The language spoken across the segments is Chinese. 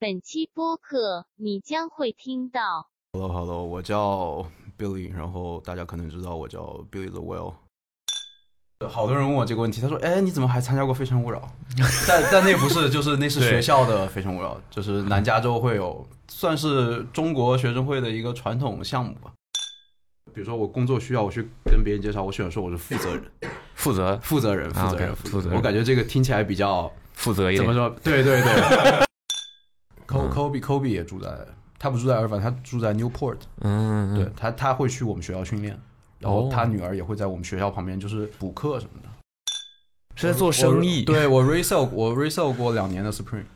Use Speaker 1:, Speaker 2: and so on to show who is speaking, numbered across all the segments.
Speaker 1: 本期播客你将会听到
Speaker 2: Hello Hello，我叫 Billy，然后大家可能知道我叫 Billy the Whale。好多人问我这个问题，他说：“哎，你怎么还参加过《非诚勿扰》 但？”但但那不是，就是那是
Speaker 3: 对
Speaker 2: 学校的《非诚勿扰》，就是南加州会有，算是中国学生会的一个传统项目吧。比如说我工作需要，我去跟别人介绍，我喜欢说我是负责人，
Speaker 3: 负责
Speaker 2: 负责人，负责人，
Speaker 3: OK，
Speaker 2: 啊负
Speaker 3: 负责
Speaker 2: 责人。
Speaker 3: 人
Speaker 2: 我感觉这个听起来比较
Speaker 3: 负责一
Speaker 2: 怎么
Speaker 3: 点，
Speaker 2: 说？对对 对。Kobe Kobe Kobe 也住在，他不住在尔反，他住在 Newport。
Speaker 3: 嗯，
Speaker 2: 对他，他会去我们学校训练，然后
Speaker 3: 哦
Speaker 2: 他女儿也会在我们学校旁边就是补课什么的。
Speaker 3: 是在做生
Speaker 2: 我
Speaker 3: 意，，
Speaker 2: 对我 resell 我 resell 过两年的 Supreme，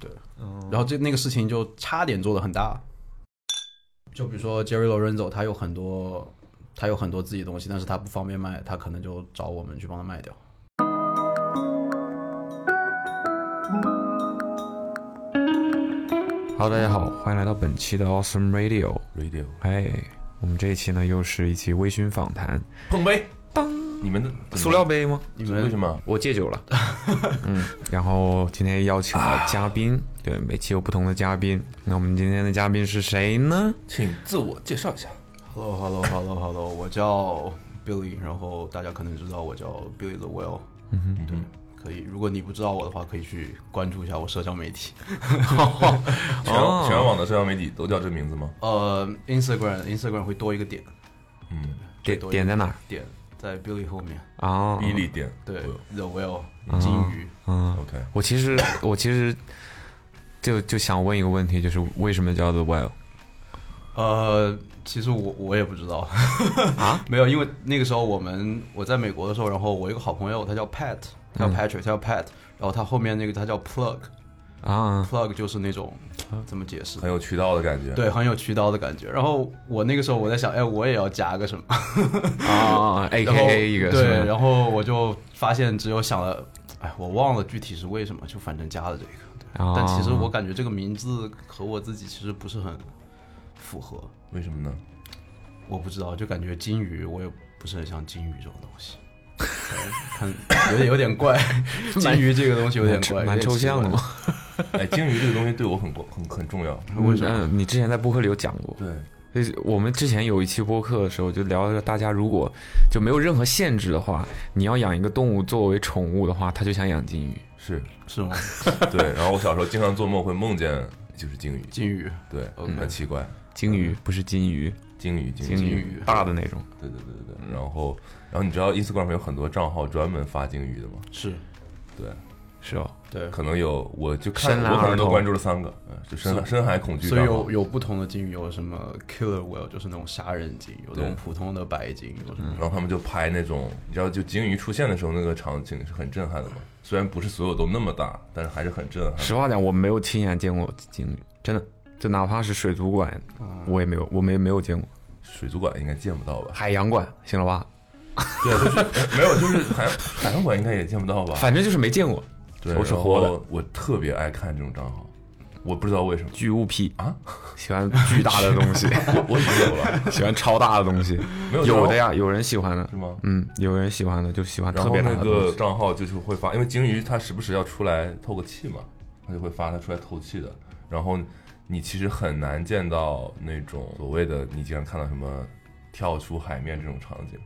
Speaker 2: 对，
Speaker 3: 哦
Speaker 2: 然后这那个事情就差点做的很大。就比如说 Jerry Lorenzo，他有很多他有很多自己的东西，但是他不方便卖，他可能就找我们去帮他卖掉。
Speaker 4: Hello，大家好，欢迎来到本期的 Awesome Radio。
Speaker 5: Radio
Speaker 4: 哎，我们这一期呢又是一期微醺访谈，
Speaker 5: 碰杯，当你们的
Speaker 4: 塑料杯吗？
Speaker 2: 你
Speaker 5: 为
Speaker 2: 们
Speaker 5: 什么？
Speaker 3: 我戒酒了，
Speaker 4: 嗯然后今天邀请了嘉宾，对，每期有不同的嘉宾。那我们今天的嘉宾是谁呢？
Speaker 5: 请自我介绍一下。
Speaker 2: Hello Hello Hello Hello，我叫 Billy，然后大家可能知道我叫 Billy the Whale。嗯哼，对，可以。如果你不知道我的话，可以去关注一下我社交媒体。
Speaker 5: 全全网的社交媒体都叫这名字吗？
Speaker 2: 呃，Instagram Instagram 会多一个点
Speaker 5: 嗯，
Speaker 4: 点点在哪儿
Speaker 2: 点在 Billy 后面，
Speaker 4: 啊？
Speaker 5: 比利点
Speaker 2: 对、
Speaker 5: 我
Speaker 2: t h e Whale 金鱼，
Speaker 4: 嗯，
Speaker 5: OK，
Speaker 4: 我其实 我其实就就想问一个问题，就是为什么叫 The Well？
Speaker 2: 呃，其实我我也不知道啊， 没有，因为那个时候我们我在美国的时候，然后我有一个好朋友，他叫 Pat，他叫
Speaker 4: 嗯
Speaker 2: Patrick，、他叫 Pat，然后他后面那个他叫 Plug，Plug
Speaker 4: 啊，
Speaker 2: 就是那种怎么解释？
Speaker 5: 很有渠道的感觉。
Speaker 2: 对，很有渠道的感觉。然后我那个时候我在想，哎，我也要加个什么，
Speaker 4: 啊，A
Speaker 2: 然
Speaker 4: K
Speaker 2: 后
Speaker 4: A 一个
Speaker 2: 对，
Speaker 4: 是吧？
Speaker 2: 然后我就发现只有想了，哎，我忘了具体是为什么，就反正加了这个。
Speaker 4: 啊
Speaker 2: 但其实我感觉这个名字和我自己其实不是很符合，
Speaker 5: 为什么呢？
Speaker 2: 我不知道，就感觉金鱼，我也不是很像金鱼这种东 西，很有点有点怪，金鱼这个东西有点
Speaker 4: 蛮抽
Speaker 2: 怪，
Speaker 4: 蛮抽象的
Speaker 2: 嘛
Speaker 4: 嘛。。
Speaker 5: 哎，鲸鱼这个东西对我很很很重要。
Speaker 2: 为什么？
Speaker 4: 嗯，你之前在播客里有讲过。
Speaker 5: 对，
Speaker 4: 所以我们之前有一期播客的时候，就聊到大家如果就没有任何限制的话，你要养一个动物作为宠物的话，他就想养金鱼。
Speaker 5: 是，
Speaker 2: 是吗？
Speaker 5: 对。然后我小时候经常做梦会梦见就是鲸鱼，
Speaker 2: 金鱼，
Speaker 5: 对，
Speaker 2: OK
Speaker 5: 很奇怪，
Speaker 4: 金
Speaker 2: 嗯
Speaker 4: 鱼不是金鱼，
Speaker 5: 鲸鱼，鲸
Speaker 4: 金
Speaker 5: 鱼，
Speaker 4: 鱼大的那种。
Speaker 5: 对对对对对。然后，然后你知道 Instagram 上有很多账号专门发鲸鱼的吗？
Speaker 2: 是
Speaker 5: 对，
Speaker 4: 是哦，
Speaker 2: 对，
Speaker 5: 可能有，我就看
Speaker 4: 深蓝
Speaker 5: 我可能
Speaker 4: 儿
Speaker 5: 都
Speaker 4: 童
Speaker 5: 关注了三个，嗯就深海深海恐惧
Speaker 2: 所
Speaker 5: 账
Speaker 2: 以
Speaker 5: 号。
Speaker 2: 有有不同的金鱼，有什么 killer whale，就是那种杀人鲸，有那种
Speaker 5: 对
Speaker 2: 普通的白鲸，有
Speaker 4: 嗯
Speaker 2: 什么
Speaker 5: 然后他们就拍那种，你知道，就鲸鱼出现的时候那个场景是很震撼的嘛。虽然不是所有都那么大，但是还是很震撼。
Speaker 4: 实话讲，我没有亲眼见过金鱼，真的。就哪怕是水族馆，
Speaker 2: 嗯
Speaker 4: 我也没有，我没没有见过。
Speaker 5: 水族馆应该见不到吧？
Speaker 4: 海洋馆，行了吧？
Speaker 5: 对，就是 没有，就是海海洋馆应该也见不到吧？
Speaker 4: 反正就是没见过。
Speaker 5: 对，
Speaker 4: 都是活的
Speaker 5: 然后我特别爱看这种账号，我不知道为什么，
Speaker 4: 巨物癖
Speaker 5: 啊，
Speaker 4: 喜欢巨大的东西，
Speaker 5: 我已经有 了，
Speaker 4: 喜欢超大的东西。
Speaker 5: 没有
Speaker 4: 有的
Speaker 5: 呀，
Speaker 4: 呀，有人喜欢的
Speaker 5: 是，吗？
Speaker 4: 嗯，有人喜欢的就喜欢啊
Speaker 5: 然
Speaker 4: 特
Speaker 5: 后
Speaker 4: 别大
Speaker 5: 那
Speaker 4: 的东西。
Speaker 5: 个账号就是会发，因为鲸鱼它时不时要出来透个气嘛，它就会发它出来透气的。然后你其实很难见到那种所谓的你经常看到什么跳出海面这种场景，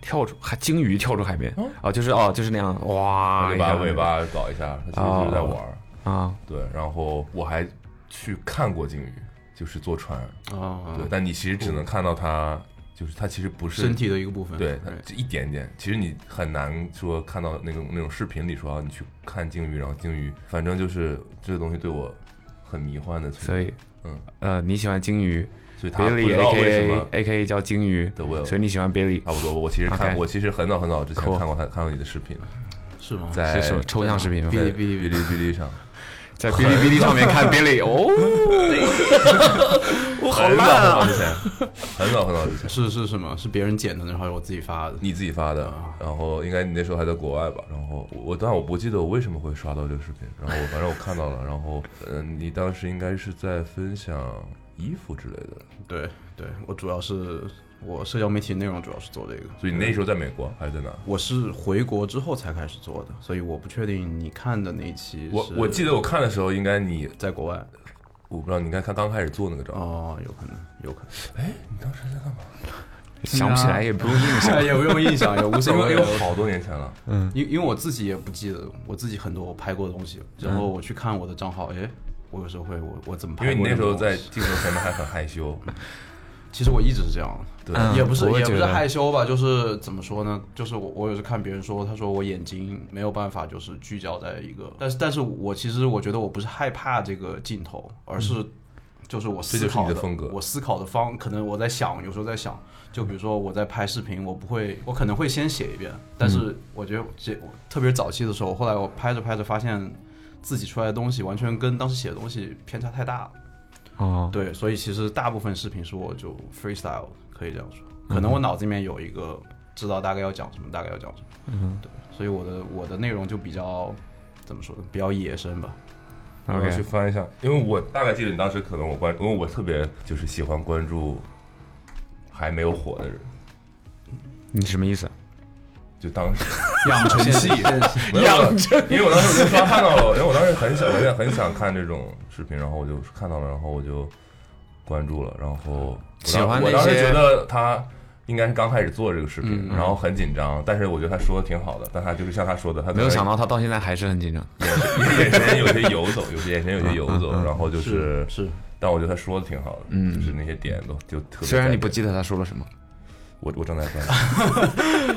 Speaker 4: 跳出海，鲸鱼跳出海面
Speaker 5: 嗯
Speaker 4: 啊，就是哦，就是那样，哇，啊
Speaker 5: 尾
Speaker 4: 一下
Speaker 5: 巴尾巴搞一下，它其实就是在玩儿。
Speaker 4: 啊，
Speaker 5: 对，然后我还去看过鲸鱼，就是坐船，
Speaker 2: 啊？
Speaker 5: 对，，但你其实只能看到它，就是它其实不是
Speaker 2: 身体的一个
Speaker 4: 嗯
Speaker 2: 部分，
Speaker 5: 对，它就一点点。其实你很难说看到那种那种视频里说啊，你去看鲸鱼，然后鲸鱼，反正就是这个东西对我很迷幻的存在，
Speaker 4: 所以
Speaker 5: 嗯，
Speaker 4: 呃，你喜欢鲸鱼
Speaker 5: 所以他不
Speaker 4: ，Billy
Speaker 5: 知道
Speaker 4: A
Speaker 5: 为什
Speaker 4: K A
Speaker 5: 么啊
Speaker 4: A K A 叫鲸鱼，
Speaker 5: 的我有
Speaker 4: 所以你喜欢 Billy
Speaker 5: 差不多。我其实看
Speaker 4: OK
Speaker 5: 我其实很早很早之前
Speaker 4: Cool
Speaker 5: 看过他看过你的视频，
Speaker 2: 是吗？
Speaker 5: 在
Speaker 4: 是什么抽象视频吗？
Speaker 5: 在
Speaker 2: 哔哩哔哩
Speaker 5: 哔哩哔哩上，
Speaker 4: 在哔哩哔哩上面看 Billy，哦，我好
Speaker 5: 很早
Speaker 4: 烂
Speaker 5: 很
Speaker 4: 啊
Speaker 5: 早之前，很早很早之前。
Speaker 2: 是是什么？是别人剪的，然后我自己发的。
Speaker 5: 你自己发的，然后应该你那时候还在国外吧？然后我我当然我不记得我为什么会刷到这个视频，然后我反正我看到了，然后嗯、呃你当时应该是在分享衣服之类的，
Speaker 2: 对对，我主要是我社交媒体内容主要是做这个，
Speaker 5: 所以你那时候在美国还是在哪？
Speaker 2: 我是回国之后才开始做的，所以我不确定你看的那一期是
Speaker 5: 我我记得我看的时候，应该你
Speaker 2: 在国外，
Speaker 5: 我不知道，你应该看刚开始做那个照片。
Speaker 2: 哦，有可能，有可能。
Speaker 5: 哎，你当时在干嘛？
Speaker 4: 想不起来也不用印象。
Speaker 2: 也不用印象，也无 所
Speaker 5: 因
Speaker 2: 谓
Speaker 5: 为有。好多年前 了，
Speaker 2: 因因为我自己也不记得我自己很多我拍过的东西，然后我去看我的账号，哎，我有时候会我我怎么
Speaker 5: 因
Speaker 2: 拍
Speaker 5: 为你
Speaker 2: 过这
Speaker 5: 那时
Speaker 2: 个东
Speaker 5: 候
Speaker 2: 西？
Speaker 5: 在镜头前面还很害 羞，
Speaker 2: 其实我一直是这样的，
Speaker 5: 对
Speaker 4: 嗯
Speaker 2: 也不是
Speaker 4: 我
Speaker 2: 也
Speaker 4: 也
Speaker 2: 不
Speaker 4: 觉
Speaker 2: 是
Speaker 4: 得
Speaker 2: 害羞吧，就是怎么说呢？就是我我有时看别人说，他说我眼睛没有办法就是聚焦在一个，但是但是我其实我觉得我不是害怕这个镜头，而是就是我思
Speaker 5: 嗯这就是
Speaker 2: 考
Speaker 5: 你的风格
Speaker 2: 我思考的方可能我在想，有时候在想，就比如说我在拍视频，我不会，我可能会先写一遍，但是我觉得这我特别是早期的时候，后来我拍着拍着发现自己出来的东西完全跟当时写的东西偏差太大了。
Speaker 4: 哦，
Speaker 2: 对，所以其实大部分视频是我就 freestyle，可以这样说，可
Speaker 6: 嗯
Speaker 2: 能我脑子里面有一个知道大概要讲什么，大概要讲什么，嗯，对，所以我的我的内容就比较怎么说呢，比较野生 吧，
Speaker 5: 我要
Speaker 4: OK
Speaker 5: 去翻一下，因为我大概记得你当时可能我关，因为我特别就是喜欢关注还没有火的人，
Speaker 4: 你什么意思？
Speaker 5: 就当时
Speaker 2: 养成系，
Speaker 5: 没有，因为我当时我就刷看到了，因为我当时很想，我也很想看这种视频，然后我就看到了，然后我就关注了，然后我当
Speaker 4: 喜欢那
Speaker 5: 我当时
Speaker 4: 些
Speaker 5: 觉得他应该是刚开始做这个视频，
Speaker 2: 嗯
Speaker 5: 然后很紧张，但是我觉得他说的挺好的，但他就是像他说的，他
Speaker 4: 没有想到他到现在还是很紧张。
Speaker 5: 眼神有些游走，有些眼神有些游走，然后就是，
Speaker 2: 是，
Speaker 5: 但我觉得他说的挺好的，
Speaker 4: 嗯
Speaker 5: 就是那些点都就特别。
Speaker 4: 虽然你不，记得他说了什么，
Speaker 5: 我我正在翻，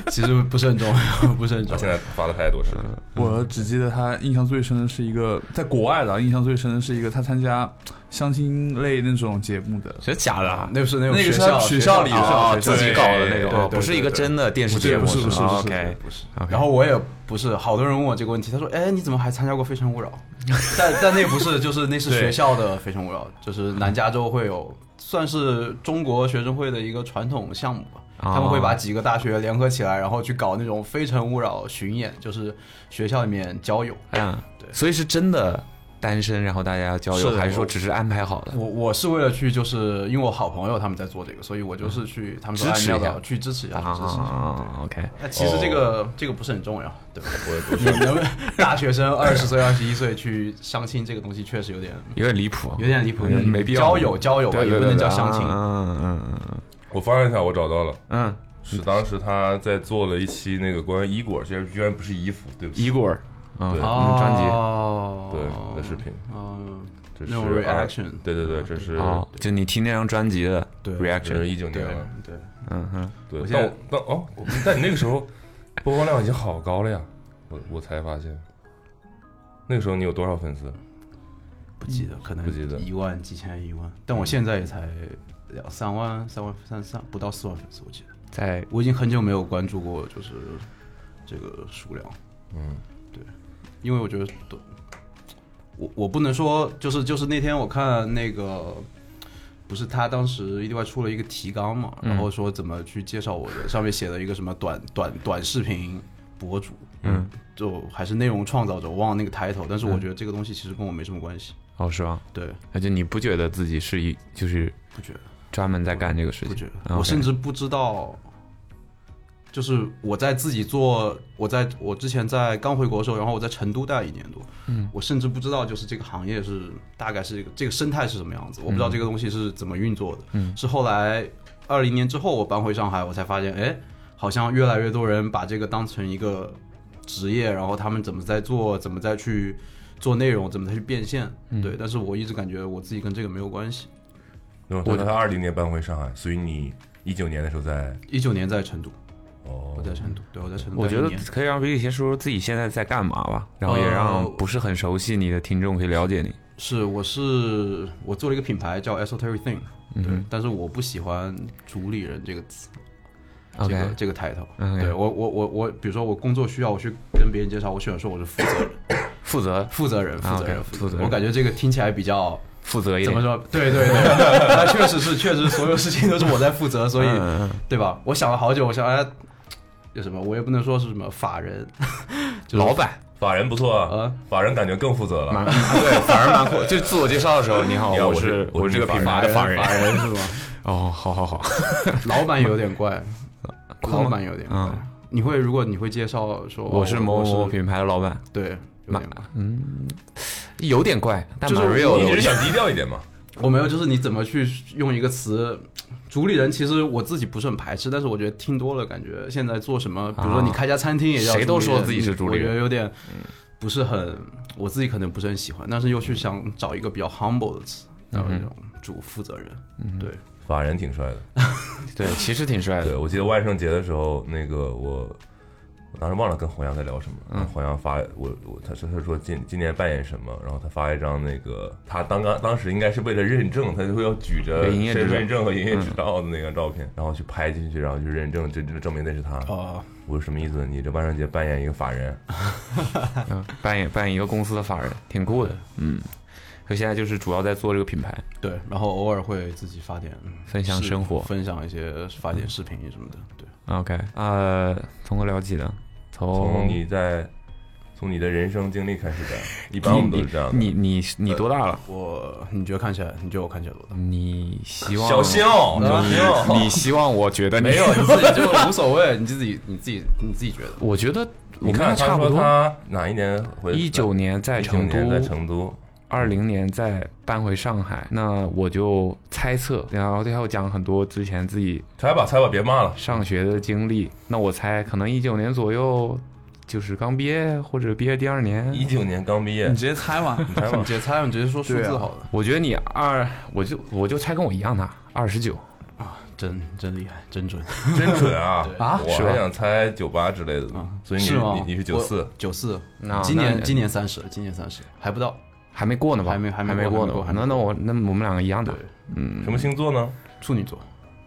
Speaker 2: 其实不是很重 要，不是很
Speaker 5: 他
Speaker 2: 重
Speaker 5: 现
Speaker 2: 要，
Speaker 5: 在发了太多视频
Speaker 4: 嗯
Speaker 5: 了，
Speaker 6: 我只记得他印象最深的是一个在国外的，啊印象最深的是一个他参加相亲类那种节目的，
Speaker 4: 真的假的啊？
Speaker 2: 那个是那种
Speaker 6: 那个
Speaker 2: 学
Speaker 6: 是他
Speaker 2: 校
Speaker 6: 学
Speaker 2: 校啊
Speaker 6: 校里
Speaker 4: 哦，
Speaker 6: 的
Speaker 4: 自己搞的那种，
Speaker 2: 对对
Speaker 4: 哦不是一个真的电视节目，
Speaker 6: 不是不是
Speaker 4: 吧
Speaker 6: 不是不是
Speaker 4: OK，
Speaker 5: 不是，
Speaker 2: 然后我也不是，好多人问我这个问题，他说：“哎，你怎么还参加过《非诚勿扰》 但？”但那不是，就是那是学校的《非诚勿扰》，就是南加州会有，算是中国学生会的一个传统项目吧。
Speaker 4: 哦
Speaker 2: 他们会把几个大学联合起来，然后去搞那种《非诚勿扰》巡演，就是学校里面交友。
Speaker 4: 嗯，
Speaker 2: 对
Speaker 4: 所以是真的单身，然后大家要交
Speaker 2: 是
Speaker 4: 友，
Speaker 2: 的
Speaker 4: 还是说
Speaker 2: 我
Speaker 4: 只是安排好的？
Speaker 2: 我我是为了去，就是因为我好朋友他们在做这个，所以我就是去他们说
Speaker 4: 支
Speaker 2: 哎
Speaker 4: 持
Speaker 2: 你要
Speaker 4: 一
Speaker 2: 不
Speaker 4: 下
Speaker 2: 要去支持一下，去支持一下。
Speaker 4: 啊，OK，
Speaker 2: 那其实这个、
Speaker 4: 哦
Speaker 2: 这个不是很重要，对吧？
Speaker 5: 我 我
Speaker 2: 你能不能大学生二十岁、二十一岁去相亲，这个东西确实有点
Speaker 4: 有点离谱啊，
Speaker 2: 有点离谱，
Speaker 4: 嗯没必要
Speaker 2: 交友交友吧，
Speaker 4: 对
Speaker 2: 也
Speaker 4: 对
Speaker 2: 不
Speaker 4: 对，
Speaker 2: 能
Speaker 4: 对
Speaker 2: 叫相亲。
Speaker 4: 嗯嗯嗯嗯
Speaker 5: 我翻了一下，我找到了。
Speaker 4: 嗯，
Speaker 5: 是当时他在做了一期那个关于伊果，居然居然不是衣服，对不起，
Speaker 4: 伊果儿，嗯，
Speaker 5: 对
Speaker 4: 嗯专辑，
Speaker 2: 哦
Speaker 5: 对的视频，
Speaker 2: 嗯，
Speaker 5: 这
Speaker 2: 那
Speaker 5: 是啊
Speaker 2: 种 reaction，
Speaker 5: 对对对，这是
Speaker 4: 哦，就你听那张专辑的
Speaker 2: 对
Speaker 4: reaction，
Speaker 5: 一九年
Speaker 2: 对
Speaker 5: 了，
Speaker 2: 对，
Speaker 4: 嗯哼，
Speaker 5: 对
Speaker 2: 我，现
Speaker 5: 但
Speaker 2: 在
Speaker 5: 我但哦，我但你那个 时候播放量已经好高了呀，我我才发现，那个时候你有多少粉丝？
Speaker 2: 不记
Speaker 4: 嗯
Speaker 2: 得，可能
Speaker 5: 不记得
Speaker 2: 一万几千一万，但我现在也才两三万三万三三不到四万粉丝，我记得，
Speaker 4: 在
Speaker 2: 我已经很久没有关注过就是这个数量。
Speaker 5: 嗯，
Speaker 2: 因为我觉得都，我我不能说，就是就是那天我看那个，不是他当时 EDY 出了一个提纲嘛，然后说怎么去介绍我的，上面写了一个什么短短短视频博主，
Speaker 4: 嗯，
Speaker 2: 就还是内容创造者，我忘了那个抬头，但是我觉得这个东西其实跟我没什么关系，
Speaker 4: 哦是吧？
Speaker 2: 对，
Speaker 4: 那就你不觉得自己是一就是
Speaker 2: 不觉得。
Speaker 4: 专门在干这个事
Speaker 2: 不
Speaker 4: 情
Speaker 2: 觉得，
Speaker 4: OK
Speaker 2: 我甚至不知道，就是我在自己做，我在我之前在刚回国的时候，然后我在成都待一年多，嗯，我甚至不知道就是这个行业是大概是一个这个生态是什么样子，我不知道这个东西是怎么运作的，嗯，是后来二零年之后我搬回上海，我才发现，哎，好像越来越多人把这个当成一个职业，然后他们怎么在做，怎么再去。做内容怎么再去变现？对，但是我一直感觉我自己跟这个没有关系。
Speaker 5: 因为我他二零年搬回上海，所以你一九年的时候在
Speaker 2: 一九年在成都，
Speaker 5: 哦
Speaker 2: 我，在成都，对，我在成都
Speaker 4: 我
Speaker 2: 待一
Speaker 4: 觉
Speaker 2: 年。
Speaker 4: 得可以让 Vicky 先说说自己现在在干嘛吧，然后也让
Speaker 2: 呃
Speaker 4: 不是很熟悉你的听众可以了解你。
Speaker 2: 是，我是我做了一个品牌叫 Esoteric Thing，对，
Speaker 4: 嗯
Speaker 2: 但是我不喜欢“主理人”这个词这
Speaker 4: OK，
Speaker 2: 个这个抬头。
Speaker 4: OK
Speaker 2: 对我我我我，比如说我工作需要，我去跟别人介绍，我喜欢说我是负责人，
Speaker 4: 负责
Speaker 2: 负责人，负责人，
Speaker 4: 啊 OK，
Speaker 2: 负
Speaker 4: 负责
Speaker 2: 责人。
Speaker 4: 人
Speaker 2: 我感觉这个听起来比较
Speaker 4: 负责一
Speaker 2: 怎
Speaker 4: 点
Speaker 2: 么，说？对对 对，那确实是，确实所有事情都是我在负责，所以
Speaker 4: 嗯
Speaker 2: 对吧？我想了好久，我想哎，有什么？我也不能说是什么法人，就是
Speaker 4: 老板
Speaker 5: 法人不错啊
Speaker 2: 啊，
Speaker 5: 法人感觉更负责了
Speaker 4: 蛮，对，反而蛮酷。就自我介绍的时候，你好，
Speaker 5: 你好
Speaker 4: 我
Speaker 5: 我是
Speaker 4: 是
Speaker 5: 我
Speaker 4: 我
Speaker 5: 是
Speaker 4: 是这个
Speaker 5: 法人
Speaker 4: 品牌的法人。
Speaker 2: 法人是吧？
Speaker 4: 哦，好好好，
Speaker 2: 老板也有点 怪，
Speaker 4: 吗
Speaker 2: 老板有点怪。
Speaker 4: 嗯
Speaker 2: 你会如果你会介绍说哦
Speaker 4: 我是某某某
Speaker 2: 是
Speaker 4: 品牌的老板。
Speaker 2: 对，有
Speaker 4: 那
Speaker 2: 点怪
Speaker 4: 嗯，有点怪，但
Speaker 2: 就是
Speaker 4: 蛮
Speaker 2: 我
Speaker 4: real
Speaker 5: 你只
Speaker 4: 的。
Speaker 5: 是想低调一点嘛？
Speaker 2: 我没有，就是你怎么去用一个词。主理人其实我自己不是很排斥，但是我觉得听多了，感觉现在做什么，比如说你开家餐厅也叫
Speaker 4: 谁都
Speaker 2: 主理
Speaker 4: 说自己是主理人
Speaker 2: 我觉得有点不是很，我自己可能不是很喜欢，但是又去想找一个比较 humble 的词，然后这种
Speaker 4: 嗯
Speaker 2: 主负责人，对，
Speaker 5: 法人挺帅的。
Speaker 4: 对，其实挺帅
Speaker 5: 对，
Speaker 4: 的。
Speaker 5: 我记得万圣节的时候，那个我我当时忘了跟黄洋在聊什么，嗯，黄洋发我我他说他说今今年扮演什么，然后他发一张那个他当刚当时应该是为了认证，他就会要举着
Speaker 4: 对营业执
Speaker 5: 身
Speaker 4: 照嗯
Speaker 5: 份证和营业执照的那个照片，然后去拍进去，然后去认证，这这证明那是他。
Speaker 4: 哦
Speaker 2: 啊，
Speaker 5: 我说什么意思？你这万圣节扮演一个法人，
Speaker 4: 嗯，扮演扮演一个公司的法人，挺酷的。嗯，所以现在就是主要在做这个品牌，
Speaker 2: 对，然后偶尔会自己发点
Speaker 4: 分享
Speaker 2: 视
Speaker 4: 生活
Speaker 2: 分享一些发点视频什么的，对，
Speaker 4: OK，呃，从何聊起呢？从
Speaker 5: 从你在从你的人生经历开始的，一般我们都是这样的。
Speaker 4: 你你你多大了？
Speaker 2: 我你觉得看起来，你觉得我看起来 多大？
Speaker 4: 你希望
Speaker 5: 小心哦，小心哦！
Speaker 4: 你希望我觉得你
Speaker 2: 没有，哦你自己就无所谓，你自己你自己你自己觉得。
Speaker 4: 我觉得我
Speaker 5: 你
Speaker 4: 跟他
Speaker 5: 看，
Speaker 4: 差
Speaker 5: 他
Speaker 4: 不
Speaker 5: 说
Speaker 4: 多。
Speaker 5: 他哪一年回？
Speaker 4: 一九年在成
Speaker 5: 19年在
Speaker 4: 都，
Speaker 5: 成都。
Speaker 4: 二零年再搬回上海，那我就猜测，然后他又讲很多之前自己
Speaker 5: 猜吧，猜吧，别骂了。
Speaker 4: 上学的经历。那我猜可能一九年左右，就是刚毕业或者毕业第二
Speaker 5: 一
Speaker 4: 年。
Speaker 5: 九年刚毕业
Speaker 6: 你，直接猜嘛，
Speaker 5: 你猜
Speaker 2: 你
Speaker 5: 吧，
Speaker 2: 直接猜，你直接说数
Speaker 6: 对
Speaker 2: 字
Speaker 6: 啊
Speaker 2: 好了。
Speaker 4: 我觉得你二，我就我就猜跟我一样的二十九。
Speaker 2: 真真厉害，真准
Speaker 5: 真准啊！
Speaker 4: 啊
Speaker 5: 我
Speaker 4: 是吧
Speaker 5: 还想猜九八之类的呢，所以你
Speaker 2: 是吗？
Speaker 5: 你你是九四，
Speaker 2: 九四
Speaker 4: 那，
Speaker 2: 今
Speaker 4: 那
Speaker 2: 年今年三十，今年三十啊还不到。
Speaker 4: 还没过呢吧？
Speaker 2: 还没还没
Speaker 4: 没
Speaker 2: 过
Speaker 4: 呢吧？
Speaker 2: 还没
Speaker 4: 那
Speaker 2: 过
Speaker 4: 那我那我们两个一样的
Speaker 2: 对嗯
Speaker 5: 什么星座呢？
Speaker 2: 处女座，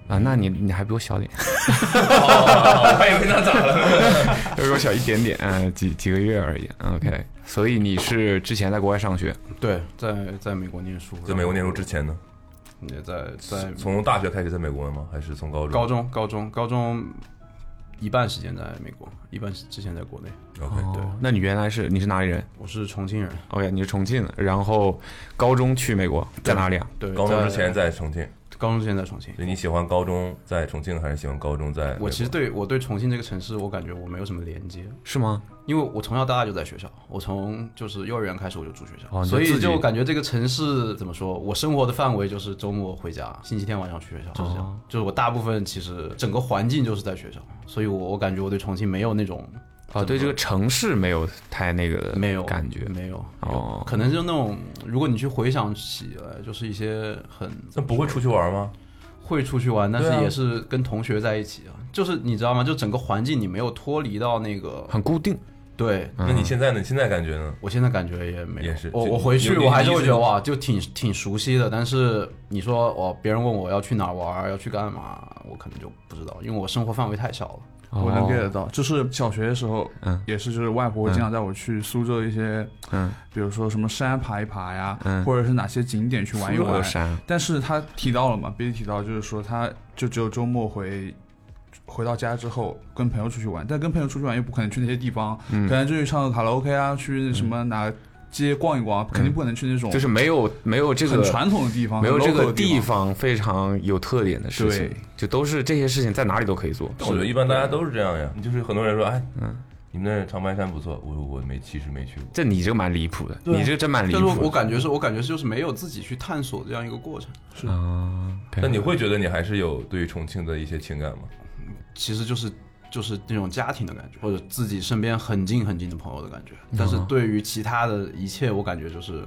Speaker 4: 啊？那你你还比我小点，
Speaker 5: 我还以为那咋了？
Speaker 4: 比我小一点点，嗯，几几个月而已。OK，所嗯以你是之前在国外上学，
Speaker 2: 对，在在美国念书，
Speaker 5: 在美国念书之前呢？
Speaker 2: 然后也在在
Speaker 5: 从大学开始在美国的吗？还是从高中？
Speaker 2: 高中高中高中一半时间在美国，一半之前在国内。
Speaker 5: OK，
Speaker 4: 对，哦那你原来是你是哪里人
Speaker 2: 我是重庆人，
Speaker 4: ？OK，你是重庆的，然后高中去美国，在哪里啊？
Speaker 2: 对，
Speaker 5: 高中之前在重庆，
Speaker 2: 高中之前在重庆。
Speaker 5: 所以你喜欢高中在重庆还是喜欢高中在美国？
Speaker 2: 我其实对我对重庆这个城市，我感觉我没有什么连接，
Speaker 4: 是吗？
Speaker 2: 因为我从小到大就在学校，我从就是幼儿园开始我就住学校，
Speaker 4: 哦你就
Speaker 2: 所
Speaker 4: 自
Speaker 2: 以
Speaker 4: 己
Speaker 2: 就感觉这个城市怎么说，我生活的范围就是周末回家，星期天晚上去
Speaker 4: 哦
Speaker 2: 学校，就是这样。就是我大部分其实整个环境就是在学校，所以我我感觉我对重庆没有那种
Speaker 4: 啊，对这个城市没有太那个
Speaker 2: 没有
Speaker 4: 感觉
Speaker 2: 没有，
Speaker 4: 哦。
Speaker 2: 可能就那种如果你去回想起来，就是一些很
Speaker 5: 那不会出去玩吗？
Speaker 2: 会出去玩，但是
Speaker 5: 对啊
Speaker 2: 也是跟同学在一起啊，就是你知道吗？就整个环境你没有脱离到那个
Speaker 4: 很固定，
Speaker 2: 对
Speaker 5: 那你现在呢？你现在感觉呢？
Speaker 2: 我现在感觉也没有，
Speaker 5: 也是
Speaker 2: 我
Speaker 5: 就
Speaker 2: 我回
Speaker 5: 有
Speaker 2: 去
Speaker 5: 点
Speaker 2: 我还是会
Speaker 5: 意
Speaker 2: 觉
Speaker 5: 思
Speaker 2: 得哇，就挺挺熟悉的。但是你说我别人问我要去哪儿玩儿，要去干嘛，我可能就不知道，因为我生活范围太小了。
Speaker 6: 我能
Speaker 4: 哦
Speaker 6: get 得到。就是小学的时候，
Speaker 4: 嗯
Speaker 6: 也是就是外婆会经常带我去苏州一些，
Speaker 4: 嗯，
Speaker 6: 比如说什么山爬一爬呀，
Speaker 4: 嗯
Speaker 6: 或者是哪些景点去玩一
Speaker 4: 苏州
Speaker 6: 玩
Speaker 4: 的。山
Speaker 6: 但是他提到了嘛，必须提到，就是说他就只有周末回回到家之后跟朋友出去玩，但跟朋友出去玩又不可能去那些地方，
Speaker 4: 嗯
Speaker 6: 可能就去唱个卡拉 OK 啊，去什么哪街逛一逛，啊肯定不可能去那种
Speaker 4: 嗯就是没有没有这
Speaker 6: 很
Speaker 4: 个
Speaker 6: 传统的地方，
Speaker 4: 没有这
Speaker 6: 很 local
Speaker 4: 个
Speaker 6: 的
Speaker 4: 地
Speaker 6: 地。
Speaker 4: 方非常有特点的事情
Speaker 6: 对，
Speaker 4: 就都是这些事情在哪里都可以做。
Speaker 5: 但我觉得一般大家都是这样呀。就是很多人说，哎，你们那长白山不错，我我没其实没去过。
Speaker 4: 这你这个蛮离谱的，
Speaker 5: 啊
Speaker 4: 你这个真蛮离
Speaker 2: 但是我
Speaker 4: 谱
Speaker 2: 我
Speaker 4: 的。
Speaker 2: 感觉是我感觉是就是没有自己去探索这样一个过程，
Speaker 4: 啊，
Speaker 5: 那
Speaker 4: 那
Speaker 5: 你会觉得你还是有对重庆的一些情感吗？
Speaker 2: 其实就是就是那种家庭的感觉，或者自己身边很近很近的朋友的感觉。但是对于其他的一切，我感觉就是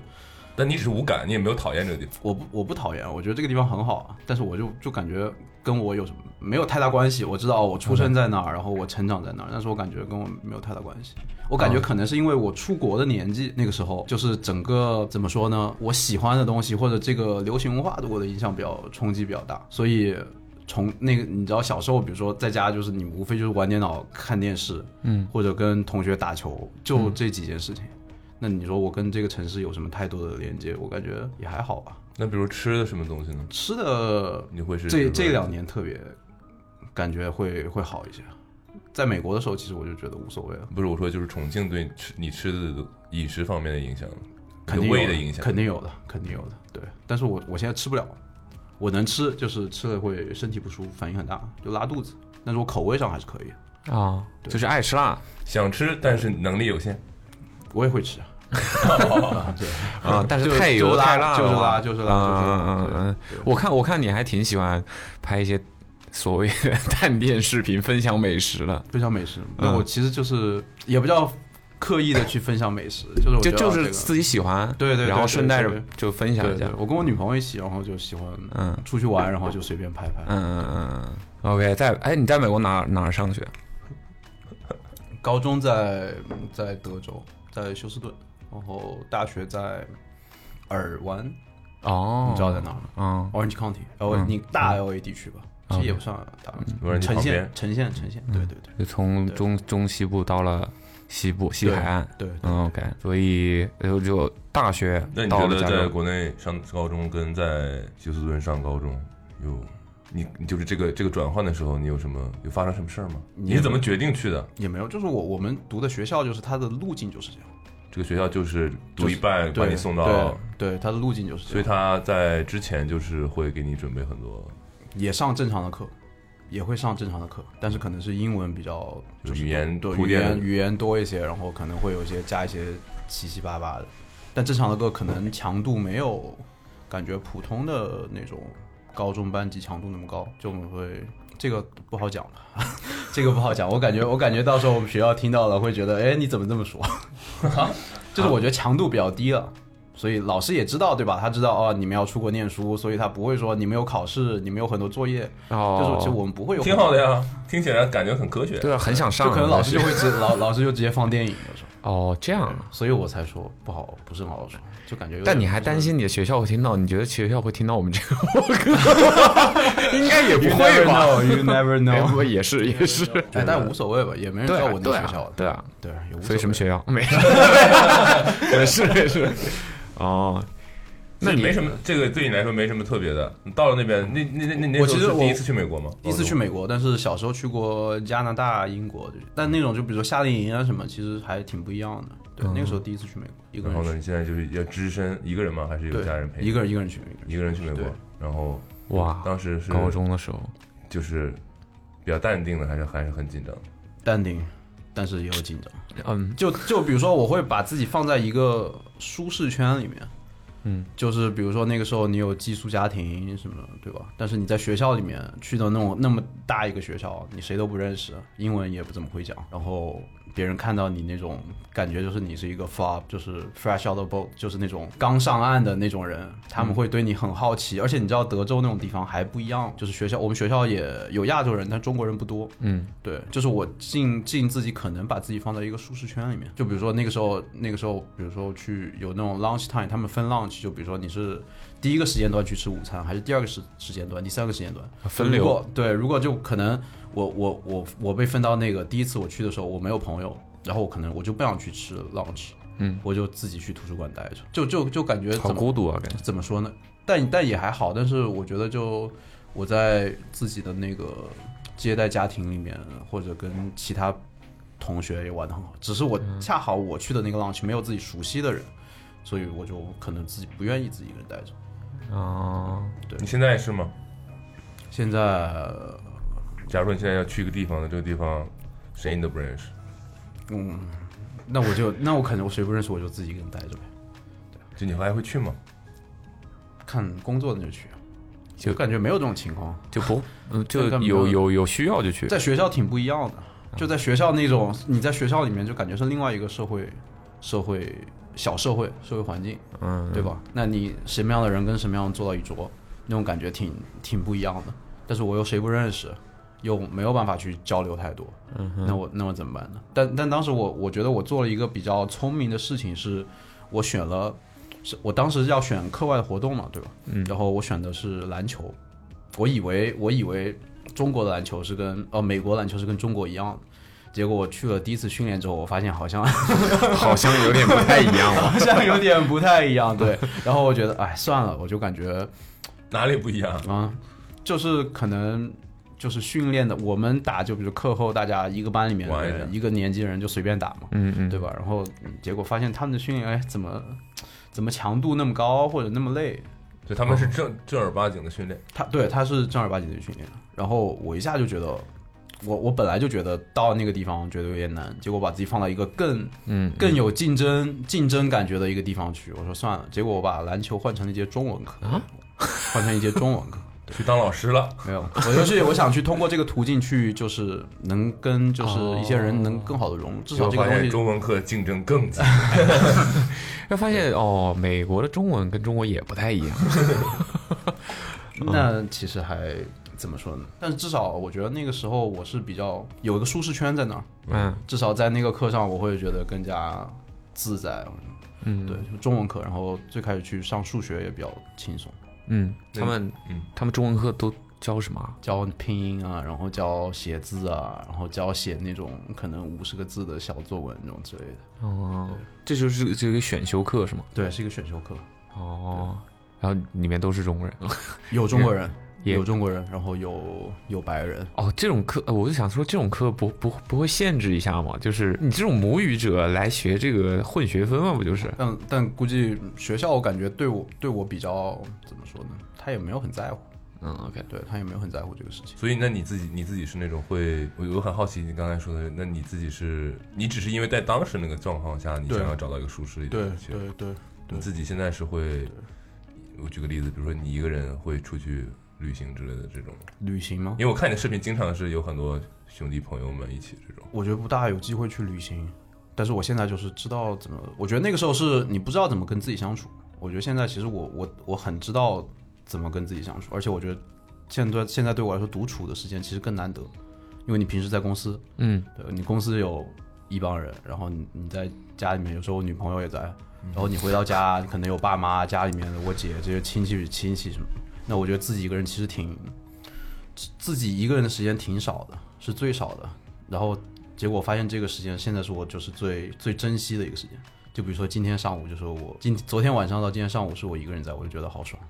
Speaker 5: 但你只是无感，你也没有讨厌这个地方。
Speaker 2: 我不我不讨厌，我觉得这个地方很好啊，但是我就就感觉跟我有什么没有太大关系。我知道我出生在哪儿，然后我成长在哪儿，但是我感觉跟我没有太大关系。我感觉可能是因为我出国的年纪，那个时候就是整个怎么说呢，我喜欢的东西或者这个流行文化对我的影响比较冲击比较大，所以。从那个，你知道小时候，比如说在家，就是你无非就是玩电脑、看电视，嗯，或者跟同学打球，就这几件事情。那你说我跟这个城市有什么太多的连接？我感觉也还好吧。
Speaker 5: 那比如吃的什么东西呢？
Speaker 2: 吃的
Speaker 5: 你会是
Speaker 2: 这这两年特别感觉会会好一些。在美国的时候，其实我就觉得无所谓了，
Speaker 5: 不是我说，就是重庆对吃你吃的饮食方面的影响，
Speaker 2: 肯
Speaker 5: 你
Speaker 2: 定
Speaker 5: 的
Speaker 2: 有
Speaker 5: 胃的影响。
Speaker 2: 肯定有的，肯定有的。对，但是我我现在吃不了，我能吃，就是吃了会身体不舒服，反应很大，就拉肚子。但是我口味上还是可以，
Speaker 4: 啊，就是爱吃辣
Speaker 5: 想吃，但是能力有限。
Speaker 2: 我也会吃，
Speaker 4: 啊，但是
Speaker 2: 就
Speaker 4: 太油
Speaker 2: 就是拉
Speaker 4: 太辣了
Speaker 2: 就是拉
Speaker 4: 哇
Speaker 2: 就是拉就是拉
Speaker 4: 嗯嗯嗯
Speaker 2: 对
Speaker 4: 嗯，我看我看你还挺喜欢拍一些所谓的 探店视频，分享美食的，
Speaker 2: 分享美食。
Speaker 4: 嗯
Speaker 2: 那我其实就是也不叫刻意的去分享美食，就是我
Speaker 4: 就
Speaker 2: 觉得啊
Speaker 4: 就
Speaker 2: 这
Speaker 4: 是
Speaker 2: 个
Speaker 4: 自己喜欢，
Speaker 2: 对对对
Speaker 4: 然后顺带
Speaker 2: 对
Speaker 4: 着
Speaker 2: 对
Speaker 4: 就分享
Speaker 2: 对
Speaker 4: 一下
Speaker 2: 对，，我跟我女朋友一起，然后就喜欢
Speaker 4: 嗯
Speaker 2: 出去玩，然后就随便拍拍。
Speaker 4: 嗯嗯嗯嗯，OK，在哎你在美国哪哪儿上学？
Speaker 2: 高中在嗯在德州，在休斯顿，然后大学在尔湾，
Speaker 4: 哦，
Speaker 2: 你知道在哪儿吗
Speaker 4: 嗯
Speaker 2: ？Orange County，然后
Speaker 4: 嗯
Speaker 2: 你大 LA 地区吧，其实也不算大，
Speaker 5: 有人去
Speaker 2: 呈
Speaker 5: 嗯旁
Speaker 2: 现
Speaker 5: 边，嗯
Speaker 2: 呈现呈现，对对对，
Speaker 4: 就从
Speaker 2: 对
Speaker 4: 中中西部到了西部西
Speaker 2: 对
Speaker 4: 海岸。
Speaker 2: 对，
Speaker 4: 嗯，OK，所以就就大学
Speaker 5: 那你
Speaker 4: 到
Speaker 5: 觉
Speaker 4: 了
Speaker 5: 得
Speaker 4: 加
Speaker 5: 在
Speaker 4: 州，
Speaker 5: 国内上高中跟在休斯顿上高中有你你就是这个这个转换的时候，你有什么有发生什么事儿吗？
Speaker 2: 你
Speaker 5: 你是怎么决定去的？
Speaker 2: 也没有，就是我我们读的学校就是它的路径就是这样，
Speaker 5: 这个学校就是读一半把
Speaker 2: 对，
Speaker 5: 你送到，
Speaker 2: 对对它的路径就是这样，
Speaker 5: 所以他在之前就是会给你准备很多
Speaker 2: 也上正常的课，也会上正常的课，但是可能是英文比较
Speaker 5: 就
Speaker 2: 就是是
Speaker 5: 语言
Speaker 2: 对
Speaker 5: 铺
Speaker 2: 语
Speaker 5: 垫
Speaker 2: 言语言多一些，然后可能会有一些加一些七七八八的，但正常的课可能强度没有感觉普通的那种高中班级强度那么高，就我们会。这个不好讲了， 这个不好讲。我感觉，我感觉到时候我们学校听到了会觉得，哎，你怎么这么 说？
Speaker 5: 啊
Speaker 2: 就是我觉得强度比较低了，所以老师也知道，对吧？他知道哦，你们要出国念书，所以他不会说你们有考试，你们有很多作业，就是其实
Speaker 4: 哦，
Speaker 2: 我们不会有
Speaker 5: 挺好的呀，听起来感觉很科学。
Speaker 4: 对啊，很想
Speaker 2: 就
Speaker 4: 上啊，
Speaker 2: 可能老师就
Speaker 4: 但是
Speaker 2: 会直老老师就直接放电影有时候，
Speaker 4: 哦这样啊，
Speaker 2: 所以我才说不好，不是很好说，就感觉有点。
Speaker 4: 但你还担心你的学校会听到？你觉得学校会听到我们这个播 客？应该也不
Speaker 2: You
Speaker 4: 会
Speaker 2: never
Speaker 4: 吧？
Speaker 2: ？You never
Speaker 4: 哎
Speaker 2: know。
Speaker 4: 不也是也是，
Speaker 2: 哎，但无所谓吧，也没人知
Speaker 4: 对
Speaker 2: 道
Speaker 4: 啊
Speaker 2: 我
Speaker 4: 对
Speaker 2: 那学校
Speaker 4: 啊
Speaker 2: 的，
Speaker 4: 对啊，
Speaker 2: 对，也无所
Speaker 4: 所以
Speaker 2: 谓
Speaker 4: 什么学校没事 没事没事哦，那
Speaker 5: 那
Speaker 4: 你
Speaker 5: 没什么，这个对你来说没什么特别的。你到了那边，那那那那那
Speaker 2: 我
Speaker 5: 时候
Speaker 2: 其实
Speaker 5: 是第
Speaker 2: 我
Speaker 5: 一次去美国吗？哦
Speaker 2: 第一次去美国，但是小时候去过加拿大、英国，就是但那种就比如说夏令营啊什么，其实还挺不一样的。对，
Speaker 4: 嗯
Speaker 2: 那个时候第一次去美国，一个
Speaker 5: 然后
Speaker 2: 人去，
Speaker 5: 呢，你现在就是要只身一个人吗？还是有
Speaker 2: 对
Speaker 5: 家人陪？
Speaker 2: 一个人一个人去，一个人去
Speaker 5: 一个人去美国
Speaker 2: 对，啊
Speaker 5: 然后
Speaker 4: 哇，
Speaker 5: 当时是
Speaker 4: 高中的时候
Speaker 5: 就是比较淡定的，还是还是很紧张。
Speaker 2: 淡定，但是也有紧张。
Speaker 4: 嗯
Speaker 2: 就就比如说，我会把自己放在一个舒适圈里面，嗯，就是比如说那个时候你有寄宿家庭什么，对吧？但是你在学校里面去的那种那么大一个学校，你谁都不认识，英文也不怎么会讲，然后别人看到你那种感觉，就是你是一个 flop，就是 fresh out of boat，就是那种刚上岸的那种人，他们会对你很好奇。而且你知道德州那种地方还不一样，就是学校我们学校也有亚洲人，但中国人不多，
Speaker 4: 嗯
Speaker 2: 对，就是我尽尽自己可能把自己放在一个舒适圈里面。就比如说那个时候，那个时候，比如说去有那种 lunch time，他们分 lunch，就比如说你是第一个时间段去吃午餐，还是第二个时时间段，第三个时间段
Speaker 4: 分流
Speaker 2: 如果对，如果就可能我我我我被分到那个第一次我去的时候，我没有朋友，然后我可能我就不想去吃 lunch，
Speaker 4: 嗯，
Speaker 2: 我就自己去图书馆待着，就就就感觉
Speaker 4: 好
Speaker 2: 怎么
Speaker 4: 孤独啊，感觉
Speaker 2: 怎么说呢？但但也还好，但是我觉得就我在自己的那个接待家庭里面，或者跟其他同学也玩的很好，只是我恰好我去的那个 lunch 没有自己熟悉的人，所以我就可能自己不愿意自己一个人待着。
Speaker 4: 哦，
Speaker 5: 你现在是吗？
Speaker 2: 现在呃
Speaker 5: 假如你现在要去一个地方，这个地方谁你都不认识，
Speaker 2: 那我就那我可能我谁不认识我就自己一个人待着呗，
Speaker 5: 就你还会去吗？
Speaker 2: 看工作那就去啊。
Speaker 4: 就
Speaker 2: 我感觉没有这种情况，
Speaker 4: 就不嗯就
Speaker 2: 根本没有
Speaker 4: 有有有需要就去，
Speaker 2: 在学校挺不一样的，就在学校那种，你在学校里面就感觉是另外一个社会，社会小社会社会环境，
Speaker 4: 嗯
Speaker 2: 对吧？那你什么样的人跟什么样人坐到一桌，那种感觉挺挺不一样的。但是我又谁不认识，又没有办法去交流太多，那我那我怎么办呢？但但当时我我觉得我做了一个比较聪明的事情是，我选了，是我当时要选课外活动嘛，对吧？嗯，然后我选的是篮球，我以为我以为中国的篮球是跟呃美国篮球是跟中国一样的。结果我去了第一次训练之后，我发现好像
Speaker 4: 好像有点不太一样了
Speaker 2: 好像有点不太一样，对。然后我觉得，哎，算了，我就感觉
Speaker 5: 哪里不一样？
Speaker 2: 啊，就是可能就是训练的，我们打就比如课后大家一个班里面的
Speaker 5: 玩一
Speaker 2: 人
Speaker 5: 下
Speaker 2: 一个年级人就随便打嘛，
Speaker 4: 嗯嗯
Speaker 2: 对吧？然后嗯结果发现他们的训练，哎，怎么怎么强度那么高或者那么累？
Speaker 5: 就他们是正正儿八经的训练，
Speaker 2: 他对他是正儿八经的训练，然后我一下就觉得我我本来就觉得到那个地方觉得有点难，结果把自己放到一个更
Speaker 4: 嗯，
Speaker 2: 更有竞争竞争感觉的一个地方去，我说算了，结果我把篮球换成了一节中文课， 换成一节中文课。
Speaker 5: 去当老师了，
Speaker 2: 没有，我就是我想去通过这个途径去，就是能跟就是一些人能更好的融入，至少这
Speaker 5: 结果
Speaker 2: 个
Speaker 5: 发
Speaker 2: 东
Speaker 5: 现
Speaker 2: 西
Speaker 5: 中文课竞争更激烈。
Speaker 4: 要发现哦，美国的中文跟中国也不太一样。
Speaker 2: 那其实还怎么说呢？但是至少我觉得那个时候我是比较有一个舒适圈在那儿，
Speaker 4: 嗯
Speaker 2: 至少在那个课上我会觉得更加自在。
Speaker 4: 嗯，
Speaker 2: 对，就中文课，然后最开始去上数学也比较轻松，
Speaker 4: 嗯，他们
Speaker 5: 嗯
Speaker 4: 他们中文课都教什么啊？
Speaker 2: 教拼音啊，然后教写字啊，然后教写那种可能五十个字的小作文那种之类的。
Speaker 4: 哦，这就是这个选修课是吗？
Speaker 2: 对，是一个选修课，
Speaker 4: 哦，然后里面都是中国人。
Speaker 2: 有中国人，
Speaker 4: 也
Speaker 2: 有中国人，然后有有白人。
Speaker 4: 哦，这种课，呃我就想说，这种课不不不会限制一下吗？就是你这种母语者来学这个混学分嘛，不就是？
Speaker 2: 但但估计学校，我感觉对我对我比较怎么说呢？他也没有很在乎，
Speaker 4: 嗯，OK，
Speaker 2: 对他也没有很在乎这个事情。
Speaker 5: 所以，那你自己你自己是那种会，我我很好奇你刚才说的，那你自己是，你只是因为在当时那个状况下，你
Speaker 2: 对
Speaker 5: 想要找到一个舒适一点的去，
Speaker 2: 对，
Speaker 5: 你自己现在是会，我举个例子，比如说你一个人会出去旅行之类的这种，
Speaker 2: 旅行吗？
Speaker 5: 因为我看你的视频经常是有很多兄弟朋友们一起这种，
Speaker 2: 我觉得不大有机会去旅行，但是我现在就是知道怎么，我觉得那个时候是你不知道怎么跟自己相处。我觉得现在其实我我我很知道怎么跟自己相处，而且我觉得现在现在对我来说独处的时间其实更难得，因为你平时在公司，
Speaker 4: 嗯，
Speaker 2: 对你公司有一帮人，然后你你在家里面，有时候我女朋友也在，然后你回到家可能有爸妈、家里面的我姐这些亲戚亲戚什么，那我觉得自己一个人其实挺自自己一个人的时间挺少的，是最少的。然后结果发现这个时间现在是我就是最最珍惜的一个时间。就比如说今天上午，就是我今昨天晚上到今天上午是我一个人在，我就觉得好爽，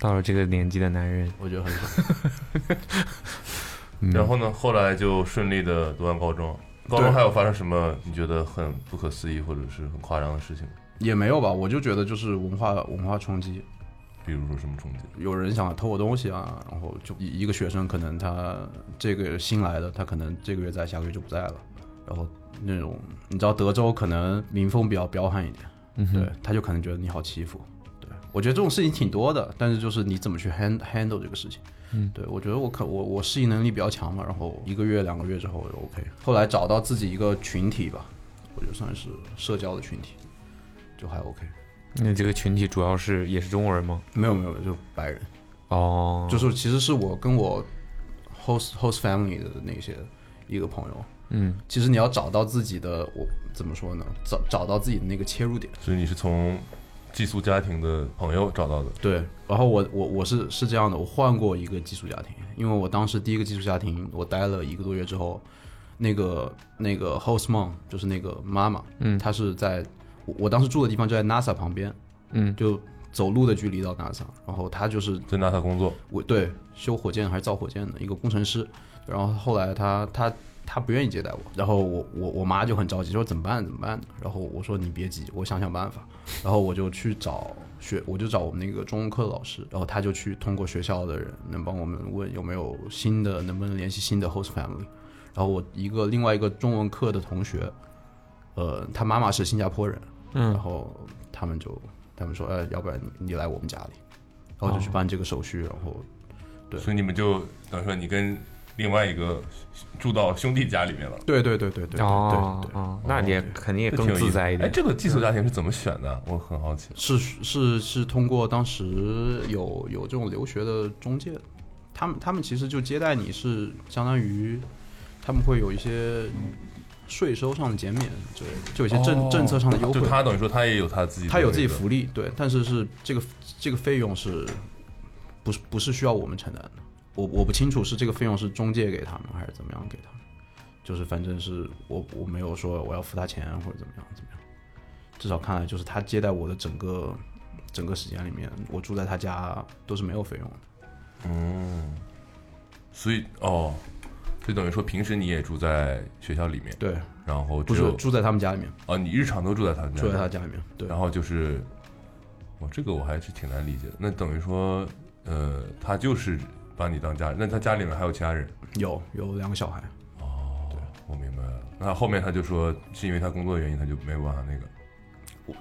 Speaker 4: 到了这个年纪的男人，
Speaker 2: 我觉得很爽。
Speaker 5: 然后呢，后来就顺利的读完高中，高中还有发生什么你觉得很不可思议或者是很夸张的事情？
Speaker 2: 也没有吧，我就觉得就是文化文化冲击，
Speaker 5: 比如说什么冲击？
Speaker 2: 有人想偷我东西啊，然后就一一个学生可能他这个新来的，他可能这个月在，下个月就不在了，然后那种你知道德州可能民风比较彪悍一点，
Speaker 4: 嗯哼
Speaker 2: 对，他就可能觉得你好欺负。对，我觉得这种事情挺多的，但是就是你怎么去 hand handle 这个事情。嗯，对我觉得我可我我适应能力比较强嘛，然后一个月两个月之后我就 OK。后来找到自己一个群体吧，我觉得算是社交的群体，就还 OK。
Speaker 4: 那这个群体主要是也是中国人吗？
Speaker 2: 没有没有，就白人。
Speaker 4: 哦，
Speaker 2: 就是其实是我跟我 host host family 的那些一个朋友，
Speaker 4: 嗯，
Speaker 2: 其实你要找到自己的，我怎么说呢？找找到自己的那个切入点。
Speaker 5: 所以你是从寄宿家庭的朋友找到的，
Speaker 2: 对，然后我我我是是这样的，我换过一个寄宿家庭，因为我当时第一个寄宿家庭我待了一个多月之后，那个那个 host mom 就是那个妈妈，嗯，她是在我我当时住的地方就在 NASA 旁边，
Speaker 4: 嗯，
Speaker 2: 就走路的距离到 NASA，然后她就是
Speaker 5: 在 NASA 工作，
Speaker 2: 我对修火箭还是造火箭的一个工程师，然后后来他他他不愿意接待我，然后我我我妈就很着急说怎么办怎么办，然后我说你别急，我想想办法，然后我就去找学我就找我们那个中文课的老师，然后他就去通过学校的人能帮我们问有没有新的能不能联系新的 host family，然后我一个另外一个中文课的同学，呃，他妈妈是新加坡人，嗯，然后他们就他们说，呃，要不然你你来我们家里，然后就去办这个手续，然后对
Speaker 5: 所以你们就等于说你跟另外一个住到兄弟家里面了，
Speaker 2: 对对对对对
Speaker 4: 哦
Speaker 2: 对对，
Speaker 4: 哦那你也肯定也
Speaker 5: 这
Speaker 4: 更
Speaker 5: 挺有意
Speaker 4: 自
Speaker 5: 思
Speaker 4: 在一
Speaker 5: 哎，
Speaker 4: 点。
Speaker 5: 这个寄宿家庭是怎么选的？我很好奇。
Speaker 2: 是是是通过当时有有这种留学的中介，他们他们其实就接待你是相当于他们会有一些税收上的减免之类的，就有一些政、
Speaker 6: 哦
Speaker 2: 政策上的优惠
Speaker 5: 就，他等于说他也有他自己的那个，
Speaker 2: 他有自己福利，对，但是是这个这个费用是不是不是需要我们承担的？我我不清楚是这个费用是中介给他们还是怎么样给他们，就是反正是我我没有说我要付他钱或者怎么样怎么样，至少看来就是他接待我的整个整个时间里面，我住在他家都是没有费用的。
Speaker 5: 嗯，所以哦，所以等于说平时你也住在学校里面，
Speaker 2: 对，
Speaker 5: 然后
Speaker 2: 不
Speaker 5: 只
Speaker 2: 是
Speaker 5: 有
Speaker 2: 住在他们家里面，
Speaker 5: 啊，你日常都住在他们家，
Speaker 2: 住在他，家里面。对，
Speaker 5: 然后就是，我这个我还是挺难理解的。那等于说，呃，他就是把你当家人。那他家里面还有其他人？
Speaker 2: 有有两个小孩，
Speaker 5: 我明白了。那后面他就说是因为他工作原因，他就没有办法那个。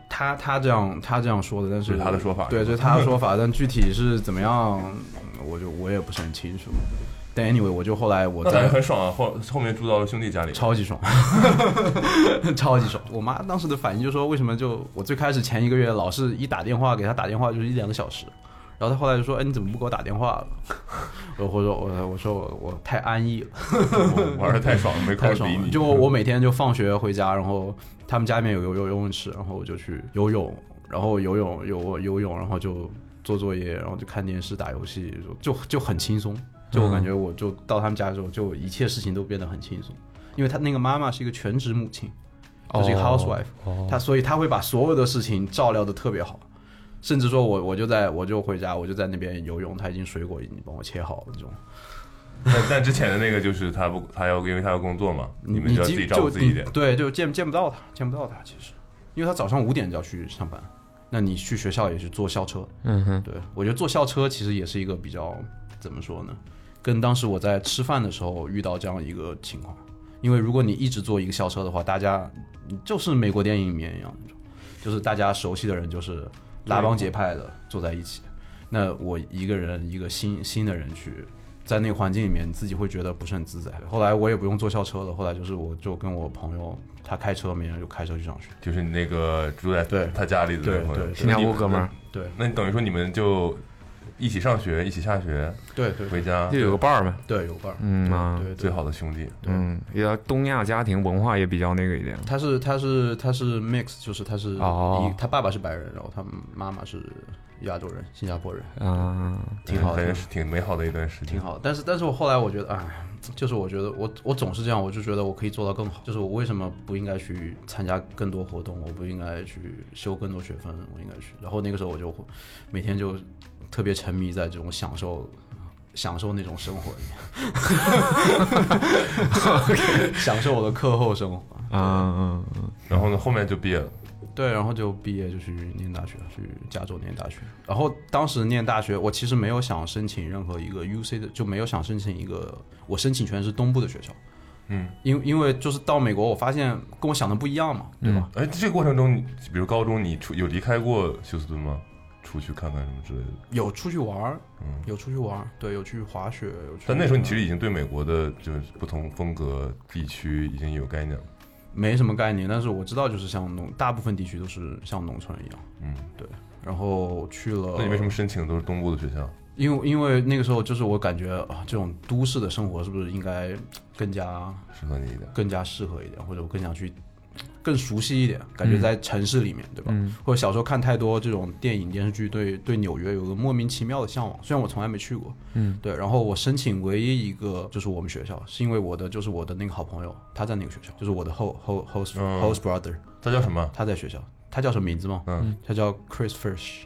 Speaker 2: 他他这样他这样说的，但
Speaker 5: 这
Speaker 2: 是
Speaker 5: 是他的说法
Speaker 2: 对，
Speaker 5: 是吧
Speaker 2: 这是他的说法，但具体是怎么 样，我就我也不是很清楚。但 anyway，我就后来我
Speaker 5: 那咱
Speaker 2: 在
Speaker 5: 也很爽啊，后后面住到了兄 弟家里。
Speaker 2: 超级爽，超级爽。我妈当时的反应就说，为什么就我最开始前一个月老是一打电话给她打电话就是一两个小时，然后她后来就说，哎你怎么不给我打电话了？ 我我说我我说我我太安逸了，
Speaker 5: 我玩的太爽了，没空
Speaker 2: 太爽
Speaker 5: 理
Speaker 2: 了。
Speaker 5: 你。
Speaker 2: 就我每天就放学回家，然后他们家里面有游游游泳池，然后我就去游泳，然后游泳游游泳，然后就做作业，然后就看电视、打游戏，就就就很轻松。就我感觉，我就到他们家的时候，就一切事情都变得很轻松，因为他那个妈妈是一个全职母亲，她是一个 housewife，、她所以她会把所有的事情照料的特别好。甚至说我我就在我就回家我就在那边游泳，她已经水果已经帮我切好了这种，
Speaker 5: 但但之前的那个就是他不，他要因为他要工作嘛，你们就要自
Speaker 2: 基
Speaker 5: 己照顾自己一点
Speaker 2: 就你。嗯对，就见见不到他，见不到他，其实，因为他早上五点就要去上班，那你去学校也是坐校车，
Speaker 4: 嗯哼，
Speaker 2: 对我觉得坐校车其实也是一个比较怎么说呢，跟当时我在吃饭的时候遇到这样一个情况，因为如果你一直坐一个校车的话，大家就是美国电影里面一样那种，就是大家熟悉的人就是拉帮结派的坐在一起，那我一个人一个新新的人去。在那个环境里面，自己会觉得不是很自在。后来我也不用坐校车了，后来就是我就跟我朋友，他开车，每人就开车去上学。
Speaker 5: 就是你那个住在
Speaker 2: 对
Speaker 5: 他家里的那
Speaker 2: 对
Speaker 5: 朋友
Speaker 2: 对，
Speaker 5: 是
Speaker 4: 新加
Speaker 5: 你
Speaker 4: 坡哥们儿，
Speaker 2: 对
Speaker 5: 那你等于说你们就一起上学，一起下学，
Speaker 2: 对对
Speaker 5: 回家
Speaker 4: 就有个伴儿呗。
Speaker 2: 对，有伴儿。
Speaker 4: 嗯啊，
Speaker 2: 对对，
Speaker 5: 最好的兄弟。
Speaker 4: 嗯，也东亚家庭文化也比较那个一点。
Speaker 2: 他是他是他是 mix，就是他是一、
Speaker 4: 哦
Speaker 2: 他爸爸是白人，然后他妈妈是亚洲人，新加坡人，
Speaker 4: 啊，
Speaker 2: 挺好
Speaker 5: 感觉
Speaker 2: 的，
Speaker 5: 是挺美好的一段时间
Speaker 2: 挺。好的。但是但是我后来我觉得，哎，就是我觉得我我总是这样，我就觉得我可以做到更好。就是我为什么不应该去参加更多活动，我不应该去修更多学分，我应该去。然后那个时候我就每天就特别沉迷在这种享受。享受那种生活里面， 享受我的课后生活。
Speaker 4: 嗯嗯
Speaker 5: 然后呢，后面就毕业了。
Speaker 2: 对，然后就毕业就去念大学，去加州念大学。然后当时念大学，我其实没有想申请任何一个 UC 的，就没有想申请一个，我申请全是东部的学校。
Speaker 5: 嗯，
Speaker 2: 因因为就是到美国，我发现跟我想的不一样嘛，对吧？
Speaker 5: 哎，这个过程中，你比如高中，你出有离开过休斯顿吗？出去看看什么之类的。
Speaker 2: 有出去玩儿，
Speaker 5: 嗯
Speaker 2: 有出去玩儿，对，有去滑雪，有去。
Speaker 5: 但那时候你其实已经对美国的就是不同风格、地区已经有概念了。
Speaker 2: 没什么概念，但是我知道，就是像农，大部分地区都是像农村一样。
Speaker 5: 嗯，
Speaker 2: 然后去了，
Speaker 5: 那你为什么申请的都是东部的学校？
Speaker 2: 因为因为那个时候就是我感觉啊，这种都市的生活是不是应该更加
Speaker 5: 适合你一点。
Speaker 2: 更加适合一点，或者我更想去更熟悉一点，感觉在城市里面，对吧？
Speaker 4: 嗯
Speaker 2: 或者小时候看太多这种电影电视剧对，对纽约有个莫名其妙的向往，虽然我从来没去过，
Speaker 4: 嗯，
Speaker 2: 对。然后我申请唯一一个就是我们学校，是因为我的就是我的那个好朋友，他在那个学校，就是我的 host host host、
Speaker 5: 嗯
Speaker 2: host brother，
Speaker 5: 他叫什么？
Speaker 2: 他在学校，他叫什么名字吗？
Speaker 5: 嗯，
Speaker 2: 他叫 Chris Fish。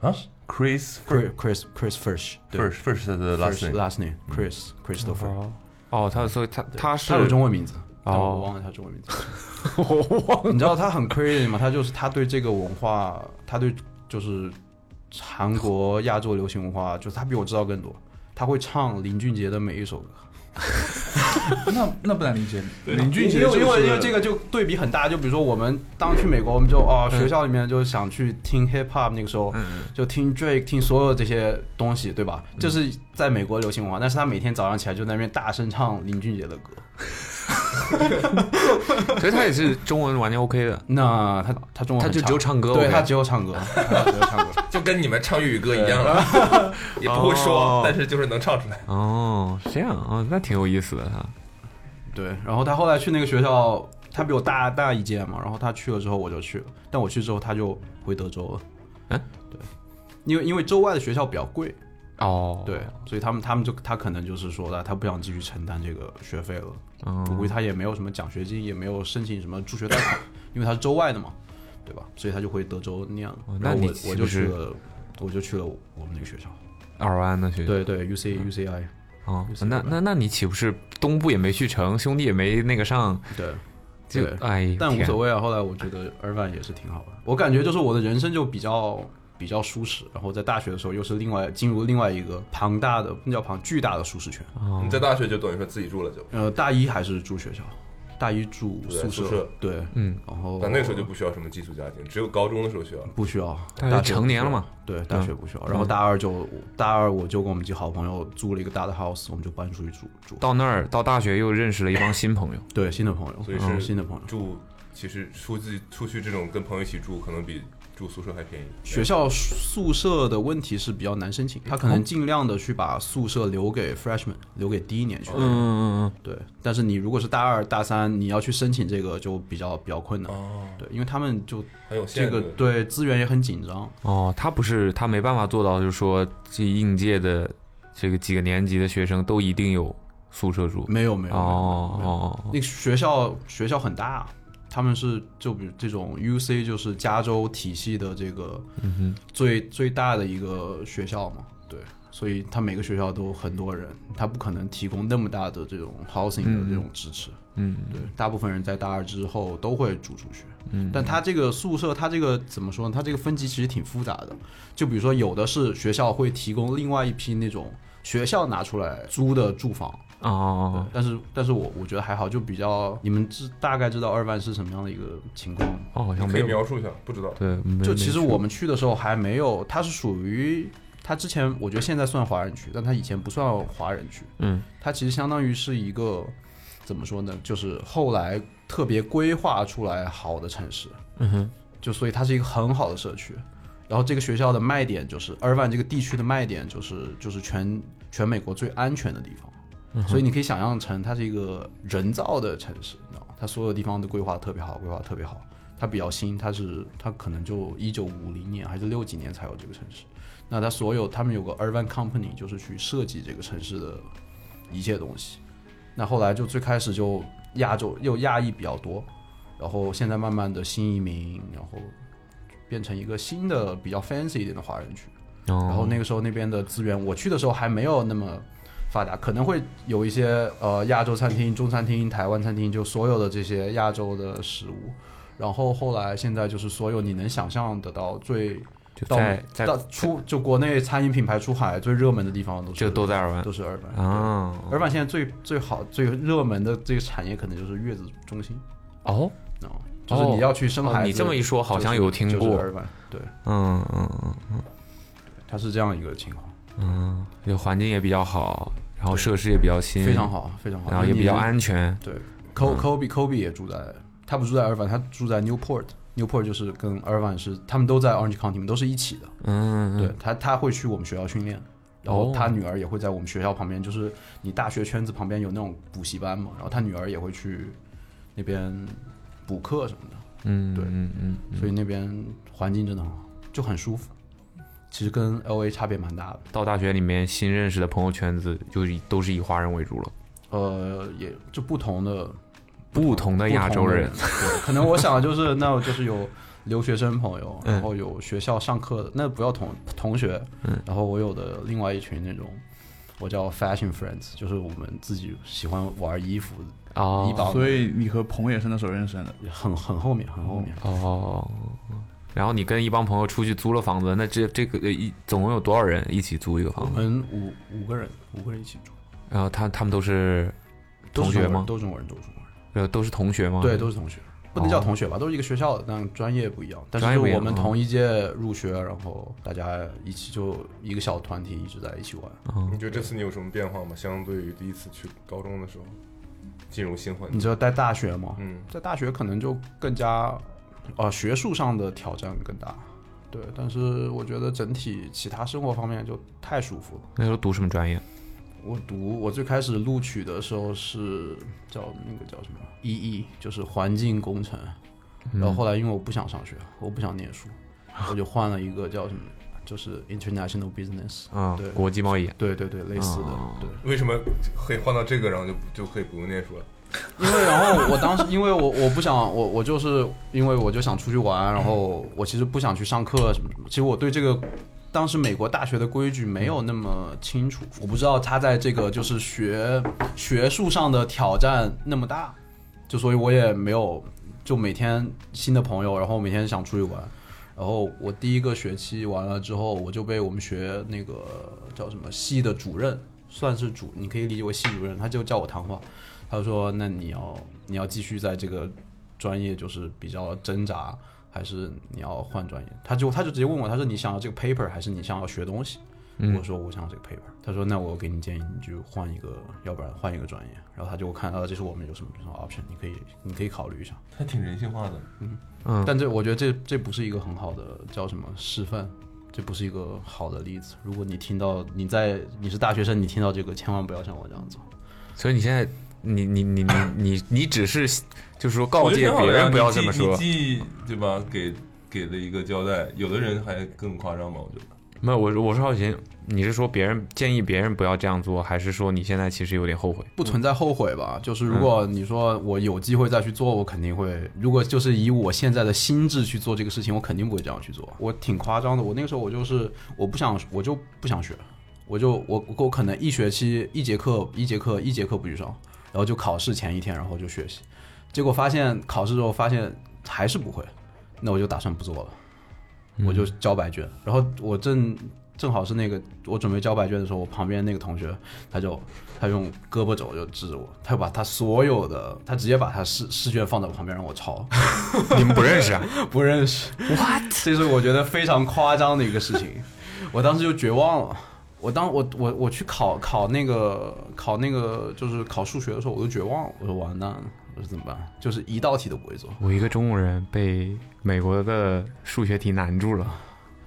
Speaker 5: 啊，Chris
Speaker 2: Chris Chris Chris Fish，对
Speaker 5: first first 的 last
Speaker 2: ，First
Speaker 5: name。
Speaker 2: last name Chris Christopher，
Speaker 4: 嗯，哦，他所以他他是
Speaker 2: 他有中文名字，但
Speaker 4: 哦
Speaker 2: 我忘了他中文名 字。
Speaker 4: 我忘
Speaker 2: 你知道他很 crazy 吗？他就是他对这个文化，他对就是韩国亚洲流行文化，就是他比我知道更多。他会唱林俊杰的每一首歌，
Speaker 6: 那那不难理解，林俊杰
Speaker 2: 因为因为因为
Speaker 6: 个。
Speaker 2: 这个就对比很大。就比如说我们当去美国，我们就哦学校里面就想去听 hip hop，那个时候就听 Drake，听所有这些东西，对吧？这是在美国流行文化，但是他每天早上起来就在那边大声唱林俊杰的歌。
Speaker 4: 了，所以他也是中文完全 OK 的，
Speaker 2: 那他他中文
Speaker 4: 他
Speaker 2: 很
Speaker 4: 就
Speaker 2: 差
Speaker 4: 只有唱歌
Speaker 2: 对
Speaker 4: OK
Speaker 2: 他只有唱 歌，他只有唱歌。
Speaker 7: 就跟你们唱粤语歌一样了，也不会说
Speaker 4: 哦，
Speaker 7: 但是就是能唱出来。
Speaker 4: 哦，这样哦，那挺有意思的哈。
Speaker 2: 对，然后他后来去那个学校，他比我大大一届嘛，然后他去了之后我就去了，但我去之后他就回德州了。
Speaker 4: 嗯，
Speaker 2: 对，因为因为州外的学校比较贵，
Speaker 4: 哦，
Speaker 2: 对，，所以他们他们就他可能就是说啊他他不想继续承担这个学费了，我估
Speaker 4: 嗯
Speaker 2: 计他也没有什么奖学金，也没有申请什么助学贷款， 因为他是州外的嘛，对吧？所以他就回德州念了
Speaker 4: 哦。那
Speaker 2: 然后
Speaker 4: 你
Speaker 2: 我
Speaker 4: 岂
Speaker 2: 我
Speaker 4: 不
Speaker 2: 就去
Speaker 4: 是
Speaker 2: 了，我就去了我们那个学校。
Speaker 4: 二湾的学校，
Speaker 2: 对对，U C U C I，
Speaker 4: 哦，那那那你岂不是东部也没去成，兄弟也没那个上，
Speaker 2: 对。
Speaker 4: 就
Speaker 2: 对
Speaker 4: 哎，
Speaker 2: 但无所
Speaker 4: 谓。
Speaker 2: 谓啊。后来我觉得 Irvine 也是挺好的，我感觉就是我的人生就比较比较舒适，然后在大学的时候又是另外进入另外一个庞大的那叫庞巨大的舒适圈。
Speaker 4: 啊哦
Speaker 5: 你在大学就等于说自己住了就，
Speaker 2: 呃，大一还是住学校，大一住宿
Speaker 5: 宿舍
Speaker 2: 对，嗯，然后
Speaker 5: 但那个时候就不需要什么寄宿家庭，只有高中的时候需要。
Speaker 2: 不需要，
Speaker 4: 大
Speaker 2: 学
Speaker 4: 学成年了嘛，嗯
Speaker 2: 对，大学不需要。然后大二就大二我就跟我们几好朋友租了一个大的 house，我们就搬出去住住。
Speaker 4: 到那儿到大学又认识了一帮新朋友，
Speaker 2: 对，新的朋友，
Speaker 5: 所以
Speaker 2: 嗯
Speaker 5: 是
Speaker 2: 新的朋友。
Speaker 5: 住，其实出自出去这种跟朋友一起住，可能比住宿舍还便宜。
Speaker 2: 学校宿舍的问题是比较难申请，他可能尽量的去把宿舍留给 freshman，留给第一年去。嗯，
Speaker 4: 嗯嗯
Speaker 2: 对。但是你如果是大二、大三，你要去申请这个就比较比较困难。哦，对，因为他们就
Speaker 5: 很有限
Speaker 2: 这
Speaker 5: 制
Speaker 2: 个对资源也很紧张。
Speaker 4: 嗯，哦，他不是他没办法做到，就是说这应届的这个几个年级的学生都一定有宿舍住，
Speaker 2: 没有没有。没有
Speaker 4: 哦
Speaker 2: 没有
Speaker 4: 哦，
Speaker 2: 那个学校学校很大，啊他们是就比如这种 UC 就是加州体系的这个
Speaker 4: 嗯
Speaker 2: 最、最大的一个学校嘛，对，所以他每个学校都很多人，他不可能提供那么大的这种 housing 的这种支持，
Speaker 4: 嗯，
Speaker 2: 对，大部分人在大二之后都会住出去，嗯，但他这个宿舍，他这个怎么说呢？他这个分级其实挺复杂的，就比如说有的是学校会提供另外一批那种学校拿出来租的住房。
Speaker 4: 哦哦，
Speaker 2: 但是但是我我觉得还好，就比较你们知大概知道二万是什么样的一个情况。
Speaker 4: 哦好像没
Speaker 5: 你可以
Speaker 4: 有，
Speaker 5: 描述一下，不知道。
Speaker 4: 对，嗯没
Speaker 2: 就其实
Speaker 4: 没去
Speaker 2: 我们去的时候还没有，它是属于它之前我觉得现在算华人区，但它以前不算华人区。
Speaker 4: 嗯，
Speaker 2: 它其实相当于是一个怎么说呢？就是后来特别规划出来好的城市。
Speaker 4: 嗯哼，
Speaker 2: 就所以它是一个很好的社区。然后这个学校的卖点就是二万这个地区的卖点就是就是全全美国最安全的地方，
Speaker 4: 嗯
Speaker 2: 所以你可以想象成它是一个人造的城市，你知道吗？它所有地方都规划得特别好，规划得特别好。它比较新，它是它可能就一九五零年还是六几年才有这个城市。那它所有他们有个 urban company，就是去设计这个城市的一切东西。那后来就最开始就亚洲又亚裔比较多，然后现在慢慢的新移民，然后变成一个新的比较 fancy 一点的华人区。
Speaker 4: 哦
Speaker 2: 然后那个时候那边的资源，我去的时候还没有那么发达，可能会有一些呃亚洲餐厅、中餐厅、台湾餐厅，就所有的这些亚洲的食物。然后后来现在就是所有你能想象得到最
Speaker 4: 就
Speaker 2: 到
Speaker 4: 在在
Speaker 2: 到出就国内餐饮品牌出海最热门的地方都是
Speaker 4: 就都在尔湾
Speaker 2: 都是二本。
Speaker 4: 啊，
Speaker 2: 二本现在最最好最热门的这个产业可能就是月子中心。
Speaker 4: 哦，
Speaker 2: 哦，就是你要去生孩
Speaker 4: 哦
Speaker 2: 子。
Speaker 4: 你这么一说好像有听
Speaker 2: 就是
Speaker 4: 过
Speaker 2: 就是耳返对，
Speaker 4: 嗯嗯嗯，
Speaker 2: 它是这样一个情况，
Speaker 4: 就环境也比较好，然后设施也比较新，
Speaker 2: 非常，好，非常好，
Speaker 4: 然后也比较。安全，
Speaker 2: 对，Kobe
Speaker 4: 嗯
Speaker 2: Kobe Kobe 也住在，他不住在尔湾，他住在 Newport。Newport 就是跟尔湾是，他们都在 Orange County，你们都是一起的。
Speaker 4: 嗯，嗯
Speaker 2: 对他，他会去我们学校训练，然后
Speaker 4: 哦
Speaker 2: 他女儿也会在我们学校旁边，就是你大学圈子旁边有那种补习班嘛，然后他女儿也会去那边补课什么的。
Speaker 4: 嗯，
Speaker 2: 对
Speaker 4: 嗯嗯嗯，
Speaker 2: 所以那边环境真的很好，就很舒服。其实跟 L A 差别蛮大的，
Speaker 4: 到大学里面新认识的朋友圈子就是以都是以华人为主了，
Speaker 2: 呃，也就不同的
Speaker 4: 不同的亚洲人
Speaker 2: 不，同的人对，可能我想的就是，那我就是有留学生朋友，
Speaker 4: 嗯
Speaker 2: 然后有学校上课的，那不要同同学，
Speaker 4: 嗯
Speaker 2: 然后我有的另外一群那种，我叫 fashion friends，就是我们自己喜欢玩衣服，
Speaker 4: 哦
Speaker 2: 医保
Speaker 6: 所以你和彭也是那时候认识的，
Speaker 2: 很很后面，很后面，
Speaker 4: 哦。然后你跟一帮朋友出去租了房子，那这这个呃一总共有多少人一起租一个
Speaker 2: 我
Speaker 4: 房子？
Speaker 2: 们五五个人，五个人一起住，
Speaker 4: 然后他他们都是
Speaker 2: 都
Speaker 4: 同
Speaker 2: 是
Speaker 4: 学
Speaker 2: 中国
Speaker 4: 吗
Speaker 2: 人，？都是中国人，都是中国人。
Speaker 4: 呃，都是同学吗？
Speaker 2: 对，，都是同学，不能叫同学吧，都是一个学校的，但专业不一样。但
Speaker 4: 专业
Speaker 2: 是
Speaker 4: 不一样
Speaker 2: 我们
Speaker 4: 嗯
Speaker 2: 同一届入学，然后大家一起就一个小团体一直在一起玩。
Speaker 4: 嗯
Speaker 5: 你觉得这次你有什么变化吗？相对于第一次去高中的时候，进入新环
Speaker 2: 你
Speaker 5: 境，
Speaker 2: 知道在大学吗？
Speaker 5: 嗯，
Speaker 2: 在大学可能就更加，呃，学术上的挑战更大。对，但是我觉得整体其他生活方面就太舒服了。
Speaker 4: 那时候读什么专业？
Speaker 2: 我读我最开始录取的时候是叫那个叫什么 EE，就是环境工程。然后后来因为我不想上学，我不想念书，我就换了一个叫什么，就是 International Business。
Speaker 4: 啊
Speaker 2: 对，
Speaker 4: 国际贸易。
Speaker 2: 对对对，类似的，对。
Speaker 5: 为什么可以换到这个，然后就就可以不用念书了？
Speaker 2: 因为然后我当时，因为我我不想我我就是因为我就想出去玩，然后我其实不想去上课什么什么。其实我对这个当时美国大学的规矩没有那么清楚，我不知道他在这个就是学学术上的挑战那么大，就所以我也没有就每天新的朋友，然后每天想出去玩。然后我第一个学期完了之后，我就被我们学那个叫什么系的主任，算是主，你可以理解为系主任，他就叫我谈话，他就说：“那你要你要继续在这个专业就是比较挣扎，还是你要换专业？”他就他就直接问我，他说：“你想要这个 paper 还是你想要学东西？”我说我想要这个 paper，他说那我给你建议，你就换一个，要不然换一个专业。然后他就看啊，这是我们有什么什么 option，你可以你可以考虑一下。
Speaker 5: 还挺人性化的。
Speaker 4: 嗯
Speaker 2: 但这我觉得这这不是一个很好的叫什么示范，这不是一个好的例子。如果你听到你在你是大学生，你听到这个千万不要像我这样做。
Speaker 4: 所以你现在，你你你你你你只是就是说告
Speaker 5: 我觉
Speaker 4: 诫
Speaker 5: 得挺好
Speaker 4: 别
Speaker 5: 的呀
Speaker 4: 人不要这么
Speaker 5: 你
Speaker 4: 说，
Speaker 5: 既你既对吧？给给了一个交代，有的人还更夸张吧？我觉得
Speaker 4: 没有，我我是好奇，你是说别人建议别人不要这样做，还是说你现在其实有点后悔？
Speaker 2: 不存在后悔吧。就是如果你说我有机会再去做，我肯定会。如果就是以我现在的心智去做这个事情，我肯定不会这样去做。我挺夸张的，我那个时候我就是我不想，我就不想学，我就我我可能一学期一节课一节课一节课不去上，然后就考试前一天，然后就学习，结果发现考试之后发现还是不会，那我就打算不做了。我就交白卷，然后我正正好是那个我准备交白卷的时候，我旁边那个同学他就他用胳膊肘就指着我，他把他所有的，他直接把他试试卷放在我旁边让我抄，
Speaker 4: 你们不认识啊？
Speaker 2: 不认识。What？这是我觉得非常夸张的一个事情， 我当时就绝望了。我当我我我去考考那个考那个就是考数学的时候，我都绝望了，我说完蛋了，我说怎么办？就是一道题都不会做。
Speaker 4: 我一个中国人被美国的数学题难住了，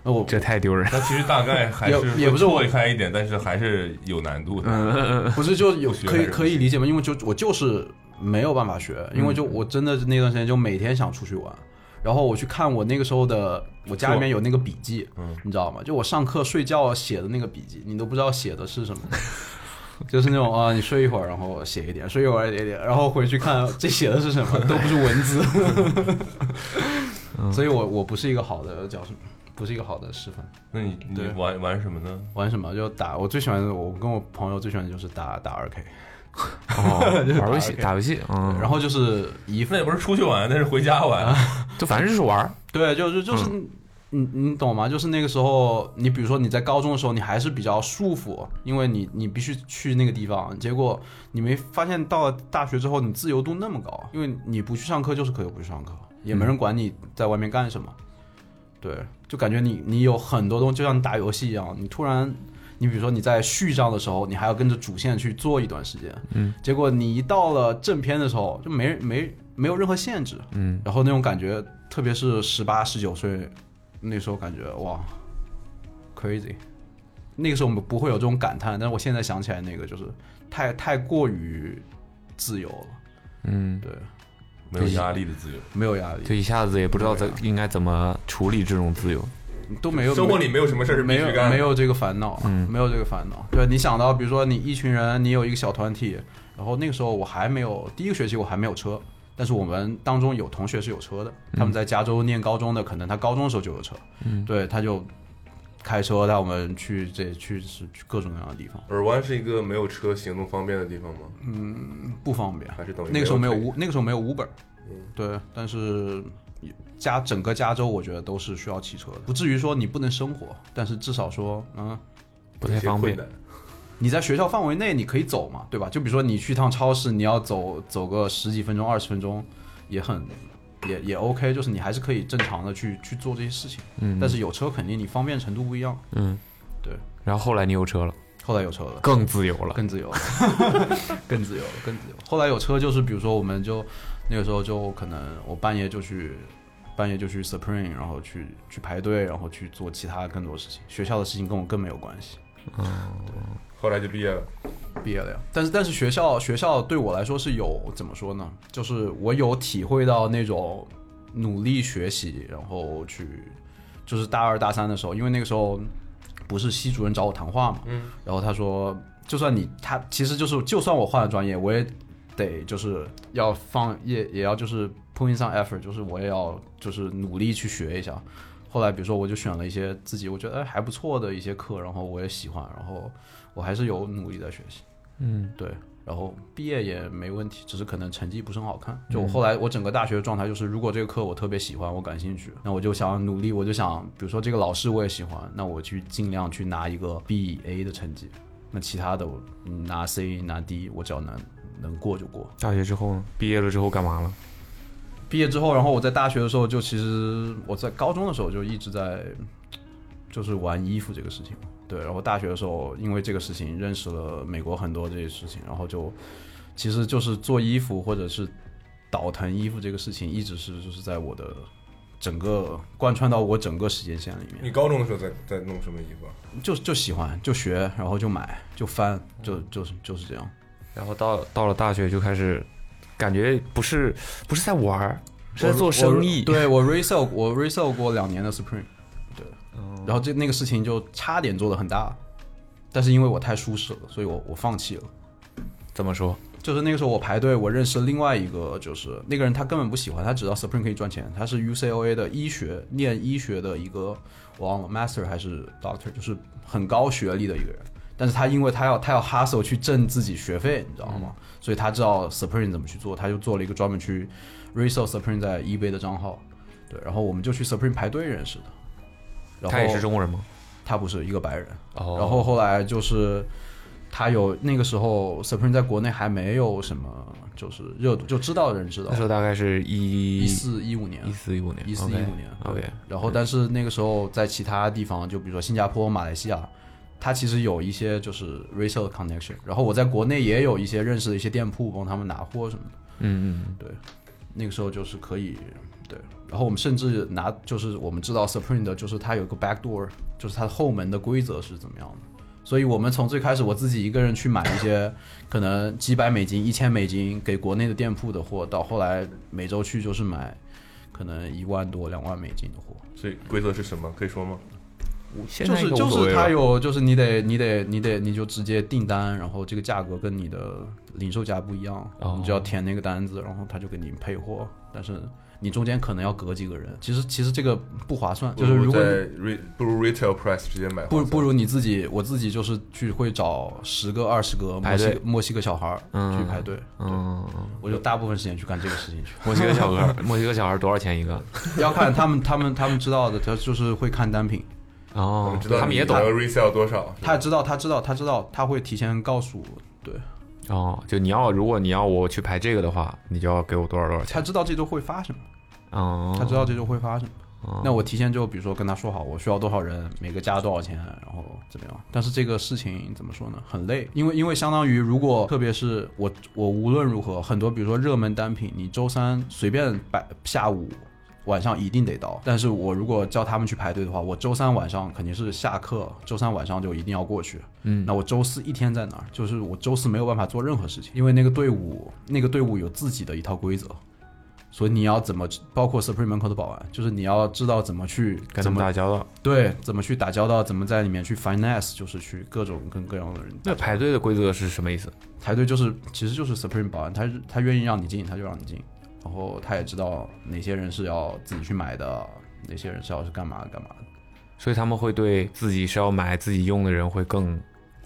Speaker 2: 那我
Speaker 4: 这太丢人。
Speaker 5: 那其实大概还
Speaker 2: 也
Speaker 5: 是
Speaker 2: 也不是我嗯
Speaker 5: 会错开一点，但是还是有难度的。
Speaker 2: 不是就有
Speaker 5: 不学
Speaker 2: 可
Speaker 5: 还
Speaker 2: 以
Speaker 5: 是不
Speaker 2: 可以理解吗？因为就我就是没有办法学，因为就我真的那段时间就每天想出去玩。然后我去看我那个时候的，我家里面有那个笔记，
Speaker 5: 嗯
Speaker 2: 你知道吗？就我上课睡觉写的那个笔记，你都不知道写的是什么， 就是那种啊，你睡一会儿，然后写一点，睡一会儿写一点，然后回去看这写的是什 么，都不是文字。
Speaker 5: 嗯
Speaker 2: 所以我我不是一个好的叫什么，不是一个好的示范。
Speaker 5: 那你你
Speaker 2: 对
Speaker 5: 玩玩什么呢？
Speaker 2: 玩什么就打，我最喜欢的，我跟我朋友最喜欢的就是打打二 K。
Speaker 4: 哦，玩游
Speaker 2: 打游
Speaker 4: 戏
Speaker 2: 戏
Speaker 4: 打游戏，嗯，
Speaker 2: 然后就是一
Speaker 5: 那也
Speaker 2: 份，
Speaker 5: 不是出去玩，那是回家玩。
Speaker 2: 啊
Speaker 4: 就反正就是玩儿，
Speaker 2: 对，就是就是，你你懂吗？就是那个时候，你比如说你在高中的时候，你还是比较束缚，因为你你必须去那个地方。结果你没发现到了大学之后，你自由度那么高，因为你不去上课就是可以不去上课，也没人管你在外面干什么。对，就感觉你你有很多东西，就像你打游戏一样，你突然。你比如说你在序章的时候，你还要跟着主线去做一段时间，嗯，结果你一到了正片的时候，就没没没有任何限制，嗯，然后那种感觉，特别是十八十九岁那时候，感觉哇，crazy。那个时候我们不会有这种感叹，但是我现在想起来，那个就是太太过于自由了，
Speaker 4: 嗯，
Speaker 2: 对，
Speaker 5: 没有压力的自由，
Speaker 2: 没有压
Speaker 4: 就
Speaker 2: 力，
Speaker 4: 一下子也不知道怎应该怎么处理这种自由。
Speaker 2: 都没有
Speaker 5: 生活里没有什么事儿是必
Speaker 2: 没
Speaker 5: 须
Speaker 2: 有
Speaker 5: 干的。
Speaker 2: 没有这个烦恼，没有这个烦恼。对你想到，比如说你一群人，你有一个小团体，然后那个时候我还没有第一个学期我还没有车，但是我们当中有同学是有车的，他们在加州念高中的，可能他高中的时候就有车，对，他就开车带我们去这去去各种各样的地方，
Speaker 7: 耳湾是一个没有车行动方便的地方吗？
Speaker 2: 不方便。
Speaker 7: 还是等于
Speaker 2: 那个时候没有
Speaker 7: 腿
Speaker 2: 五，那个时候没有五本，对，但是加整个加州我觉得都是需要骑车的，不至于说你不能生活，但是至少说，嗯，
Speaker 4: 不太
Speaker 7: 有些
Speaker 4: 方
Speaker 7: 困
Speaker 4: 便
Speaker 7: 难。
Speaker 2: 你在学校范围内你可以走嘛，对吧？就比如说你去趟超市，你要走走个十几分钟、二十分钟，也很也也 OK，就是你还是可以正常的去去做这些事情。嗯，但是有车肯定你方便程度不一样。
Speaker 4: 然后后来你有车了，
Speaker 2: 后来有车了，
Speaker 4: 更自由了。
Speaker 2: 更自由了， 更自由了，更自由了。后来有车就是，比如说我们就那个时候就可能我半夜就去。半夜就去 Supreme，然后去去排队，然后去做其他更多事情。学校的事情跟我更没有关系。
Speaker 7: 后来就毕业了，
Speaker 2: 毕业了呀。但是但是学校学校对我来说是有怎么说呢？就是我有体会到那种努力学习，然后去就是大二大三的时候，因为那个时候不是系主任找我谈话嘛，嗯，然后他说，就算你他其实就是就算我换了专业，我也得就是要放也也要就是 put in some effort，就是我也要就是努力去学一下。后来，比如说，我就选了一些自己我觉得哎还不错的一些课，然后我也喜欢，然后我还是有努力在学习。嗯，对，然后毕业也没问题，只是可能成绩不是很好看。就我后来我整个大学的状态就是，如果这个课我特别喜欢，我感兴趣，那我就想努力，我就想，比如说这个老师我也喜欢，那我去尽量去拿一个 B A 的成绩。那其他的我嗯拿 C 拿 D，我只要能能过就过。
Speaker 4: 大学之后呢？毕业了之后干嘛了？
Speaker 2: 毕业之后，然后我在大学的时候就其实我在高中的时候就一直在就是玩衣服这个事情，对，然后大学的时候因为这个事情认识了美国很多这些事情，然后就其实就是做衣服或者是倒腾衣服这个事情一直是就是在我的整个贯穿到我整个时间线里面。
Speaker 7: 你高中的时候在在弄什么衣服啊？
Speaker 2: 就就喜欢就学，然后就买就翻，就就是就是这样。
Speaker 4: 然后到到了大学就开始，感觉不是不是在玩儿，是在做生意。
Speaker 2: 我对我 resell 我 resell 过两年的 Supreme，对，然后这那个事情就差点做的很大，但是因为我太舒适了，所以我我放弃了。
Speaker 4: 怎么说？
Speaker 2: 就是那个时候我排队，我认识另外一个，就是那个人他根本不喜欢，他只知道 Supreme 可以赚钱，他是 UCLA 的医学念医学的一个，我忘了 Master 还是 Doctor，就是很高学历的一个人。但是他因为他要他要 hustle 去挣自己学费，你知道
Speaker 4: 嗯
Speaker 2: 吗？所以他知道 Supreme 怎么去做，他就做了一个专门去 resell Supreme 在 eBay 的账号。对，然后我们就去 Supreme 排队认识的。然后
Speaker 4: 他也是中国人吗？
Speaker 2: 他不是一个白人。
Speaker 4: 哦
Speaker 2: 然后后来就是他有那个时候 Supreme 在国内还没有什么就是热度，就知道的人知道
Speaker 4: 那。时候大概是一
Speaker 2: 一四一五年，
Speaker 4: 一四一五年哦
Speaker 2: 一四一五年
Speaker 4: OK，
Speaker 2: 对然后但是那个时候在其他地方，就比如说新加坡、马来西亚，它其实有一些就是 resale connection。然后我在国内也有一些认识的一些店铺，帮他们拿货什么的。
Speaker 4: 嗯嗯
Speaker 2: 那个时候就是可以对。然后我们甚至拿就是我们知道 Supreme 的就是它有一个 back door，就是它的后门的规则是怎么样的。所以我们从最开始我自己一个人去买一些 可能几百美金、一千美金给国内的店铺的货，到后来每周去就是买可能一万多、两万美金的货。
Speaker 5: 所以规则是什么？可以说吗？
Speaker 4: 嗯，现
Speaker 2: 就
Speaker 4: 在
Speaker 2: 是
Speaker 4: 应该
Speaker 2: 就
Speaker 4: 无所谓
Speaker 2: 是它
Speaker 4: 了
Speaker 2: 有，就是你得你得你得你就直接订单，然后这个价格跟你的零售价不一样，
Speaker 4: 哦
Speaker 2: 你就要填那个单子，然后他就给你配货，但是你中间可能要隔几个人。其实其实这个不划算，就是
Speaker 5: 不
Speaker 2: 如果你
Speaker 5: 在 re 不如 retail price 直接买，
Speaker 2: 不不如你自己，我自己就是去会找十个二十个墨
Speaker 4: 排
Speaker 2: 西
Speaker 4: 队
Speaker 2: 哥墨西哥小孩儿
Speaker 4: 嗯
Speaker 2: 去排队，
Speaker 4: 嗯，嗯
Speaker 2: 我就大部分时间去干这个事情去。
Speaker 4: 墨西哥小哥，墨西哥小孩多少钱一个？
Speaker 2: 要看他们他们他们知道的，他就是会看单品，
Speaker 5: 我
Speaker 4: 哦
Speaker 5: 们知，道
Speaker 4: 他们也懂
Speaker 5: 你要 resell 多少，
Speaker 2: 他知道他知道他知道他会提前告诉我，对
Speaker 4: 哦。就你要，如果你要我去排这个的话，你就要给我多少多少钱？
Speaker 2: 他知道这周会发什么。
Speaker 4: 哦，
Speaker 2: 他知道这就会发生。
Speaker 4: 哦
Speaker 2: 那我提前就比如说跟他说好，我需要多少人，每个加多少钱，然后怎么样？但是这个事情怎么说呢？很累，因为因为相当于如果特别是我我无论如何，很多比如说热门单品，你周三随便摆下午。晚上一定得到，但是我如果叫他们去排队的话，我周三晚上肯定是下课，周三晚上就一定要过去。嗯，那我周四一天在哪儿？就是我周四没有办法做任何事情，因为那个队伍，那个队伍有自己的一套规则，所以你要怎么，包括 Supreme 门口的保安，就是你要知道怎么去，
Speaker 4: 跟他
Speaker 2: 怎
Speaker 4: 们
Speaker 2: 么
Speaker 4: 打交道。
Speaker 2: 对，怎么去打交道，怎么在里面去 finance，就是去各种跟各样的人
Speaker 4: 那排队的规则是什么意思？
Speaker 2: 排队，就是其实就是 Supreme 保安，他他愿意让你进，他就让你进，然后他也知道哪些人是要自己去买的，哪些人是要是干嘛干嘛的，
Speaker 4: 所以他们会对自己是要买自己用的人会更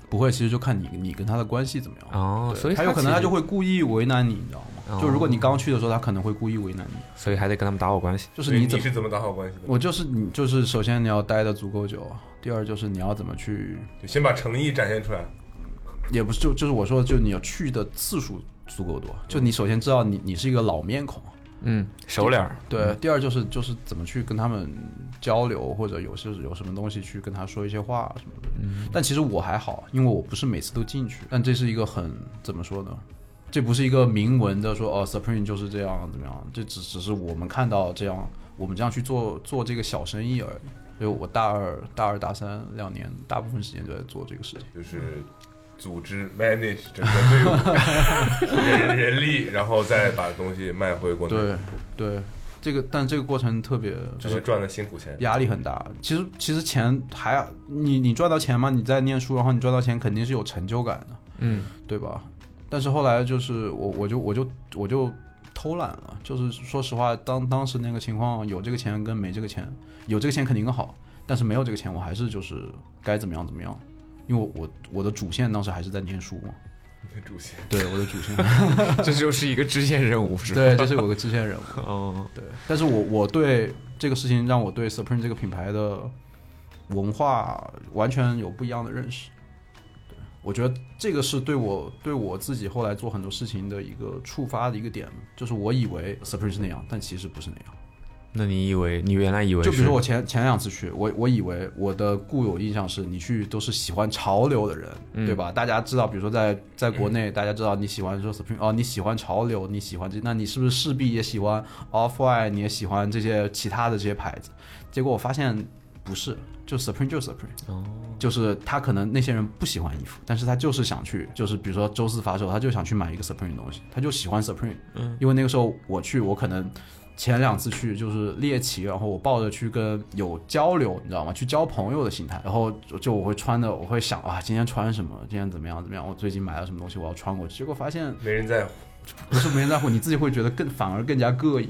Speaker 2: 不会，其实就看你你跟他的关系怎么样。
Speaker 4: 哦，
Speaker 2: 对
Speaker 4: 所以
Speaker 2: 他有可能他
Speaker 4: 其实
Speaker 2: 就，会故意为难你，你知道
Speaker 4: 哦
Speaker 2: 吗？就如果你刚去的时候，他可能会故意为难你，
Speaker 4: 所以还得跟他们打好关系。
Speaker 2: 就
Speaker 7: 所
Speaker 2: 是
Speaker 7: 以
Speaker 2: 你
Speaker 7: 你
Speaker 2: 怎么
Speaker 7: 是怎么打好关系的？
Speaker 2: 我就是你，就是首先你要待的足够久，啊第二就是你要怎么去，
Speaker 7: 就先把诚意展现出来。
Speaker 2: 也不是就就是我说的，就你要去的次数足够多，就你首先知道你你是一个老面孔，啊
Speaker 4: 嗯，熟脸 儿。
Speaker 2: 对，第二就是就是怎么去跟他们交流，或者有些有什么东西去跟他说一些话什么的。但其实我还好，因为我不是每次都进去，但这是一个很怎么说呢？这不是一个明文的说哦，Supreme 就是这样怎么样？这只只是我们看到这样，我们这样去做做这个小生意而已。所以我大二、大二、大三两年，大部分时间都在做这个事情。
Speaker 7: 就是组织 manage 整个队伍 人人力，然后再把东西卖回国内，
Speaker 2: 对，对，这个但这个过程特别
Speaker 7: 这是赚的辛苦钱。
Speaker 2: 压力很大。其实其实钱还你你赚到钱嘛，你在念书，然后你赚到钱肯定是有成就感的，
Speaker 4: 嗯，
Speaker 2: 对吧？但是后来就是我我就我就我就偷懒了，就是说实话，当当时那个情况，有这个钱跟没这个钱，有这个钱肯定更好，但是没有这个钱，我还是就是该怎么样怎么样，因为我我我的主线当时还是在念书嘛，
Speaker 7: 主线。
Speaker 2: 对我的主线，
Speaker 4: 这就是一个支线任务，是吧？
Speaker 2: 对，这是我的支线任务。
Speaker 4: 嗯，
Speaker 2: 对，但是我我对这个事情让我对 Supreme 这个品牌的文化完全有不一样的认识。对，我觉得这个是对我对我自己后来做很多事情的一个触发的一个点，就是我以为 Supreme 是那样，但其实不是那样。
Speaker 4: 那你以为你原来以为
Speaker 2: 就比如
Speaker 4: 是
Speaker 2: 说我前前两次去，我我以为我的固有印象是你去都是喜欢潮流的人，
Speaker 4: 嗯
Speaker 2: 对吧？大家知道，比如说在在国内，大家知道你喜欢说 Supreme 哦，你喜欢潮流，你喜欢这，那你是不是势必也喜欢 Off White，你也喜欢这些其他的这些牌子？结果我发现不是，就 Supreme 就 Supreme，、就是
Speaker 4: 哦
Speaker 2: 他可能那些人不喜欢衣服，但是他就是想去，就是比如说周四发售，他就想去买一个 Supreme 的东西，他就喜欢 Supreme，嗯，因为那个时候我去，我可能。前两次去就是猎奇，然后我抱着去跟有交流，你知道吗？去交朋友的心态，然后就就我会穿的，我会想啊，今天穿什么？今天怎么样？怎么样？我最近买了什么东西？我要穿过去。结果发现
Speaker 7: 没人在乎，
Speaker 2: 不是没人在乎，你自己会觉得更反而更加膈应，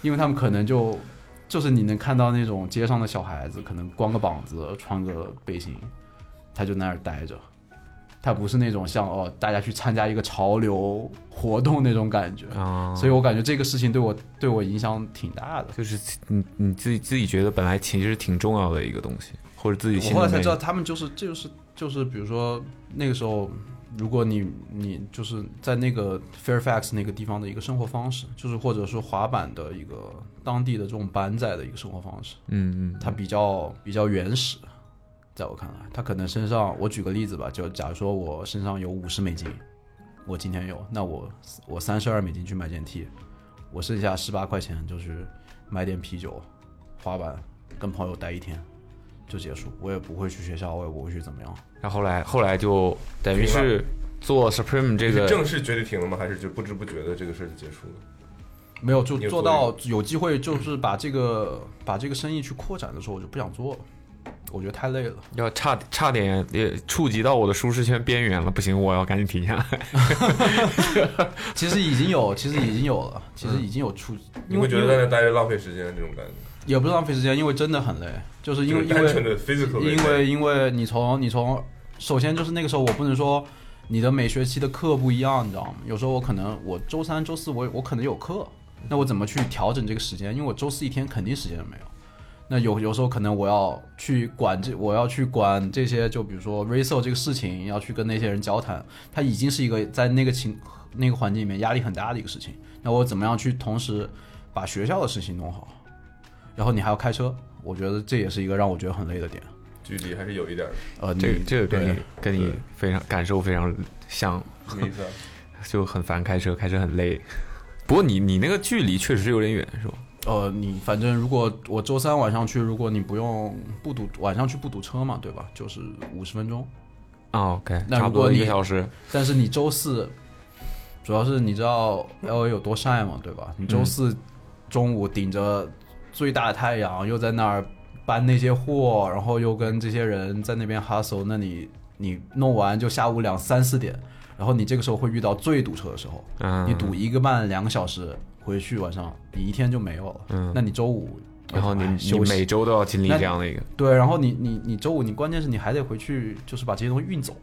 Speaker 2: 因为他们可能就就是你能看到那种街上的小孩子，可能光个膀子，穿个背心，他就那儿待着，他不是那种像哦大家去参加一个潮流活动那种感觉，
Speaker 4: 啊，
Speaker 2: 所以我感觉这个事情对我对我影响挺大的。
Speaker 4: 就是你你自己自己觉得本来其实挺重要的一个东西，或者自己心
Speaker 2: 我
Speaker 4: 里
Speaker 2: 后来才
Speaker 4: 面
Speaker 2: 知道，他们就是这就是就是，比如说那个时候，如果你你就是在那个 Fairfax 那个地方的一个生活方式，就是或者说滑板的一个当地的这种板仔的一个生活方式，
Speaker 4: 嗯嗯，
Speaker 2: 它比较比较原始，在我看来，他可能身上，我举个例子吧，就假如说我身上有五十美金，我今天有，那我我三十二美金去买件 T，我剩下十八块钱就是买点啤酒，滑板，跟朋友待一天。就结束，我也不会去学校，我也不会去怎么样。
Speaker 4: 然后后来后来就等于是做 Supreme 这
Speaker 7: 是
Speaker 4: 个
Speaker 7: 正式觉得停了吗？还是就不知不觉的这个事儿就结束了？
Speaker 2: 没有，就
Speaker 7: 你有
Speaker 2: 做
Speaker 7: 做
Speaker 2: 到有机会，就是把这个把这个生意去扩展的时候，我就不想做了，我觉得太累了。
Speaker 4: 要差差点也触及到我的舒适圈边缘了，不行，我要赶紧停下来。
Speaker 2: 其实已经有，其实已经有了，其实已经有出，
Speaker 7: 你
Speaker 2: 因为
Speaker 7: 会觉
Speaker 2: 因
Speaker 7: 得
Speaker 2: 为
Speaker 7: 在那待着浪费时间这种感觉？
Speaker 2: 也不是浪费时间，因为真的很累，就是因为
Speaker 7: 就
Speaker 2: 因
Speaker 7: 是单纯
Speaker 2: 为
Speaker 7: 的 physical，
Speaker 2: 因
Speaker 7: 的
Speaker 2: 为因为你从你从首先就是那个时候我不能说你的每学期的课不一样，你知道吗？有时候我可能我周三周四我我可能有课，那我怎么去调整这个时间？因为我周四一天肯定时间没有。那有有时候可能我要去管这，我要去管这些，就比如说 r e s o 这个事情，要去跟那些人交谈，它已经是一个在那个情那个环境里面压力很大的一个事情。那我怎么样去同时把学校的事情弄好？然后你还要开车，我觉得这也是一个让我觉得很累的点。
Speaker 7: 距离还是有一点儿，
Speaker 2: 呃，
Speaker 4: 这个
Speaker 2: 你
Speaker 4: 这个跟
Speaker 2: 对
Speaker 4: 你跟你非常感受非常像，
Speaker 7: 什么意 思啊？
Speaker 4: 就很烦开车，开车很累。不过你你那个距离确实有点远，是吧？
Speaker 2: 呃，你反正如果我周三晚上去，如果你不用不堵晚上去不堵车嘛，对吧？就是五十分钟。
Speaker 4: 啊，OK，
Speaker 2: 那
Speaker 4: 差
Speaker 2: 如
Speaker 4: 不
Speaker 2: 果
Speaker 4: 多一
Speaker 2: 你
Speaker 4: 个小时。
Speaker 2: 但是你周四，主要是你知道 L A 有多晒嘛，对吧？你周四中午顶着最大的太阳，又在那儿搬那些货，然后又跟这些人在那边 hustle，那你你弄完就下午两三四点，然后你这个时候会遇到最堵车的时候，
Speaker 4: 嗯，
Speaker 2: 你堵一个半两个小时回去，晚上你一天就没有了。
Speaker 4: 嗯
Speaker 2: 那你周五，
Speaker 4: 然后你
Speaker 2: 哎
Speaker 4: 你
Speaker 2: 休息
Speaker 4: 每周都要经历
Speaker 2: 那
Speaker 4: 这样的一个，
Speaker 2: 对，然后你你你周五你关键是你还得回去，就是把这些东西运走。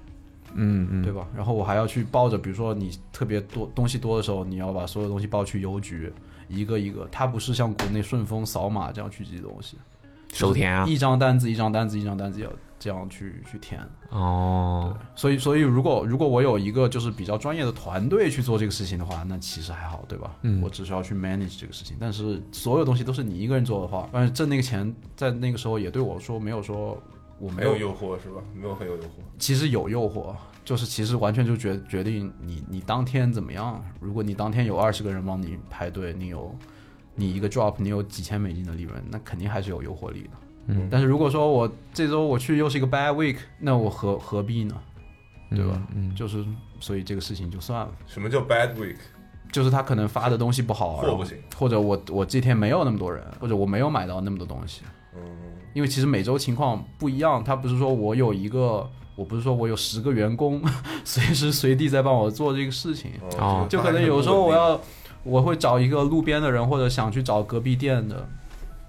Speaker 4: 嗯嗯，
Speaker 2: 对吧？然后我还要去抱着，比如说你特别多东西多的时候，你要把所有东西抱去邮局，一个一个。它不是像国内顺丰扫码这样去寄东西，
Speaker 4: 手填啊，
Speaker 2: 一张单子一张单子一张单子要这样去去填。
Speaker 4: 哦，
Speaker 2: 所以，所以如果如果我有一个就是比较专业的团队去做这个事情的话，那其实还好，对吧？
Speaker 4: 嗯
Speaker 2: 我只需要去 manage 这个事情。但是所有东西都是你一个人做的话，但是挣那个钱在那个时候也对我说没有说我
Speaker 7: 没
Speaker 2: 没有
Speaker 7: 有诱惑是吧？没有很有诱惑，
Speaker 2: 其实有诱惑，就是其实完全就决决定你你当天怎么样。如果你当天有二十个人帮你排队，你有你一个 drop，你有几千美金的利润，那肯定还是有诱惑力的。
Speaker 4: 嗯
Speaker 2: 但是如果说我这周我去又是一个 bad week，那我何何必呢？对吧？
Speaker 4: 嗯，嗯
Speaker 2: 就是所以这个事情就算了，
Speaker 7: 什么叫 bad week？
Speaker 2: 就是他可能发的东西不好，
Speaker 7: 货不行，
Speaker 2: 或者我我这天没有那么多人，或者我没有买到那么多东西，
Speaker 7: 嗯，
Speaker 2: 因为其实每周情况不一样，他不是说我有一个，我不是说我有十个员工， 随时随地在帮我做这个事情，
Speaker 7: 嗯
Speaker 4: 哦
Speaker 2: 就可能有时候我要，我会找一个路边的人，或者想去找隔壁店的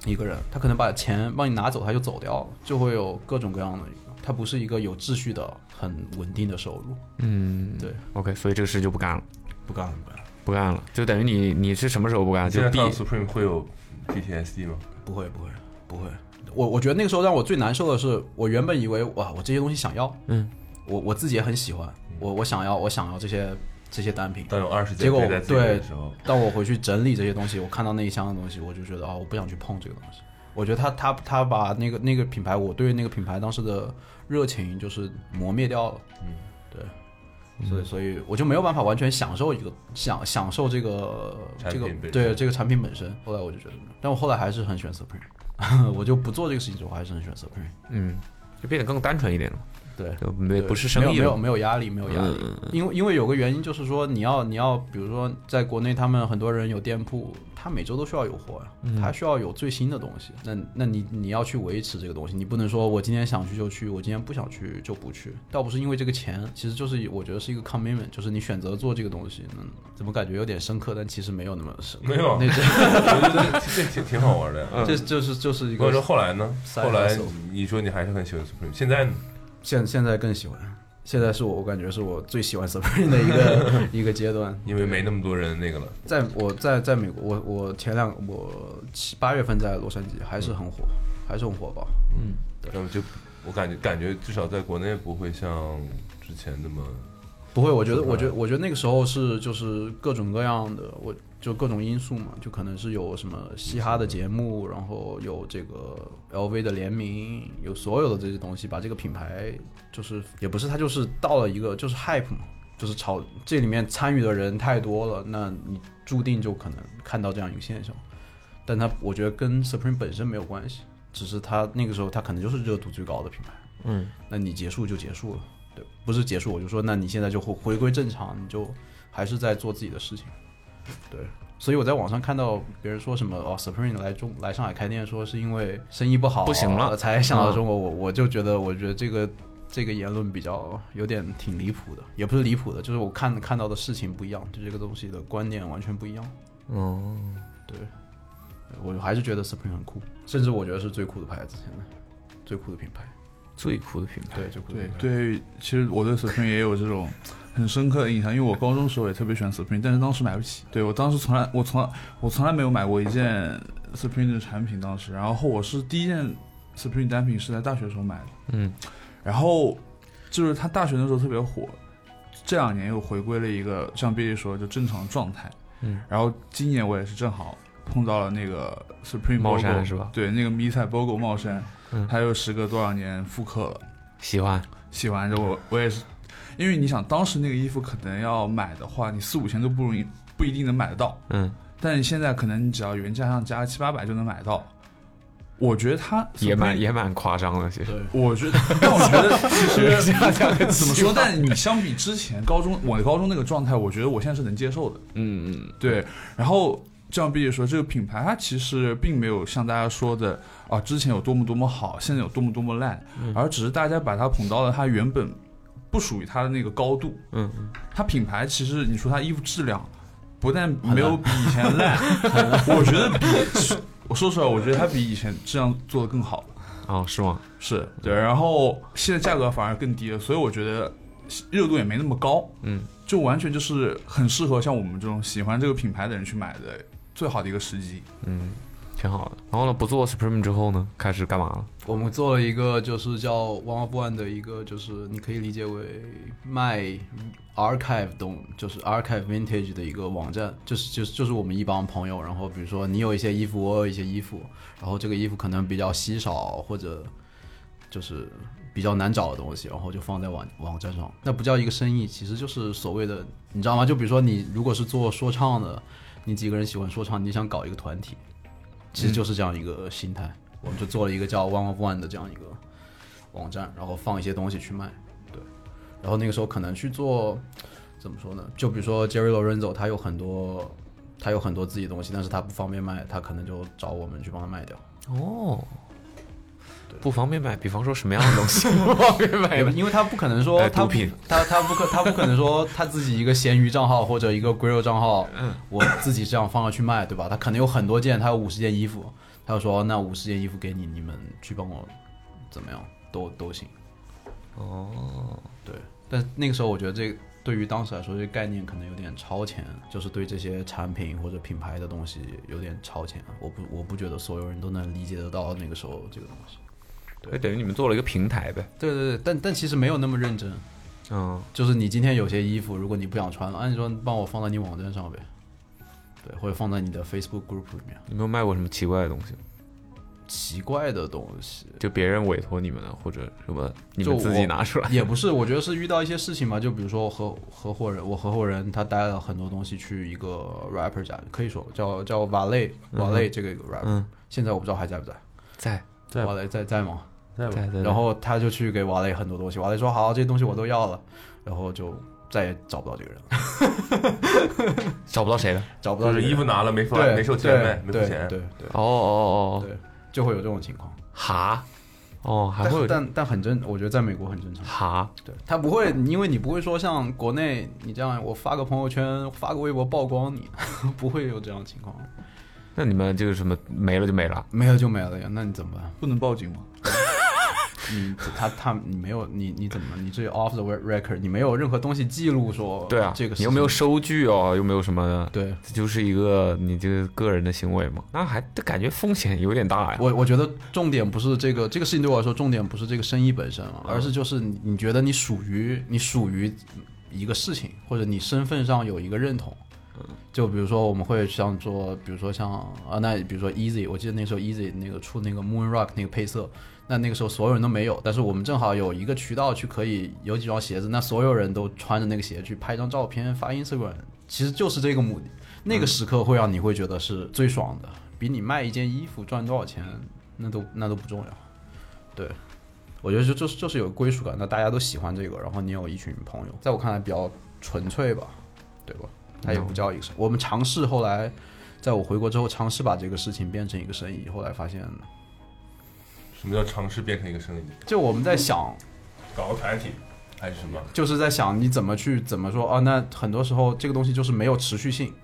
Speaker 2: 一个人，他可能把钱帮你拿走，他就走掉了，就会有各种各样的一个，它不是一个有秩序的、很稳定的收入。
Speaker 4: 嗯，
Speaker 2: 对
Speaker 4: ，OK，所以这个事就不干了，
Speaker 2: 不干了，不干了，
Speaker 4: 不干了，就等于你你是什么时候不干？就
Speaker 5: 现在
Speaker 4: B
Speaker 5: 上 Supreme 会有 PTSD 吗？
Speaker 2: 不会，不会，不会。我我觉得那个时候让我最难受的是，我原本以为哇，我这些东西想要，
Speaker 4: 嗯，
Speaker 2: 我我自己也很喜欢，我我想要，我想要这些这些单品，
Speaker 5: 当有二十
Speaker 2: 结
Speaker 5: 件
Speaker 2: 果
Speaker 5: 背在自己
Speaker 2: 对
Speaker 5: 的时 候，
Speaker 2: 当我回去整理这些东西，我看到那一箱的东西，我就觉得啊、我不想去碰这个东西。我觉得他他他把那个那个品牌，我对那个品牌当时的热情就是磨灭掉了。
Speaker 5: 嗯，
Speaker 2: 对，所以所以我就没有办法完全享受一个享享受这个
Speaker 5: 产
Speaker 2: 这
Speaker 5: 品
Speaker 2: 个
Speaker 5: 本身
Speaker 2: 对这个产品本身。后来我就觉得，但我后来还是很选 Supreme，我就 不做这个事情之后，我还是很选 Supreme。
Speaker 4: 嗯，就变得更单纯一点了，
Speaker 2: 对，
Speaker 4: 就没
Speaker 2: 对
Speaker 4: 不是生意
Speaker 2: 没有没有，
Speaker 4: 了嗯
Speaker 2: 没有压力，没有压力，因为因为有个原因就是说，你要你要，比如说在国内，他们很多人有店铺，他每周都需要有货呀、
Speaker 5: 嗯
Speaker 2: 他需要有最新的东西。那那你你要去维持这个东西，你不能说我今天想去就去，我今天不想去就不去，倒不是因为这个钱，其实就是我觉得是一个 commitment，就是你选择做这个东西，嗯，怎么感觉有点深刻，但其实没有那么深刻，
Speaker 5: 没有
Speaker 2: 那
Speaker 5: 我
Speaker 2: 这
Speaker 5: 觉得这挺挺好玩的呀。
Speaker 2: 这就是就是一
Speaker 5: 我说
Speaker 2: 个
Speaker 5: 后来呢？
Speaker 2: side
Speaker 5: 后来
Speaker 2: hustle
Speaker 5: 你说你还是很喜欢 Supreme，现在呢？
Speaker 2: 现现在更喜欢。现在是我，我感觉是我最喜欢 Supreme 的一个 一个阶段，
Speaker 5: 因为没那么多人那个了，
Speaker 2: 在我在在美国，我我前两我七八月份在洛杉矶还是很火，还是很火爆。
Speaker 5: 那么就我感觉感觉至少在国内不会像之前那么
Speaker 2: 不会，我觉得，
Speaker 5: 是吧
Speaker 2: 我觉得，我觉得那个时候是就是各种各样的，我就各种因素嘛，就可能是有什么嘻哈的节目，然后有这个 LV 的联名，有所有的这些东西，把这个品牌就是也不是它就是到了一个就是 hype 嘛，就是炒这里面参与的人太多了，那你注定就可能看到这样一个现象，但它我觉得跟 Supreme 本身没有关系，只是它那个时候它可能就是热度最高的品牌。
Speaker 4: 嗯，
Speaker 2: 那你结束就结束了，对，不是结束我就说，那你现在就回回归正常，你就还是在做自己的事情，对。所以我在网上看到别人说什么哦，Supreme 来中来上海开店，说是因为生意不好啊
Speaker 4: 不行了
Speaker 2: 才想到
Speaker 4: 嗯
Speaker 2: 中国，我我就觉得我觉得这个这个言论比较有点挺离谱的，也不是离谱的，就是我看看到的事情不一样，对这个东西的观念完全不一样。
Speaker 4: 哦，
Speaker 2: 对，我还是觉得 Supreme 很酷，甚至我觉得是最酷的牌子，现在最酷的品牌，
Speaker 4: 最酷的品牌，
Speaker 2: 对，最酷的
Speaker 6: 对
Speaker 2: 品牌。
Speaker 6: 对，其实我对 Supreme 也有这种很深刻的印象，因为我高中时候也特别喜欢 Supreme，但是当时买不起。对我当时从来我从来我从来没有买过一件 Supreme 的产品，当时，然后我是第一件 Supreme 单品是在大学时候买的，
Speaker 4: 嗯，
Speaker 6: 然后就是他大学的时候特别火，这两年又回归了一个像 b i 说的就正常状态，
Speaker 4: 嗯，
Speaker 6: 然后今年我也是正好碰到了那个 Supreme
Speaker 4: 帽
Speaker 6: logo，
Speaker 4: 衫是吧
Speaker 6: 对，那个迷彩 BOGO 帽衫，
Speaker 4: 嗯
Speaker 6: 它又时隔多少年复刻了。
Speaker 4: 喜欢，
Speaker 6: 洗完之后，我我也是，因为你想，当时那个衣服可能要买的话，你四五千都不容易，不一定能买得到。
Speaker 4: 嗯，
Speaker 6: 但你现在可能你只要原价上加七八百就能买到。我觉得它
Speaker 4: 也蛮，也蛮夸张的，其实，
Speaker 6: 我觉 得，但我觉得其实怎么说？但你相比之前高中，我高中那个状态，我觉得我现在是能接受的。
Speaker 4: 嗯嗯，
Speaker 6: 对，然后这样毕姐说，这个品牌它其实并没有像大家说的啊，之前有多么多么好，现在有多么多么烂，
Speaker 4: 嗯
Speaker 6: 而只是大家把它捧到了它原本不属于它的那个高度。
Speaker 4: 嗯，
Speaker 6: 它品牌其实你说它衣服质量，不但没有比以前 烂，我觉得比我说实话，我觉得它比以前质量做得更好。
Speaker 4: 哦，是吗？
Speaker 6: 是对，然后现在价格反而更低了，所以我觉得热度也没那么高，
Speaker 4: 嗯，
Speaker 6: 就完全就是很适合像我们这种喜欢这个品牌的人去买的最好的一个时机。
Speaker 4: 嗯，挺好的。然后呢，不做 Supreme 之后呢，开始干嘛了？
Speaker 2: 我们做了一个就是叫 One of One 的一个，就是你可以理解为卖 archive 东，就是 archive vintage 的一个网站，就是就是就是我们一帮朋友，然后比如说你有一些衣服，我有一些衣服，然后这个衣服可能比较稀少或者就是比较难找的东西，然后就放在网网站上，那不叫一个生意，其实就是所谓的你知道吗？就比如说你如果是做说唱的，你几个人喜欢说唱，你想搞一个团体，其实就是这样一个心态。我们就做了一个叫 One of One 的这样一个网站，然后放一些东西去卖，对。然后那个时候可能去做，怎么说呢？就比如说 Jerry Lorenzo，他有很多他有很多自己的东西，但是他不方便卖，他可能就找我们去帮他卖掉。
Speaker 4: 哦，不方便买，比方说什么样的东西 不方便买的？
Speaker 2: 因为他不可能说
Speaker 4: 哎
Speaker 2: 他
Speaker 4: 毒品
Speaker 2: 他他 不可他不可能说他自己一个闲鱼账号或者一个 Grill 账号，
Speaker 4: 嗯
Speaker 2: 我自己这样放上去卖，对吧？他可能有很多件，他有五十件衣服，他就说那五十件衣服给你，你们去帮我怎么样都都行。
Speaker 4: 哦
Speaker 2: 对，但那个时候我觉得这个对于当时来说，这个概念可能有点超前，就是对这些产品或者品牌的东西有点超前。我不我不觉得所有人都能理解得到那个时候这个东西。
Speaker 4: 对，哎等于你们做了一个平台呗。
Speaker 2: 对对对，但但其实没有那么认真。
Speaker 4: 嗯，
Speaker 2: 就是你今天有些衣服，如果你不想穿了，按、你说帮我放到你网站上呗，对，或者放在你的 Facebook group 里面。
Speaker 4: 你们有卖过什么奇怪的东西吗？
Speaker 2: 奇怪的东西，
Speaker 4: 就别人委托你们的，啊或者什么你
Speaker 2: 就
Speaker 4: 们自己
Speaker 2: 我
Speaker 4: 拿出来？
Speaker 2: 也不是，我觉得是遇到一些事情吧，就比如说我合合伙人，我合伙人他带了很多东西去一个 rapper 家，可以说叫叫瓦类瓦类这个一个 rapper，、
Speaker 4: 嗯
Speaker 2: 现在我不知道还在不在，
Speaker 4: 在
Speaker 3: 在
Speaker 2: 瓦类在在吗？
Speaker 3: 在
Speaker 4: 在在。
Speaker 2: 然后他就去给瓦雷很多东西，瓦雷说好，这些东西我都要了，然后就再也找不到这个人了，
Speaker 4: 找不到谁了。
Speaker 2: 找不到
Speaker 7: 就
Speaker 2: 这
Speaker 7: 是
Speaker 2: 个人
Speaker 7: 衣服拿了没付
Speaker 2: 对
Speaker 7: 没收钱呗，没
Speaker 2: 对
Speaker 7: 付
Speaker 2: 对
Speaker 7: 钱，
Speaker 2: 对对
Speaker 4: 哦哦哦哦，
Speaker 2: 对，就会有这种情况。
Speaker 4: 哈，哦还
Speaker 2: 但
Speaker 4: 会有
Speaker 2: 是但但很正，我觉得在美国很正常。
Speaker 4: 哈，
Speaker 2: 对他不会，因为你不会说像国内你这样，我发个朋友圈，发个微博曝光你， 不会有这样的情况。
Speaker 4: 那你们就是什么没了就没了。
Speaker 2: 没有就没了呀，那你怎么办？
Speaker 6: 不能报警吗？
Speaker 2: 你他他你没有你你怎么了？你这 off the record，你没有任何东西记录说
Speaker 4: 对啊，
Speaker 2: 这个事情
Speaker 4: 你又没有收据哦，又没有什么的，
Speaker 2: 对。
Speaker 4: 这就是一个你这个个人的行为嘛。那还这感觉风险有点大呀。
Speaker 2: 我我觉得重点不是这个这个事情对我来说，重点不是这个生意本身啊，而是就是你你觉得你属于你属于一个事情，或者你身份上有一个认同。就比如说我们会像做，比如说像啊，那比如说 Easy，我记得那时候 Easy 那个出那个 Moon Rock 那个配色，那那个时候所有人都没有，但是我们正好有一个渠道去可以有几双鞋子，那所有人都穿着那个鞋去拍张照片发 Instagram，其实就是这个目的。那个时刻会让你会觉得是最爽的，比你卖一件衣服赚多少钱那都那都不重要。对，我觉得就就是就是有归属感，那大家都喜欢这个，然后你有一群朋友，在我看来比较纯粹吧，对吧？它也不叫一个事，我们尝试后来，在我回国之后尝试把这个事情变成一个生意，后来发现，
Speaker 7: 什么叫尝试变成一个生意？
Speaker 2: 就我们在想，
Speaker 7: 搞个团体还是什么？
Speaker 2: 就是在想你怎么去怎么说啊？那很多时候这个东西就是没有持续性。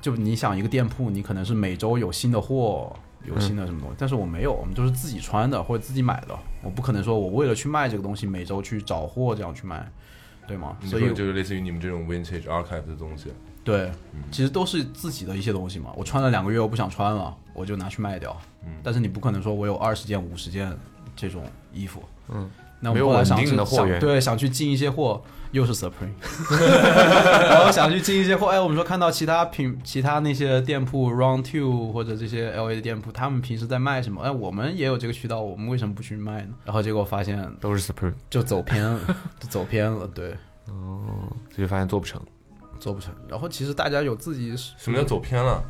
Speaker 2: 就你想一个店铺，你可能是每周有新的货，有新的什么东西，但是我没有，我们就是自己穿的或者自己买的，我不可能说我为了去卖这个东西，每周去找货这样去卖，对吗？
Speaker 7: 你
Speaker 2: 所
Speaker 7: 说
Speaker 2: 以
Speaker 7: 就是类似于你们这种 vintage archive 的东西，
Speaker 2: 对，
Speaker 4: 嗯
Speaker 2: 其实都是自己的一些东西嘛。我穿了两个月，我不想穿了，我就拿去卖掉。
Speaker 7: 嗯
Speaker 2: 但是你不可能说我有二十件、五十件这种衣服。
Speaker 4: 嗯，
Speaker 2: 那我们
Speaker 4: 没有
Speaker 2: 后来
Speaker 4: 稳
Speaker 2: 想
Speaker 4: 定
Speaker 2: 去
Speaker 4: 的货
Speaker 2: 想
Speaker 4: 源
Speaker 2: 对，想去进一些货，又是 Supreme，然后想去进一些货。哎，我们说看到其他品、其他那些店铺 Round Two 或者这些 LA 的店铺，他们平时在卖什么？哎，我们也有这个渠道，我们为什么不去卖呢？然后结果发现
Speaker 4: 都是 Supreme，
Speaker 2: 就走偏了， 就走偏了，对，
Speaker 4: 所以发现做不成。
Speaker 2: 做不成。然后其实大家有自己
Speaker 7: 什么叫走偏了？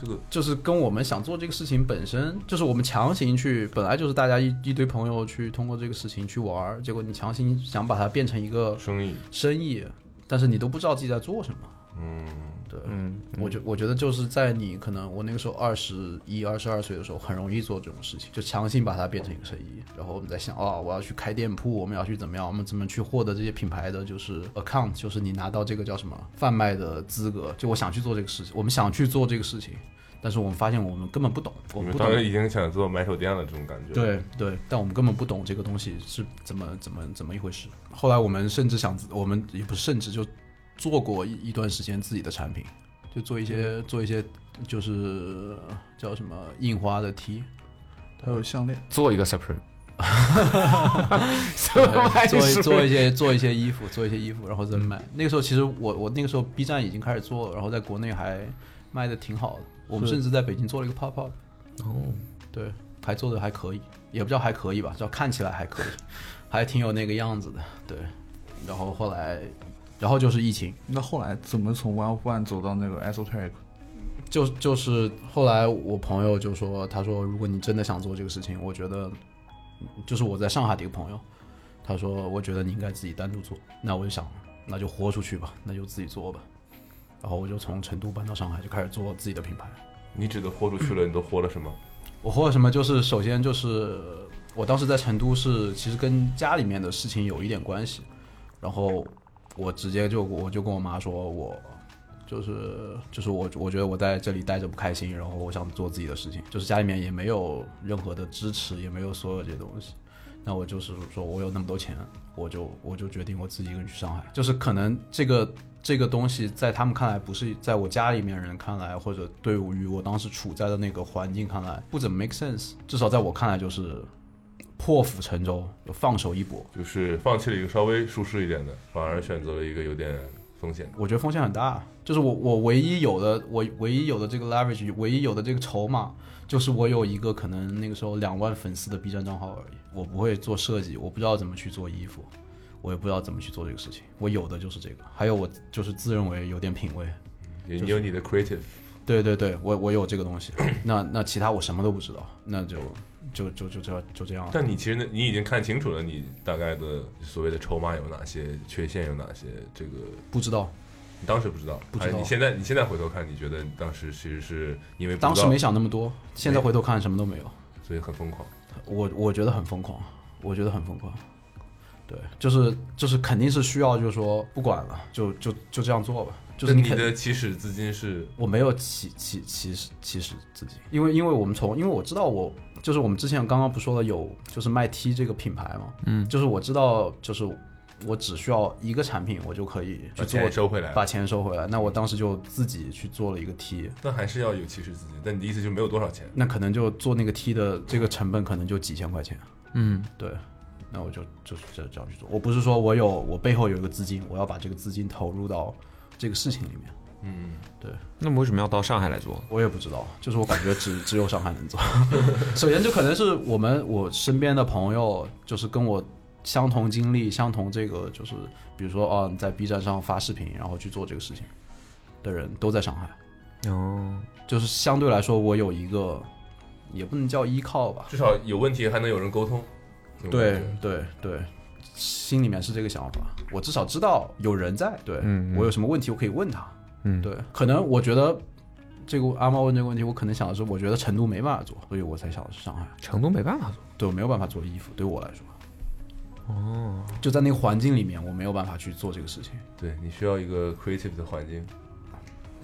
Speaker 7: 这个
Speaker 2: 就是跟我们想做这个事情本身，就是我们强行去，本来就是大家一一堆朋友去通过这个事情去玩儿，结果你强行想把它变成一个
Speaker 7: 生意，
Speaker 2: 生意，但是你都不知道自己在做什么。
Speaker 7: 嗯，
Speaker 4: 嗯，
Speaker 2: 我觉我觉得就是在你可能我那个时候二十一、二十二岁的时候，很容易做这种事情，就强行把它变成一个生意。然后我们在想，哦，我要去开店铺，我们要去怎么样，我们怎么去获得这些品牌的就是 account，就是你拿到这个叫什么贩卖的资格。就我想去做这个事情，我们想去做这个事情，但是我们发现我们根本不懂，我
Speaker 7: 你
Speaker 2: 们
Speaker 7: 们
Speaker 2: 不
Speaker 7: 当时
Speaker 2: 懂。
Speaker 7: 已经想做买手店了，这种感觉。，
Speaker 2: 对对，但我们根本不懂这个东西是怎么怎么怎么一回事。后来我们甚至想自，我们也不是甚至就做过一一段时间自己的产品，就做一些做一些就是叫什么印花的 T，
Speaker 6: 还有项链，
Speaker 4: 做一 个 Supreme，
Speaker 2: 做一做 一些做一些衣服，做一些衣服，然后再卖。那个时候其实我我那个时候 B 站已经开始做了，然后在国内还卖的挺好的。我们甚至在北京做了一个 pop up，
Speaker 4: 哦，
Speaker 2: 对，还做的还可以，也不叫还可以吧，叫看起来还可以，还挺有那个样子的。对，然后后来，然后就是疫情，
Speaker 6: 那后来怎么从 One One 走到那个 Esoteric？
Speaker 2: 就就是后来我朋友就说，他说如果你真的想做这个事情，我觉得，就是我在上海的一个朋友，他说我觉得你应该自己单独做。那我就想，那就豁出去吧，那就自己做吧。然后我就从成都搬到上海，就开始做自己的品牌。
Speaker 7: 你指的豁出去了，你都豁了什么？
Speaker 2: 我或者什么，就是首先就是我当时在成都是其实跟家里面的事情有一点关系，然后我直接就我就跟我妈说，我就是就是我我觉得我在这里待着不开心，然后我想做自己的事情，就是家里面也没有任何的支持，也没有所有这些东西。那我就是说我有那么多钱，我就我就决定我自己一个人去上海。就是可能这个这个东西在他们看来不是在我家里面人看来，或者对于我当时处在的那个环境看来不怎么 make sense。至少在我看来就是破釜沉舟，就放手一搏。
Speaker 5: 就是放弃了一个稍微舒适一点的，反而选择了一个有点风险的。
Speaker 2: 我觉得风险很大。就是我我唯一有的我唯一有的这个 leverage，唯一有的这个筹码，就是我有一个可能那个时候两万粉丝的 B 站账号而已。我不会做设计，我不知道怎么去做衣服，我也不知道怎么去做这个事情。我有的就是这个，还有我就是自认为有点品味。
Speaker 5: 你你有你的 creative，
Speaker 2: 对对对，我我有这个东西。 那那其他我什么都不知道，那就就就就这就这样了。
Speaker 5: 但你其实呢你已经看清楚了，你大概的所谓的筹码有哪些，缺陷有哪些，这个
Speaker 2: 不知道，
Speaker 5: 你当时不知道，
Speaker 2: 不知道
Speaker 5: 还是你现在你现在回头看，你觉得你当时其实是因为不知道
Speaker 2: 当时没，想那么多，现在回头看什么都没有。
Speaker 5: 所以很疯狂。
Speaker 2: 我我觉得很疯狂，我觉得很疯狂。对，就是就是肯定是需要，就是说不管了，就就就这样做吧。就是
Speaker 5: 那
Speaker 2: 你
Speaker 5: 你
Speaker 2: 肯
Speaker 5: 的起始资金是
Speaker 2: 我没有起起起始起始自己，因为因为我们从因为我知道我就是我们之前刚刚不说了有就是卖 T 这个品牌嘛，嗯，就是我知道就是我只需要一个产品我就可以
Speaker 5: 把
Speaker 2: 去做
Speaker 5: 钱呃收回来
Speaker 2: 把
Speaker 5: 了，
Speaker 2: 钱收回来。那我当时就自己去做了一个 T，
Speaker 5: 那还是要有起始资金，但你的意思就没有多少钱，
Speaker 2: 那可能就做那个 T 的这个成本可能就几千块钱。嗯，对，那我就就是这这样去做。我不是说我有我背后有一个资金，我要把这个资金投入到这个事情里面。
Speaker 4: 那为什么要到上海来做？
Speaker 2: 我也不知道，就是我感觉只只有上海能做。首先就可能是我们我身边的朋友，就是跟我相同经历、相同这个，就是比如说啊，你在 B 站上发视频，然后去做这个事情的人都在上海。
Speaker 4: 哦，
Speaker 2: 就是相对来说，我有一个也不能叫依靠吧，
Speaker 5: 至少有问题还能有人沟通。这种
Speaker 2: 对
Speaker 5: 感觉
Speaker 2: 对对，心里面是这个想法。我至少知道有人在，对、我有什么问题我可以问他。嗯，对，可能我觉得这个阿猫问这个问题，我可能想的是，我觉得成都没办法做，所以我才想的是上海。
Speaker 4: 成都没办法做，
Speaker 2: 对我没有办法做衣服，对我来说，哦，就在那个环境里面，我没有办法去做这个事情。
Speaker 5: 对，你需要一个 creative 的环境，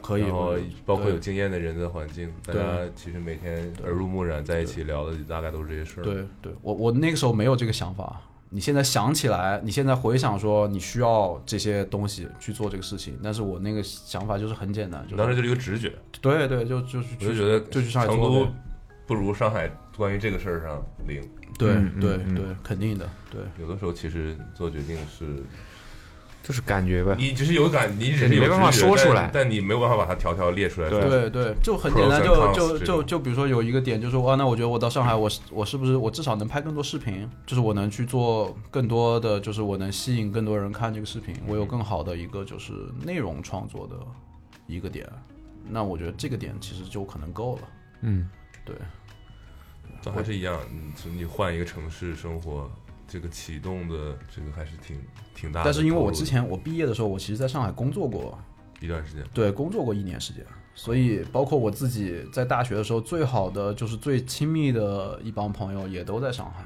Speaker 2: 可以，
Speaker 5: 然后
Speaker 2: 我
Speaker 5: 包括
Speaker 2: 对
Speaker 5: 有经验的人的环境，大
Speaker 2: 对
Speaker 5: 家其实每天耳濡目染，在一起聊的大概都是这些事儿。，
Speaker 2: 对对，我我那个时候没有这个想法。你现在想起来，你现在回想说你需要这些东西去做这个事情，但是我那个想法就是很简单，就是
Speaker 5: 当时就是一个直觉，
Speaker 2: 对对，就就是
Speaker 5: 我就觉得
Speaker 2: 就去上海
Speaker 5: 成
Speaker 2: 做
Speaker 5: 都
Speaker 2: 呗
Speaker 5: 不如上海，关于这个事儿上零。
Speaker 2: 对
Speaker 5: 嗯
Speaker 2: 对对，肯定的，对
Speaker 5: 有的时候其实做决定是，
Speaker 4: 就是感觉呗。
Speaker 5: 你只是有感，你只是
Speaker 4: 你
Speaker 5: 有
Speaker 4: 没办法
Speaker 5: 直觉
Speaker 4: 说出
Speaker 5: 但
Speaker 4: 来
Speaker 5: 但你没有办法把它条条列出来。
Speaker 4: 对
Speaker 2: 对对，就很简单，
Speaker 5: Pros and
Speaker 2: 就
Speaker 5: cons
Speaker 2: 就
Speaker 5: 这
Speaker 2: 就
Speaker 5: 种
Speaker 2: 就比如说有一个点，就说啊，那我觉得我到上海，我是我是不是我至少能拍更多视频，就是我能去做更多的，就是我能吸引更多人看这个视频，我有更好的一个就是内容创作的一个点，那我觉得这个点其实就可能够了。
Speaker 4: 嗯，
Speaker 2: 对，
Speaker 5: 但还是一样，你你换一个城市生活，这个启动的这个还是挺挺大的投入的。
Speaker 2: 但是因为我之前我毕业的时候，我其实在上海工作过
Speaker 5: 一段时间，
Speaker 2: 对，工作过一年时间，所以包括我自己在大学的时候，最好的就是最亲密的一帮朋友也都在上海，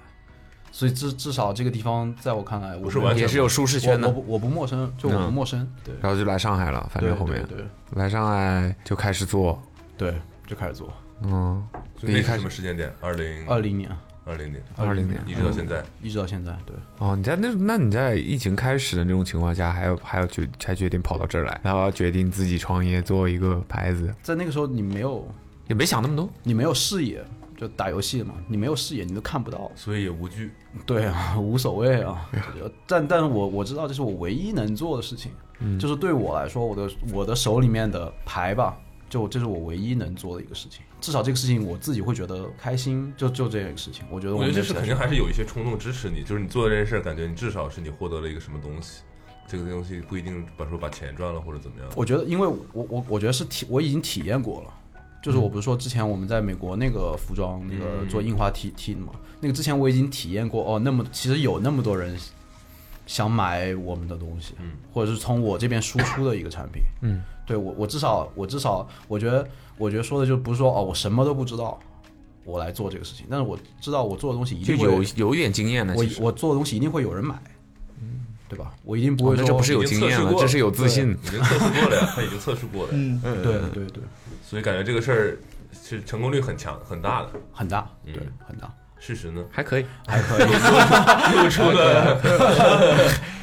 Speaker 2: 所以至至少这个地方在我看来，我
Speaker 5: 不是完全
Speaker 4: 也是有舒适
Speaker 2: 我
Speaker 4: 圈
Speaker 2: 嗯我
Speaker 4: 的，
Speaker 2: 不我不陌生，就我不
Speaker 4: 嗯
Speaker 2: 陌生，对，
Speaker 4: 然后就来上海了。反
Speaker 2: 对
Speaker 4: 正后面
Speaker 2: 对对
Speaker 4: 来上海就开始做，
Speaker 2: 对就开始做，
Speaker 4: 嗯，
Speaker 5: 所以那
Speaker 4: 一
Speaker 5: 是
Speaker 4: 开
Speaker 5: 什
Speaker 4: 始
Speaker 5: 么时间点？二零
Speaker 2: 二零年
Speaker 5: 二零年，
Speaker 4: 二零年
Speaker 5: 一直到现在，
Speaker 2: 一直到现在，对，
Speaker 4: 哦，你在那那你在疫情开始的那种情况下，还要还要决才决定跑到这儿来，然后要决定自己创业做一个牌子，
Speaker 2: 在那个时候你没有
Speaker 4: 也没想那么多，
Speaker 2: 你没有视野，就打游戏嘛，你没有视野，你都看不到，
Speaker 5: 所以也无惧。
Speaker 2: 对啊， 无所谓啊。但但我我知道这是我唯一能做的事情，
Speaker 5: 嗯
Speaker 2: 就是对我来说，我的我的手里面的牌吧，就这是我唯一能做的一个事情。至少这个事情我自己会觉得开心，就就这个事情，我觉得
Speaker 5: 我
Speaker 2: 我
Speaker 5: 觉得这是
Speaker 2: 没有
Speaker 5: 肯定还是有一些冲动支持你，就是你做的这件事儿，感觉你至少是你获得了一个什么东西，这个东西不一定把说把钱赚了或者怎么样。
Speaker 2: 我觉得，因为我我我觉得是体我已经体验过了，就是
Speaker 4: 嗯
Speaker 2: 我不是说之前我们在美国那个服装那个做印花 T T 的嘛，那个之前我已经体验过哦，那么其实有那么多人想买我们的东西，嗯，或者是从我这边输出的一个产品，嗯，对我我至少我至少我觉得我觉得说的就不是说哦我什么都不知道，我来做这个事情，但是我知道我做的东西一
Speaker 4: 就
Speaker 2: 定会
Speaker 4: 有有一点经验的。
Speaker 2: 我
Speaker 4: 其实
Speaker 2: 我做的东西一定会有人买，嗯，对吧？我一定不
Speaker 4: 哦
Speaker 2: 会
Speaker 4: 那
Speaker 2: 说
Speaker 4: 这不是有
Speaker 5: 已经
Speaker 4: 经验
Speaker 5: 测试
Speaker 4: 了，
Speaker 5: 过
Speaker 4: 这
Speaker 5: 了
Speaker 4: 是有自信。
Speaker 5: 已经测试过了呀， 他已经测试过了呀，
Speaker 6: 嗯，
Speaker 2: 对对对。
Speaker 5: 所以感觉这个事儿是成功率很强很大的。
Speaker 2: 很大，
Speaker 5: 嗯
Speaker 2: 对，很大。
Speaker 5: 事实呢？
Speaker 4: 还可以，
Speaker 2: 还可以，
Speaker 5: 露出了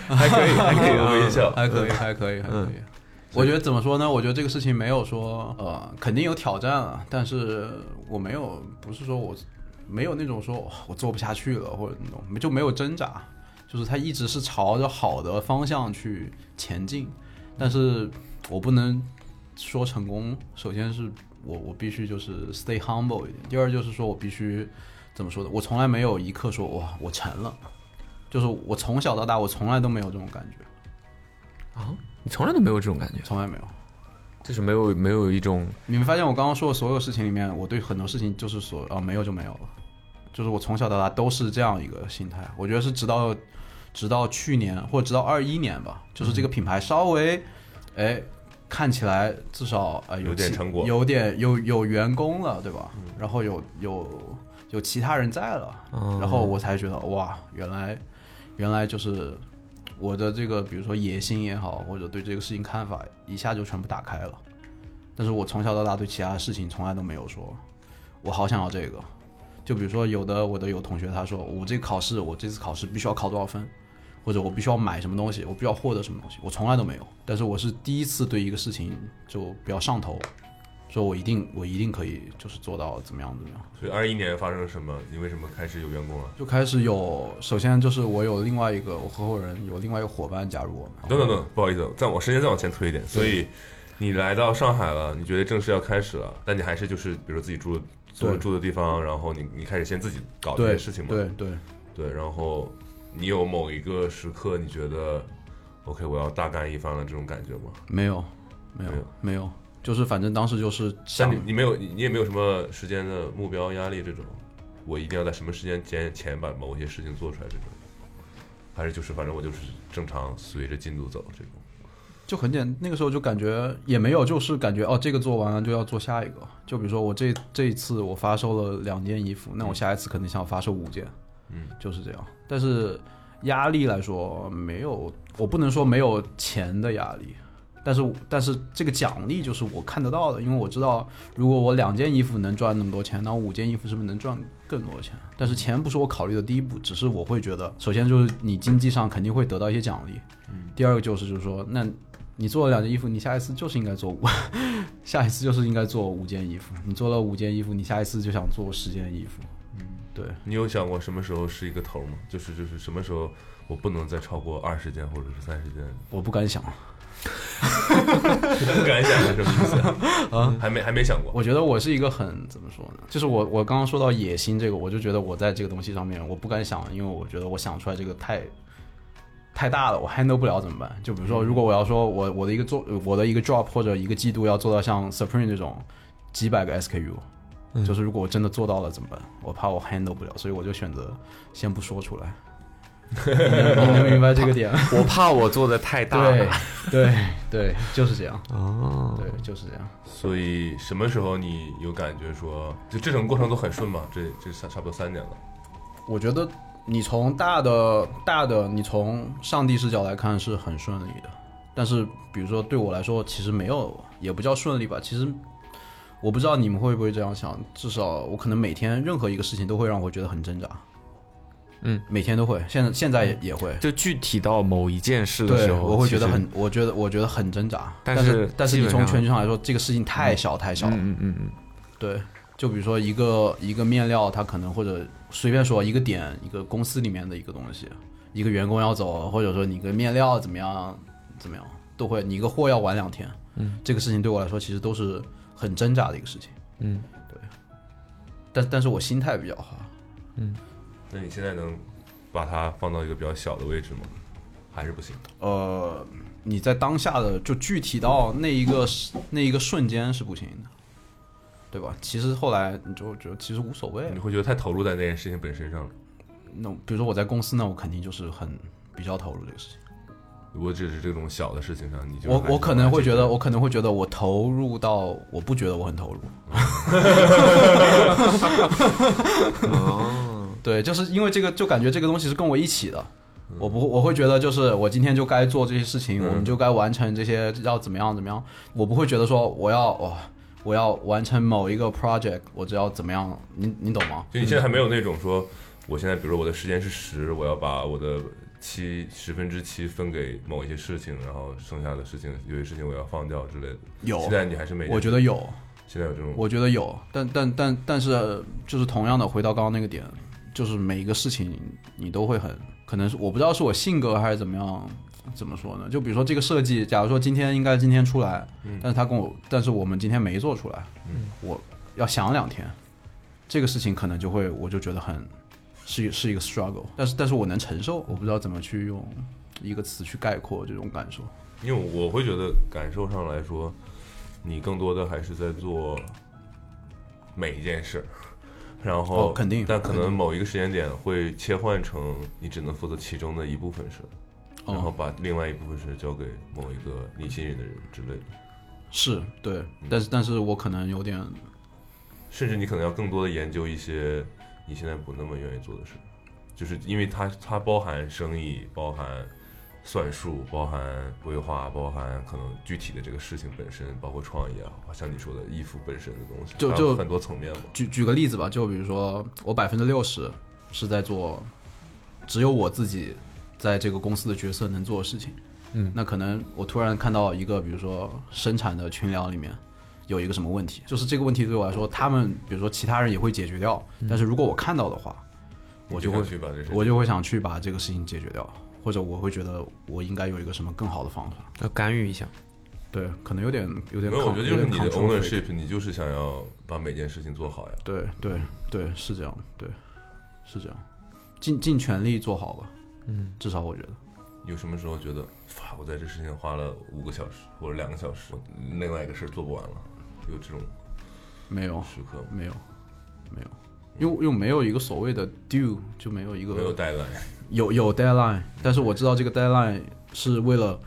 Speaker 4: 还可以，还可以
Speaker 5: 微笑。
Speaker 2: 还可以，还可以，还可以。我觉得怎么说呢？我觉得这个事情没有说呃，肯定有挑战啊，但是我没有，不是说我没有那种说哦我做不下去了或者那种，就没有挣扎，就是它一直是朝着好的方向去前进。但是我不能说成功，首先是我我必须就是 stay humble 一点，第二就是说我必须怎么说的，我从来没有一刻说哇我成了，就是我从小到大我从来都没有这种感觉，
Speaker 4: 你从来都没有这种感觉，
Speaker 2: 从来没有。
Speaker 4: 就是没有没有一 种
Speaker 2: 你们发现我刚刚说的所有事情里面，我对很多事情就是所啊、没有就没有了，就是我从小到大都是这样一个心态。我觉得是直到直到去年或者直到二一年吧，就是
Speaker 5: 嗯
Speaker 2: 这个品牌稍微哎看起来至少呃
Speaker 5: 有点成果嗯
Speaker 2: 有点有有员工了，对吧？然后有有有其他人在了，然后我才觉得哇，原来原来就是我的这个，比如说野心也好，或者对这个事情看法，一下就全部打开了。但是我从小到大对其他事情从来都没有说，我好想要这个。就比如说，有的我的有同学他说，我这个考试，我这次考试必须要考多少分，或者我必须要买什么东西，我必须要获得什么东西，我从来都没有。但是我是第一次对一个事情就比较上头，说我一定我一定可以就是做到怎么样怎么样。
Speaker 5: 所以二一年发生了什么？你为什么开始有员工了？
Speaker 2: 就开始有，首先就是我有另外一个我合伙人有另外一个伙伴加入我们。
Speaker 5: 等等等，不好意思，再往时间再往前推一点。所以你来到上海了，你觉得正式要开始了，但你还是就是比如说自己住的租
Speaker 2: 对
Speaker 5: 住的地方，然后你你开始先自己搞这
Speaker 2: 对
Speaker 5: 些事情嘛？
Speaker 2: 对对，
Speaker 5: 对，然后你有某一个时刻你觉得 OK，我要大干一番了这种感觉吗？
Speaker 2: 没有没有
Speaker 5: 没有
Speaker 2: 没有，就是反正当时就是
Speaker 5: 但
Speaker 2: 想
Speaker 5: 你你没有你你也没有什么时间的目标压力这种，我一定要在什么时间前前把某些事情做出来这种，还是就是反正我就是正常随着进度走这种。
Speaker 2: 就很简，那个时候就感觉也没有，就是感觉哦，这个做完了就要做下一个。就比如说我这这一次我发售了两件衣服，那我下一次肯定想发售五件，嗯，就是这样。但是压力来说没有，我不能说没有钱的压力，但是但是这个奖励就是我看得到的，因为我知道如果我两件衣服能赚那么多钱，那我五件衣服是不是能赚更多钱？但是钱不是我考虑的第一步，只是我会觉得，首先就是你经济上肯定会得到一些奖励，第二个就是就是说，那你做了两件衣服，你下一次就是应该做五， 下一次就是应该做五件衣服，你做了五件衣服，你下一次就想做十件衣服，嗯，对，
Speaker 5: 你有想过什么时候是一个头吗？就是就是什么时候我不能再超过二十件或者是三十 件？
Speaker 2: 我不敢想，啊
Speaker 5: 不敢想是什么意思啊？ 还没还没想过。
Speaker 2: 我觉得我是一个很怎么说呢？就是我我刚刚说到野心这个，我就觉得我在这个东西上面我不敢想，因为我觉得我想出来这个太太大了，我 handle 不了怎么办？就比如说，如果我要说我我的一个做我的一个 drop 或者一个季度要做到像 Supreme 这种几百个 SKU，、就是如果我真的做到了怎么办？我怕我 handle 不了，所以我就选择先不说出来。你能明白这个点吗？
Speaker 4: 我怕我做的太大
Speaker 2: 对
Speaker 4: 了。
Speaker 2: 对对，就是这样。哦，对，就是这样。
Speaker 5: 所以什么时候你有感觉说，就这整个过程都很顺嘛？这这差差不多三年了，
Speaker 2: 我觉得你从大的大的，你从上帝视角来看是很顺利的，但是比如说对我来说，其实没有，也不叫顺利吧。其实我不知道你们会不会这样想，至少我可能每天任何一个事情都会让我觉得很挣扎。
Speaker 4: 嗯，
Speaker 2: 每天都会，现在现在也也会。
Speaker 4: 就具体到某一件事的
Speaker 2: 对，
Speaker 4: 时候，
Speaker 2: 我会觉得
Speaker 4: 其实
Speaker 2: 很，我觉得我觉得很挣扎。
Speaker 4: 但
Speaker 2: 但
Speaker 4: 是
Speaker 2: 但是
Speaker 4: 基
Speaker 2: 你
Speaker 4: 本
Speaker 2: 从
Speaker 4: 上
Speaker 2: 全局上来说，这个事情太小太小了。
Speaker 4: 嗯嗯嗯
Speaker 2: 对，就比如说一个一个面料，它可能或者随便说一个点，一个公司里面的一个东西，一个员工要走，或者说你个面料怎么样怎么样，都会你一个货要晚两天，嗯，这个事情对我来说其实都是很挣扎的一个事情，
Speaker 4: 嗯，
Speaker 2: 对，但但是我心态比较好，
Speaker 5: 那你现在能把它放到一个比较小的位置吗？还是不行？
Speaker 2: 呃，你在当下的就具体到那一个那一个瞬间是不行的。对吧？其实后来你就觉得其实无所谓了
Speaker 5: 你，会觉得太投入在那件事情本身上了。
Speaker 2: 那比如说我在公司呢，我肯定就是很比较投入这个事情。
Speaker 5: 如果只是这种小的事情上，你就
Speaker 2: 我
Speaker 5: 还是
Speaker 2: 我可能会觉得，
Speaker 5: 把它
Speaker 2: 我可能会觉得我投入到，我不觉得我很投入。哦， 对，就是因为这个，就感觉这个东西是跟我一起的。我不，我会觉得就是我今天就该
Speaker 5: 嗯
Speaker 2: 做这些事情，我们就该完成这些，要怎么样怎么样。我不会觉得说我要哇、哦我要完成某一个 project，我只要怎么样，你你懂吗？
Speaker 5: 就你现在还没有那种说，我现在比如说我的时间是十，我要把我的七十分之七分给某一些事情，然后剩下的事情有些事情我要放掉之类的。
Speaker 2: 有
Speaker 5: 现在你还是每
Speaker 2: 我觉
Speaker 5: 得
Speaker 2: 得有，
Speaker 5: 现在有这种
Speaker 2: 我觉得有，但但但但是就是同样的，回到刚刚那个点，就是每一个事情你都会很可能是我不知道是我性格还是怎么样，怎么说呢？就比如说这个设计，假如说今天应该今天出来，
Speaker 5: 嗯
Speaker 2: 但是他跟我，但是我们今天没做出来，我要想两天，这个事情可能就会我就觉得很是是一个 struggle，但是但是我能承受，我不知道怎么去用一个词去概括这种感受。
Speaker 5: 因为我会觉得感受上来说，你更多的还是在做每一件事，然后、
Speaker 2: 哦肯定
Speaker 5: 但可
Speaker 2: 肯
Speaker 5: 能
Speaker 2: 定
Speaker 5: 某一个时间点会切换成你只能负责其中的一部分事，
Speaker 2: 哦
Speaker 5: 然后把另外一部分事交给某一个你信任的人之类的，
Speaker 2: 是对，
Speaker 5: 嗯
Speaker 2: 但是但是我可能有点
Speaker 5: 甚至你可能要更多的研究一些你现在不那么愿意做的事，就是因为它它包含生意，包含。算术包含规划，包含可能具体的这个事情本身，包括创意啊，像你说的艺术本身的东西，
Speaker 2: 就
Speaker 5: 它
Speaker 2: 就
Speaker 5: 很多层面嘛。
Speaker 2: 举举个例子吧，就比如说我百分之六十是在做只有我自己在这个公司的角色能做的事情。嗯，那可能我突然看到一个，比如说生产的群聊里面有一个什么问题，就是这个问题对我来说，他们比如说其他人也会解决掉，但是如果我看到的话，我就会
Speaker 5: 你想去把这事
Speaker 2: 我就会想去把这个事情解决掉，或者我会觉得我应该有一个什么更好的方法。
Speaker 3: 要干预一下，
Speaker 2: 对，可能有点有点
Speaker 5: 没有，我
Speaker 2: con-
Speaker 5: 觉得就是
Speaker 2: 有
Speaker 5: 你
Speaker 2: 点
Speaker 5: 的
Speaker 2: control freak
Speaker 5: ownership，你就是想要把每件事情做好呀。
Speaker 2: 对对对，是这样，对，是这样，尽尽全力做好吧。嗯，至少我觉得
Speaker 5: 有什么时候觉得，哇，我在这事情花了五个小时或者两个小时，我另外一个事儿做不完了，有这种
Speaker 2: 没有
Speaker 5: 时刻吗？
Speaker 2: 没有没有，又又没有一个所谓的 due，就没有一个
Speaker 5: 没有 deadline，
Speaker 2: 有有 deadline，但是我知道这个 deadline 是为了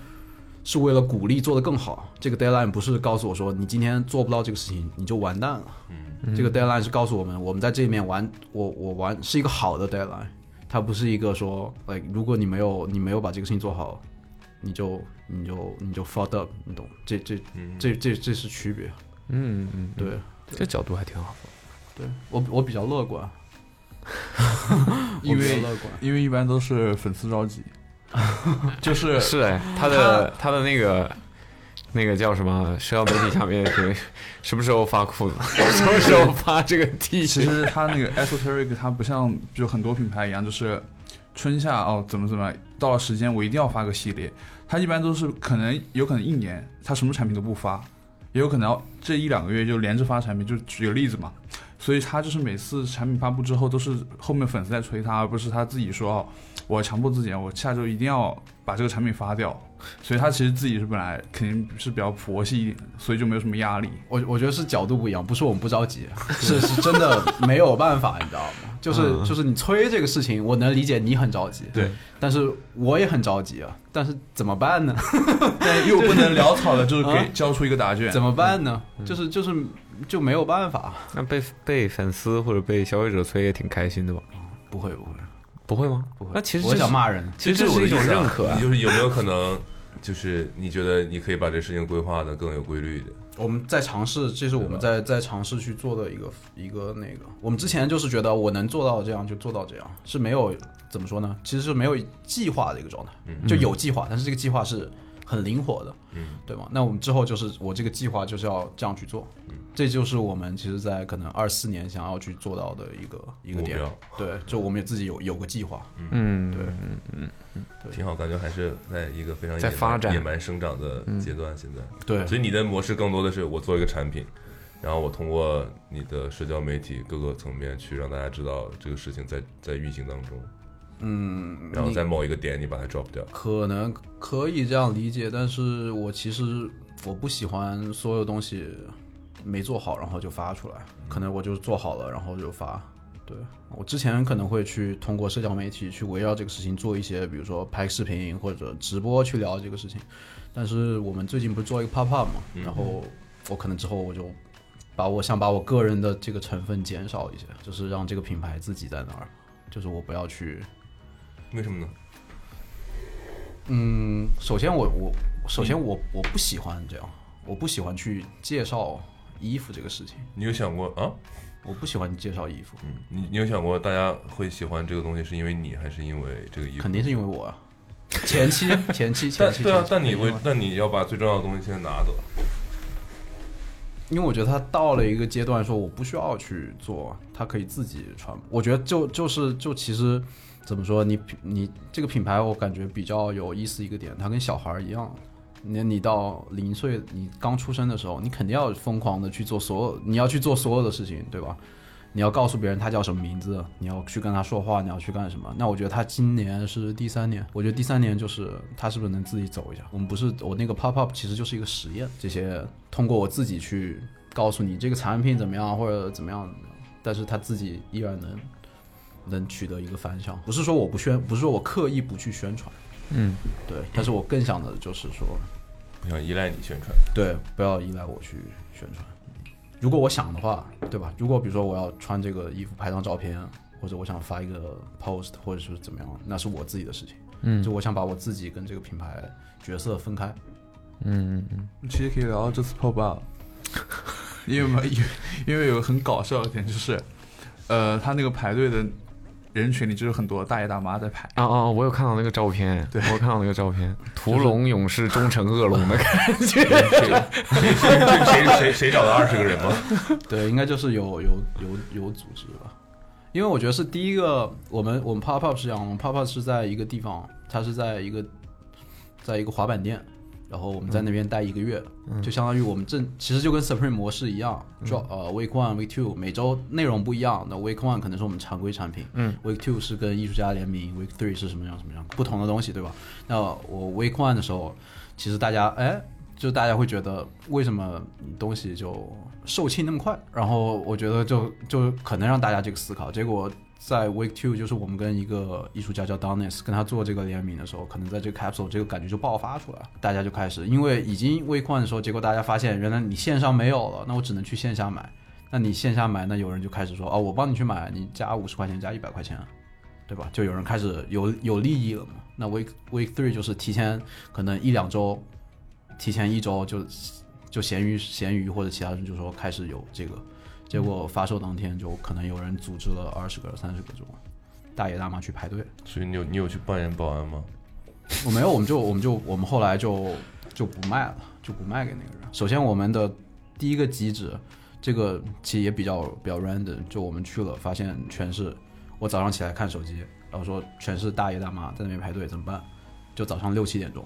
Speaker 2: 是为了鼓励做得更好。这个 deadline 不是告诉我说你今天做不到这个事情你就完蛋了，嗯，这个 deadline 是告诉我们，我们在这里面玩，我我玩是一个好的 deadline，它不是一个说，like 如果你没有你没有把这个事情做好，你就你就你就 fucked up，你懂？这这这这这是区别，
Speaker 4: 嗯嗯，
Speaker 2: 对。
Speaker 4: 这角度还挺好。
Speaker 2: 对我我比较乐观，我比
Speaker 6: 因为
Speaker 2: 较乐观，
Speaker 6: 因为一般都是粉丝着急， 就 是
Speaker 4: 是哎，他的他的那个那个叫什么社交媒体上面是什么时候发裤子， 什么时候发这个 T
Speaker 6: 其
Speaker 4: 恤，
Speaker 6: 实它那个 esoteric 它不像就很多品牌一样，就是春夏哦怎么怎么样到了时间我一定要发个系列，它一般都是可能有可能一年它什么产品都不发，也有可能要这一两个月就连着发产品，就举个例子嘛。所以它就是每次产品发布之后，都是后面粉丝在催他，而不是他自己说哦，我强迫自己，我下周一定要把这个产品发掉。所以他其实自己是本来肯定是比较佛系一点，所以就没有什么压力。
Speaker 2: 我我觉得是角度不一样，不是我们不着 急，是是真的没有办法，你知道吗？就是
Speaker 4: 嗯
Speaker 2: 就是你催这个事情，我能理解你很着急，
Speaker 6: 对，
Speaker 2: 但是我也很着急啊，但是怎么办呢？
Speaker 6: 但又不能潦草的，就是给交出一个答卷。
Speaker 2: 怎么办呢？
Speaker 4: 嗯
Speaker 2: 就是就是就没有办法，
Speaker 4: 那被被粉丝或者被消费者催也挺开心的吧？
Speaker 2: 不会不会，
Speaker 4: 不会吗？不
Speaker 2: 会
Speaker 4: 那其实
Speaker 2: 我
Speaker 4: 这
Speaker 2: 想
Speaker 4: 是，
Speaker 2: 骂人，
Speaker 4: 其实这是一种
Speaker 5: 这是我
Speaker 4: 认
Speaker 5: 的意思啊
Speaker 4: 可啊
Speaker 5: 你。就是有没有可能，就是你觉得你可以把这事情规划的更有规律一点？
Speaker 2: 我们在尝试，这是我们在在尝试去做的一个一个那个。我们之前就是觉得我能做到这样就做到这样，是没有怎么说呢？其实是没有计划的一个状态，就有计划，但是这个计划是很灵活的，
Speaker 5: 嗯，
Speaker 2: 对吗？那我们之后就是我这个计划就是要这样去做，
Speaker 5: 嗯
Speaker 2: 这就是我们其实在可能二四年想要去做到的一个一个
Speaker 5: 目
Speaker 2: 点
Speaker 5: 标。
Speaker 2: 对，就我们也自己有有个计划，
Speaker 4: 嗯，
Speaker 2: 对，
Speaker 5: 挺好，感觉还是在一个非常
Speaker 4: 在
Speaker 5: 野蛮
Speaker 4: 发展
Speaker 5: 野蛮生长的阶段。现在，
Speaker 2: 嗯对
Speaker 5: 所以你的模式更多的是我做一个产品，然后我通过你的社交媒体各个层面去让大家知道这个事情在在运行当中，
Speaker 2: 嗯，
Speaker 5: 然后
Speaker 2: 你
Speaker 5: 在某一个点你把它 drop 掉。
Speaker 2: 可能可以这样理解，但是我其实我不喜欢所有东西没做好然后就发出来，可能我就做好了然后就发。对我之前可能会去通过社交媒体去围绕这个事情做一些，比如说拍视频或者直播去聊这个事情，但是我们最近不是做一个 pop up 嘛，然后我可能之后我就把我想把我个人的这个成分减少一些，就是让这个品牌自己在那儿，就是我不要去
Speaker 5: 为什么呢？
Speaker 2: 嗯，
Speaker 5: 嗯
Speaker 2: 首先我我首先我我不喜欢这样，我不喜欢去介绍衣服这个事情。
Speaker 5: 你有想过啊？
Speaker 2: 我不喜欢介绍衣服，
Speaker 5: 嗯，你你有想过大家会喜欢这个东西是因为你还是因为这个衣服？
Speaker 2: 肯定是因为我啊。前 期前期前
Speaker 5: 但
Speaker 2: 期
Speaker 5: 对啊
Speaker 2: 前，期
Speaker 5: 但你为但你要把最重要的东西先拿走。
Speaker 2: 因为我觉得他到了一个阶段，说我不需要去做，他可以自己传。我觉得就就是就其实怎么说，你品你这个品牌，我感觉比较有意思一个点，它跟小孩儿一样。那你到零岁，你刚出生的时候，你肯定要疯狂的去做所有，你要去做所有的事情，对吧？你要告诉别人他叫什么名字，你要去跟他说话，你要去干什么？那我觉得他今年是第三年，我觉得第三年就是他是不是能自己走一下？我们不是我那个 pop up 其实就是一个实验，这些通过我自己去告诉你这个产品怎么样或者怎么样怎么样，但是他自己依然能能取得一个反响，不是说我不宣，不是说我刻意不去宣传，
Speaker 4: 嗯，
Speaker 2: 对，但是我更想的就是说，
Speaker 5: 我想依赖你宣传，
Speaker 2: 对，不要依赖我去宣传。如果我想的话，对吧？如果比如说我要穿这个衣服拍张照片，或者我想发一个 post，或者是怎么样，那是我自己的事情。嗯，就我想把我自己跟这个品牌角色分开。
Speaker 4: 嗯
Speaker 6: 其实可以聊到这次 pop up，因 为嘛，因为因为有个很搞笑的点就是，呃，他那个排队的人群里就是很多大爷大妈在排，
Speaker 4: 啊啊！我有看到那个照片，我有看到那个照片，屠龙勇士终成恶龙的感 觉。
Speaker 5: 谁谁谁谁谁谁找到二十个人吗？
Speaker 2: 对，应该就是有有有有组织吧。因为我觉得是第一个，我们我们 pop up 是这样，我们 pop up 是在一个地方，它是在一个在一个滑板店，然后我们在那边待一个月，就相当于我们正其实就跟 Supreme 模式一样，就呃 Week One Week Two 每周内容不一样，那 Week One 可能是我们常规产品，嗯，Week Two 是跟艺术家联名，Week Three 是什么样什么样不同的东西，对吧？那我 Week One 的时候，其实大家哎，就大家会觉得为什么东西就售罄那么快？然后我觉得就就可能让大家这个思考。结果在 Week Two，就是我们跟一个艺术家叫 Donis 跟他做这个联名的时候，可能在这个 Capsule 这个感觉就爆发出来，大家就开始因为已经 Week One 的时候，结果大家发现原来你线上没有了，那我只能去线下买。那你线下买，那有人就开始说哦，我帮你去买，你加五十块钱，加一百块钱，对吧？就有人开始有有利益了嘛。那 Week Week Three 就是提前可能一两周，提前一周就就闲鱼闲鱼或者其他人就说开始有这个，结果发售当天就可能有人组织了二十个、三十个这种大爷大妈去排队。
Speaker 5: 所以你有你有去扮演保安吗？
Speaker 2: 我没有，我们就我们就我们后来就就不卖了，就不卖给那个人。首先，我们的第一个机制，这个其实也比较比较 random，就我们去了，发现全是我早上起来看手机，然后说全是大爷大妈在那边排队，怎么办？就早上六七点钟，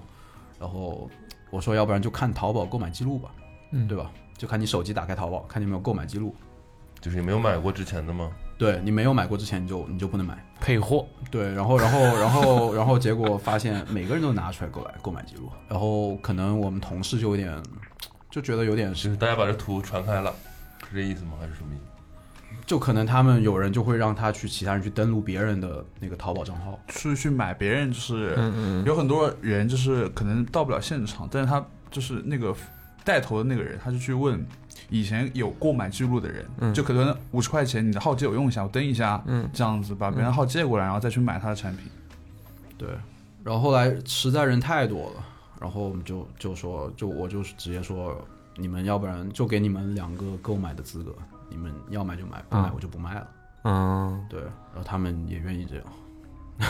Speaker 2: 然后我说要不然就看淘宝购买记录吧，嗯，对吧？就看你手机打开淘宝，看你有没有购买记录。
Speaker 5: 就是你没有买过之前的吗？
Speaker 2: 对你没有买过之前，你就你就不能买。
Speaker 4: 配货，
Speaker 2: 对，然后，然后，然后，然后，结果发现每个人都拿出来购买购买记录，然后可能我们同事就有点，就觉得有点，
Speaker 5: 就是是大家把这图传开了，是这意思吗？还是什么意思？
Speaker 2: 就可能他们有人就会让他去其他人去登录别人的那个淘宝账号，
Speaker 6: 是去买别人，
Speaker 2: 嗯
Speaker 6: 就是有很多人就是可能到不了现场，但是他就是那个带头的那个人，他就去问以前有购买记录的人，
Speaker 2: 嗯
Speaker 6: 就可能五十块钱你的号借我用一下，我登一下，这样子
Speaker 2: 嗯
Speaker 6: 把别人号借过来，然后再去买他的产品。
Speaker 2: 对，然后后来实在人太多了，然后我们就就说，就我就直接说，你们要不然就给你们两个购买的资格，你们要买就买，不买我就不卖了。
Speaker 4: 嗯，
Speaker 2: 对，然后他们也愿意这样，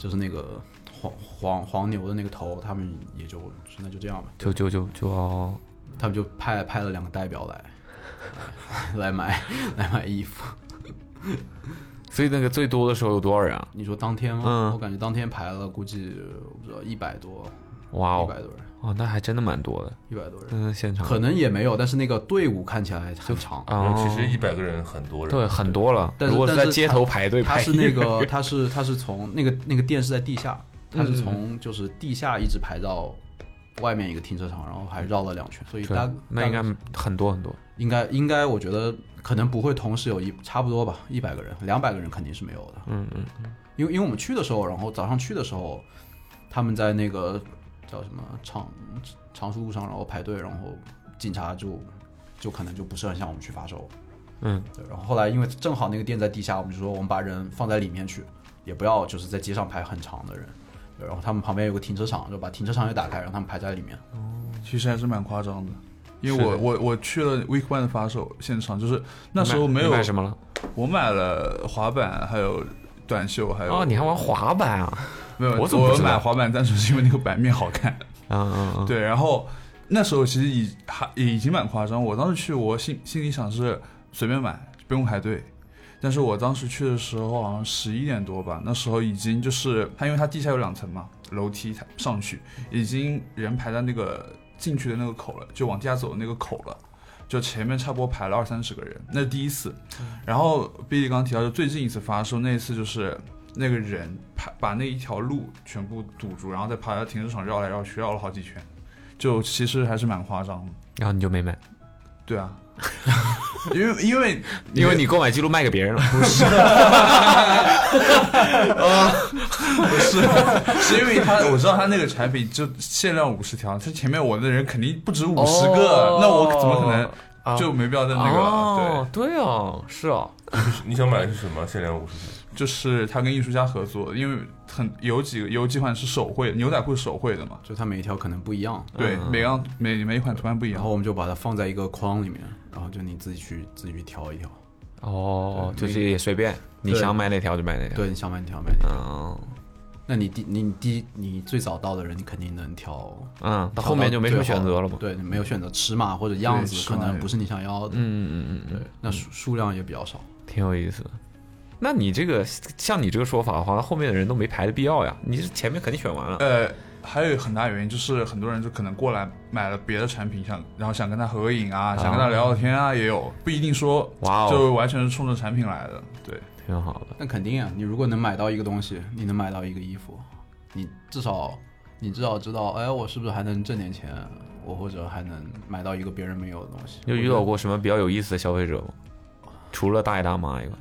Speaker 2: 就是那个黄黄黄牛的那个头，他们也就那就这样吧，
Speaker 4: 就就就就要
Speaker 2: 他们就派派了两个代表来 来买 来买衣服。
Speaker 4: 所以那个最多的时候有多少人啊？
Speaker 2: 你说当天吗？
Speaker 4: 嗯
Speaker 2: 我感觉当天排了估计我不知道一百多，
Speaker 4: 哇
Speaker 2: 一
Speaker 4: 哦，
Speaker 2: 百多人，
Speaker 4: 哦，那还真的蛮多的。
Speaker 2: 一百多人，
Speaker 4: 嗯，现场
Speaker 2: 可能也没有，但是那个队伍看起来很长。
Speaker 5: 然
Speaker 7: 哦
Speaker 4: 啊，
Speaker 5: 后其实一百个人很多人，
Speaker 4: 对，很多了。
Speaker 2: 但是
Speaker 4: 如果
Speaker 2: 但
Speaker 4: 在
Speaker 2: 是
Speaker 4: 街头排队
Speaker 2: 他
Speaker 4: 排，
Speaker 2: 是那个， 他是他是从那个那个店是在地下，他
Speaker 4: 嗯
Speaker 2: 是从就是地下一直排到外面一个停车场，然后还绕了两圈，所以
Speaker 4: 对
Speaker 2: 大
Speaker 4: 那应
Speaker 2: 大
Speaker 4: 该很多很多。
Speaker 2: 应该应该，我觉得可能不会同时有一差不多吧，一百个人，两百个人肯定是没有的。
Speaker 4: 嗯嗯，
Speaker 2: 因为因为我们去的时候，然后早上去的时候，他们在那个叫什么长长熟路上，然后排队，然后警察就就可能就不是很想我们去发售。
Speaker 4: 嗯，
Speaker 2: 对。然后后来因为正好那个店在地下，我们就说我们把人放在里面去，也不要就是在街上排很长的人。对然后他们旁边有个停车场，就把停车场也打开，让他们排在里面。
Speaker 6: 其实还是蛮夸张的。因为我我我去了 Week One 的发售现场，就是那时候没有
Speaker 4: 你买什么了
Speaker 6: 我买了滑板，还有短袖，还有
Speaker 4: 哦，你还玩滑板啊？
Speaker 6: 没有？
Speaker 4: 我怎么不知道
Speaker 6: 买滑板单纯是因为那个版面好看。
Speaker 4: 啊啊啊！
Speaker 6: 对，然后那时候其实已还也已经蛮夸张。我当时去，我心心里想是随便买，不用排队。但是我当时去的时候好像十一点多吧，那时候已经就是它，因为它地下有两层嘛，楼梯它上去已经人排在那个进去的那个口了，就往地下走的那个口了。就前面差不多排了二三十个人，那是第一次。然后 b i 刚提到，就最近一次发售那一次，就是那个人排把那一条路全部堵住，然后再爬到停车场绕来绕去，绕了好几圈，就其实还是蛮夸张的。
Speaker 4: 然后你就没买，
Speaker 6: 对 啊，因为因为
Speaker 4: 因为你购买记录卖给别人了。
Speaker 6: 不是， 是因为他我知道他那个产品就限量五十条，他前面我的人肯定不止五十个，
Speaker 4: 哦
Speaker 6: 那我怎么可能？
Speaker 4: 啊
Speaker 6: 就没必要在那个了，
Speaker 4: 哦，对哦，是哦，
Speaker 5: 你想买的是什么？限量五十条，
Speaker 6: 对，就是他跟艺术家合作，因为很有几个有几款是手绘，牛仔裤是手绘的嘛，
Speaker 2: 就它每一条可能不一样，
Speaker 6: 对，
Speaker 4: 嗯
Speaker 6: 每样每每一款图案不一
Speaker 2: 然
Speaker 6: 样
Speaker 2: 后。我们就把它放在一个框里面，然后就你自己去自己去挑一条，
Speaker 4: 哦，就是也随便，你
Speaker 2: 对
Speaker 4: 想买哪条就买哪条。
Speaker 2: 对，你想买哪条买哪条。
Speaker 4: 嗯
Speaker 2: 那你第你你第你最早到的人，你肯定能挑。
Speaker 4: 嗯，到后面就没什么选择了嘛。
Speaker 2: 对，你没有选择尺码或者样
Speaker 6: 对
Speaker 2: 子，
Speaker 6: 尺
Speaker 2: 可
Speaker 6: 码
Speaker 2: 能
Speaker 6: 也
Speaker 2: 不是你想要的。
Speaker 4: 嗯嗯嗯
Speaker 2: 对，那数数量也比较少。
Speaker 4: 嗯，挺有意思的。那你这个像你这个说法的话，那后面的人都没排的必要呀。你是前面肯定选完了，
Speaker 6: 呃，还有很大原因就是很多人就可能过来买了别的产品，想然后想跟他合影啊，想
Speaker 4: 哦
Speaker 6: 跟他聊聊天啊，也有不一定说
Speaker 4: 哇哦
Speaker 6: 就完全是冲着产品来的。对，
Speaker 4: 挺好的。
Speaker 2: 那肯定啊，你如果能买到一个东西，你能买到一个衣服，你至少你至少知道，哎，我是不是还能挣点钱？我或者还能买到一个别人没有的东西。
Speaker 4: 有遇到过什么比较有意思的消费者吗？除了大爷大妈以外，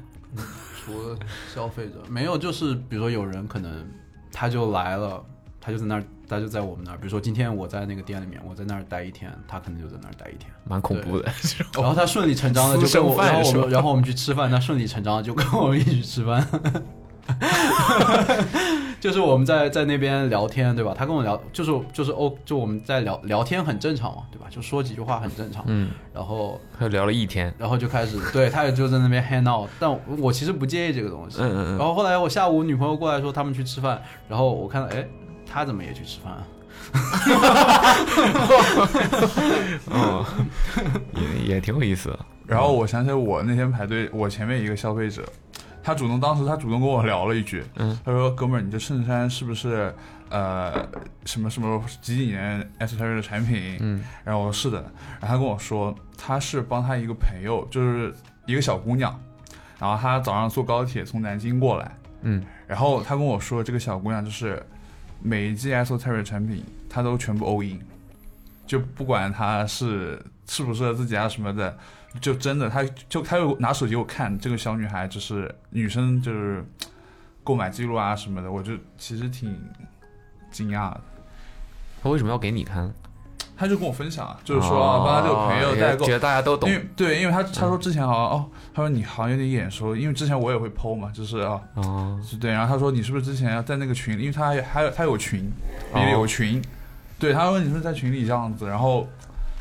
Speaker 2: 除了消费者，没有，就是比如说有人可能他就来了，他就在那儿，他就在我们那儿。比如说今天我在那个店里面，我在那儿待一天，他可能就在那儿待一天。
Speaker 4: 蛮恐怖的。
Speaker 2: 然后他顺理成章的就
Speaker 4: 私生
Speaker 2: 跟我，
Speaker 4: 饭
Speaker 2: 然后我
Speaker 4: 是吧
Speaker 2: 们，然后我们去吃饭，他顺理成章的就跟我们一起吃饭， 就是我们在在那边聊天，对吧？他跟我聊，就是就是哦，就我们在聊聊天很正常嘛，对吧？就说几句话很正常，
Speaker 4: 嗯，
Speaker 2: 然后
Speaker 4: 他聊了一天，
Speaker 2: 然后就开始，对，他也就在那边 hang out，但我我其实不介意这个东西。
Speaker 4: 嗯嗯嗯
Speaker 2: 然后后来我下午女朋友过来说他们去吃饭，然后我看到，哎，他怎么也去吃饭啊？
Speaker 6: 哦
Speaker 4: 嗯，也也挺有意思的。
Speaker 6: 然后我想起来我那天排队，我前面一个消费者，他主动当时他主动跟我聊了一句，
Speaker 4: 嗯
Speaker 6: 他说：“哥们儿，你这衬衫是不是呃什么什么几几年 S 三 y 的产品？”
Speaker 4: 嗯，
Speaker 6: 然后我说是的，然后他跟我说他是帮他一个朋友，就是一个小姑娘，然后他早上坐高铁从南京过来，
Speaker 4: 嗯，
Speaker 6: 然后他跟我说这个小姑娘就是每一季 S o t e r 产品她都全部 all in，就不管她是适不适合自己啊什么的，就真的她就她就拿手机给我看这个小女孩就是女生就是购买记录啊什么的，我就其实挺惊讶的。
Speaker 4: 他为什么要给你看？
Speaker 6: 她就跟我分享啊，就是说啊帮她这个朋友
Speaker 4: 哦也
Speaker 6: 代购
Speaker 4: 觉，得大家都懂嗯
Speaker 6: 因。为对，因为她她说之前好像哦，她说你好像有点眼熟，因为之前我也会 PO 嘛，就是啊
Speaker 4: 哦，
Speaker 6: 是对，然后他说你是不是之前在那个群，因为他还还有他有群，
Speaker 4: 哦
Speaker 6: 里面有群，对，他说你是不是在群里这样子，然后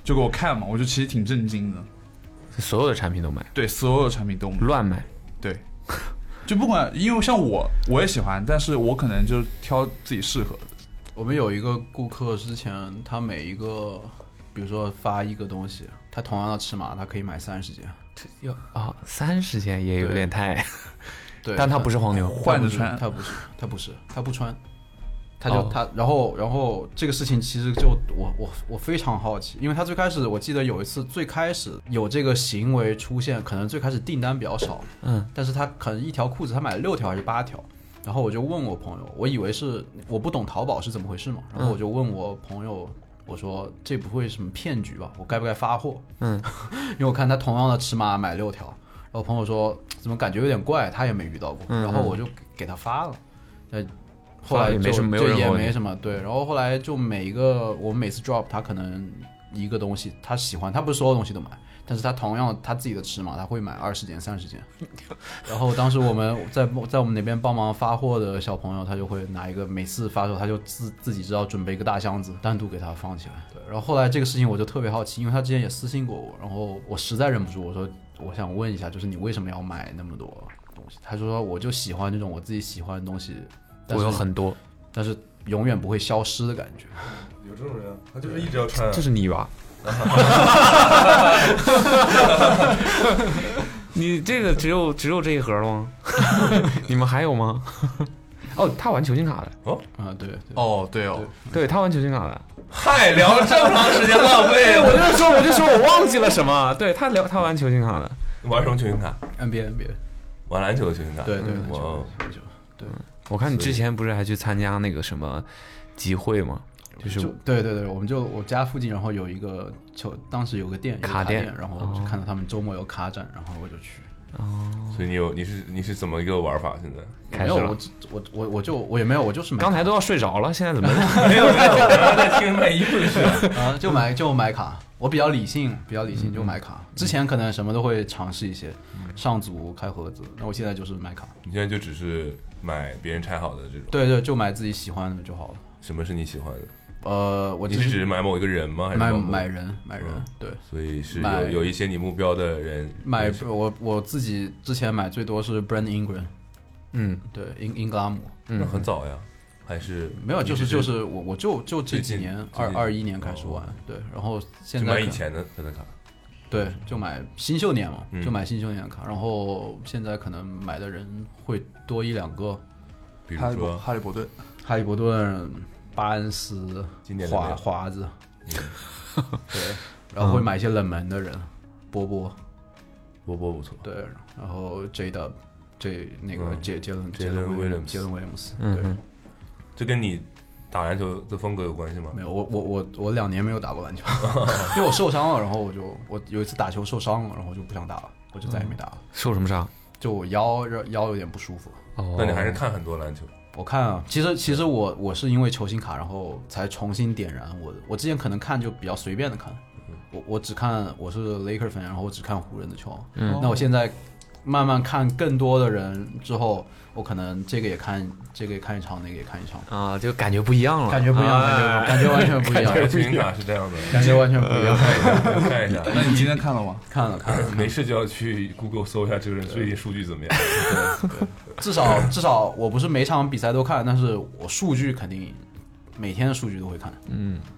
Speaker 6: 就给我看嘛，我就其实挺震惊的，
Speaker 4: 所有的产品都买，
Speaker 6: 对，所有产品都买，
Speaker 4: 乱买。
Speaker 6: 对，就不管，因为像我我也喜欢，但是我可能就挑自己适合的，
Speaker 2: 我们有一个顾客之前，他每一个，比如说发一个东西，他同样的尺码，他可以买三十件。
Speaker 4: 啊，三十件也有点太，
Speaker 2: 对，
Speaker 4: 但他不是黄牛，
Speaker 6: 换着穿
Speaker 2: 他不是，他不是，他不穿，他就、
Speaker 4: 哦
Speaker 2: 他，然后然后这个事情其实就我我我非常好奇，因为他最开始我记得有一次最开始有这个行为出现，可能最开始订单比较少，
Speaker 4: 嗯，
Speaker 2: 但是他可能一条裤子他买了六条还是八条。然后我就问我朋友，我以为是我不懂淘宝是怎么回事嘛，然后
Speaker 6: 嗯
Speaker 2: 我就问我朋友，我说这不会什么骗局吧？我该不该发货？
Speaker 4: 嗯，
Speaker 2: 因为我看他同样的尺码买六条，然后朋友说怎么感觉有点怪，他也没遇到过，
Speaker 4: 嗯
Speaker 2: 然后我就给他发了，呃，后
Speaker 4: 发
Speaker 2: 来
Speaker 4: 了也没
Speaker 2: 就
Speaker 4: 什么没有
Speaker 2: 就
Speaker 4: 任何
Speaker 2: 也
Speaker 4: 问题
Speaker 2: 没什么对，然后后来就每一个我们每次 drop 他可能一个东西，他喜欢，他不是所有东西都买，但是他同样他自己的尺码，他会买二十件、三十件。然后当时我们在在我们那边帮忙发货的小朋友，他就会拿一个，每次发的时候他就自自己知道准备一个大箱子，单独给他放起来。对，然后后来这个事情我就特别好奇，因为他之前也私信过我，然后我实在忍不住，我说我想问一下，就是你为什么要买那么多东西？他说我就喜欢这种我自己喜欢的东西，但
Speaker 4: 我
Speaker 2: 是
Speaker 4: 有很多，
Speaker 2: 但是永远不会消失的感觉。
Speaker 7: 有这种人啊，他就是一直要穿啊
Speaker 4: 这。是你 吧？你这个只有只有这一盒了 吗？你们还有吗？哦，他玩球星卡的，
Speaker 2: 啊、对对。
Speaker 6: 哦，对哦，
Speaker 4: 对他玩球星卡的。
Speaker 7: 嗨， 聊了这么长时间浪费
Speaker 4: 对，我
Speaker 7: 了。
Speaker 4: 就说，我就说我忘记了什么。 对他聊，他玩球星卡的，
Speaker 7: 玩什么球星卡？
Speaker 2: NBA NBA，
Speaker 7: 玩篮球的球星卡。
Speaker 2: 对对，篮
Speaker 7: 哇
Speaker 2: 球
Speaker 7: 哦，
Speaker 2: 篮球
Speaker 4: 我看你之前不是还去参加那个什么集会吗？就是
Speaker 2: 就对对对，我们就我家附近，然后有一个球，当时有个店，有个卡
Speaker 4: 卡店哦
Speaker 2: 然后我就看到他们周末有卡展，然后我就去。
Speaker 7: 所以你有你是你是怎么一个玩法？现在
Speaker 4: 开
Speaker 2: 没
Speaker 4: 始
Speaker 2: 有，我
Speaker 4: 了。
Speaker 2: 只我我我就我也没有，我就是买
Speaker 4: 刚才都要睡着了，现在怎么？
Speaker 7: 没有没有， 我刚刚在听卖衣服的事。
Speaker 2: 啊，就买就买卡，我比较理性，比较理
Speaker 4: 嗯
Speaker 2: 性就买卡。之前可能什么都会尝试一些，上组开盒子，那我现在就是买卡。
Speaker 7: 你现在就只是买别人拆好的这种。
Speaker 2: 对对，就买自己喜欢的就好了。
Speaker 7: 什么是你喜欢的？
Speaker 2: 呃，我
Speaker 7: 你
Speaker 2: 其
Speaker 7: 是只
Speaker 2: 实
Speaker 7: 是买某一个人吗？还是
Speaker 2: 买
Speaker 7: 某某
Speaker 2: 买？人买人
Speaker 7: 嗯，
Speaker 2: 对。
Speaker 7: 所以是
Speaker 2: 买
Speaker 7: 有有一些你目标的人
Speaker 2: 买
Speaker 7: 是
Speaker 2: 我我自己之前买最多是 Brand Ingram，
Speaker 4: 嗯，
Speaker 2: 对英英格拉姆，
Speaker 7: 那很早呀，还是
Speaker 2: 没有，就是
Speaker 7: 你
Speaker 2: 就
Speaker 7: 只
Speaker 2: 是我我就就这
Speaker 7: 最
Speaker 2: 几
Speaker 7: 近
Speaker 2: 年
Speaker 7: 最
Speaker 2: 二
Speaker 7: 近
Speaker 2: 二一年开始
Speaker 7: 哦
Speaker 2: 玩，对，然后现
Speaker 7: 就
Speaker 2: 在
Speaker 7: 买以
Speaker 2: 可
Speaker 7: 前的他的卡。
Speaker 2: 对就买新秀年嘛，就
Speaker 7: 嗯
Speaker 2: 买新秀年的卡，然后现在可能买的人会多一两个，
Speaker 7: 比
Speaker 6: 哈
Speaker 7: 如
Speaker 6: 利波
Speaker 7: 说，
Speaker 6: 哈利波顿，
Speaker 2: 哈利伯顿、巴恩斯
Speaker 7: 今年、的没
Speaker 2: 华
Speaker 7: 有
Speaker 2: 华子，
Speaker 7: 嗯
Speaker 2: 对，然后会买一些冷门的人，波波，
Speaker 7: 波波不错，
Speaker 2: 对，然后 J W。这那个
Speaker 7: 嗯
Speaker 2: 杰杰伦
Speaker 7: Jalen
Speaker 2: 威廉
Speaker 7: Williams
Speaker 2: 杰伦威廉姆斯，
Speaker 4: 嗯
Speaker 2: 对，
Speaker 4: 嗯
Speaker 7: 这跟你打篮球的风格有关
Speaker 5: 啊
Speaker 7: 系吗？
Speaker 2: 没有，我我我我两年没有打过篮球，因为我受伤了，然后我就我有一次打球受伤了，然后我就不想打了，我就再也没打了。
Speaker 4: 受什么啊伤？
Speaker 2: 就我腰腰有点不舒服，
Speaker 4: 哦
Speaker 7: 那你还是看很多篮 球，
Speaker 2: 我看啊，其实其实我我是因为球星卡，然后才重新点燃我的。我之前可能看就比较随便的看，我我只看我是雷克粉，然后我只看湖人的球。
Speaker 4: 嗯
Speaker 2: 那我现在慢慢看更多的人之后，我可能这个也看，这个也看一场，那个也看一场，
Speaker 4: 啊，就感觉不一样了，
Speaker 2: 感觉不一样，
Speaker 6: 啊
Speaker 4: 哎
Speaker 2: 感觉感觉完全不一样，
Speaker 7: 球星卡是这样的。
Speaker 2: 感觉完全不一 样。
Speaker 7: 看一下，
Speaker 6: 那你今天看了吗？
Speaker 2: 看了看了，
Speaker 7: 没事就要去 Google 搜一下这个人最近数据怎么 样。
Speaker 2: 至少至少我不是每场比赛都看，但是我数据肯定每天的数据都会看。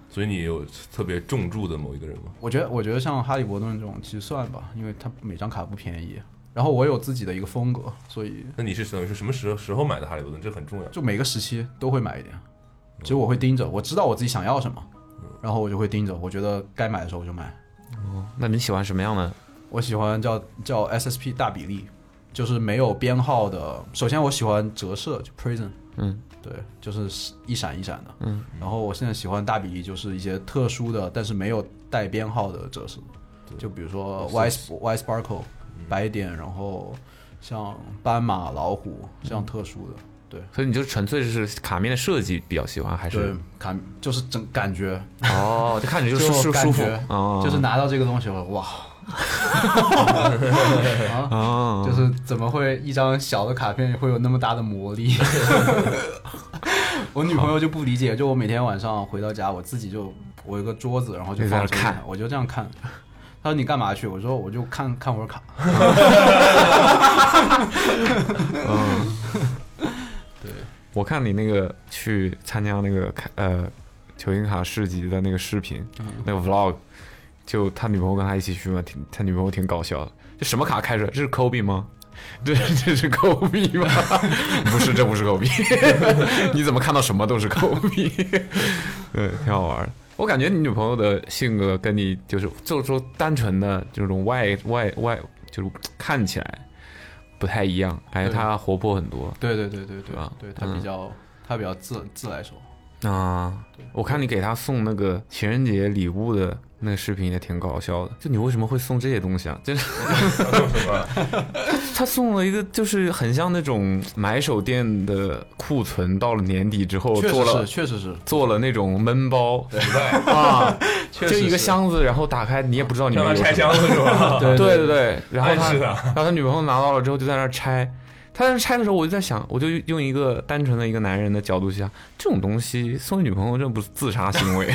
Speaker 7: 所以你有特别重注的某一个人吗？
Speaker 2: 我觉得我觉得像哈利伯顿这种其实算吧，因为他每张卡不便宜。然后我有自己的一个风格，所以
Speaker 7: 那你是等于是什么时候时候买的哈利波特？这很重要。
Speaker 2: 就每个时期都会买一点。其实我会盯着，我知道我自己想要什么，然后我就会盯着。我觉得该买的时候我就买。
Speaker 4: 那你喜欢什么样的？
Speaker 2: 我喜欢叫叫 SSP 大比例，就是没有编号的。首先我喜欢折射，就 Prism，
Speaker 4: 嗯，
Speaker 2: 对，就是一闪一闪的，
Speaker 4: 嗯。
Speaker 2: 然后我现在喜欢大比例，就是一些特殊的，但是没有带编号的折射，就比如说 Y Y Sparkle
Speaker 4: 嗯
Speaker 2: 白点，然后像斑马、老虎
Speaker 4: 嗯
Speaker 2: 这样特殊的，
Speaker 4: 所以你就纯粹是卡面的设计比较喜欢，还
Speaker 2: 对
Speaker 4: 是，
Speaker 2: 感就是整感觉，
Speaker 4: 哦，就看着就舒舒
Speaker 2: 感
Speaker 4: 舒服
Speaker 2: 觉，
Speaker 4: 哦
Speaker 2: 就是拿到这个东西，我哇，啊
Speaker 4: 哦，
Speaker 2: 就是怎么会一张小的卡片会有那么大的魔力？ 我女朋友就不理解，就我每天晚上回到家，我自己就我有个桌子，然后就
Speaker 4: 你在
Speaker 2: 放
Speaker 4: 那
Speaker 2: 这个
Speaker 4: 看
Speaker 2: 卡，我就这样看。她说你干嘛去？我说我就看看会 儿卡。
Speaker 4: 我看你那个去参加那个开呃球星卡市集的那个视频，那个 vlog，就他女朋友跟他一起去嘛，挺他女朋友挺搞笑的。这什么卡开出来？这是 Kobe 吗？ 这这是 Kobe 吗？ 不是，这不是 Kobe。你 怎么看到什么都是 Kobe？对，挺好玩的。我感觉你女朋友的性格跟你就是就是说单纯的这种外外外就是看起来不太一样，感觉她活泼很多。
Speaker 2: 对对对对对嗯
Speaker 4: 吧
Speaker 2: 对她比较她比较自自来熟，
Speaker 4: 啊，我看你给他送那个情人节礼物的那个视频也挺搞笑的，就你为什么会送这些东西啊？ 就是
Speaker 7: 他说什么？
Speaker 4: 他送了一个，就是很像那种买手店的库存，到了年底之后
Speaker 2: 确实
Speaker 4: 做了
Speaker 2: 是，确实是，
Speaker 4: 做了那种闷包
Speaker 7: 实在，
Speaker 4: 啊，
Speaker 2: 确实
Speaker 4: 就是一个，箱子，然后打开你也不知道里
Speaker 7: 让
Speaker 4: 面
Speaker 7: 他
Speaker 4: 有什
Speaker 7: 拆
Speaker 4: 么。
Speaker 7: 箱子是 吧？
Speaker 2: 对
Speaker 4: 啊对对对，然后他
Speaker 7: 暗示他
Speaker 4: 然后他女朋友拿到了之后就在那儿拆。他在那儿拆的时候，我就在想，我就用一个单纯的一个男人的角度去想，这种东西送给女朋友，这不是自杀行为？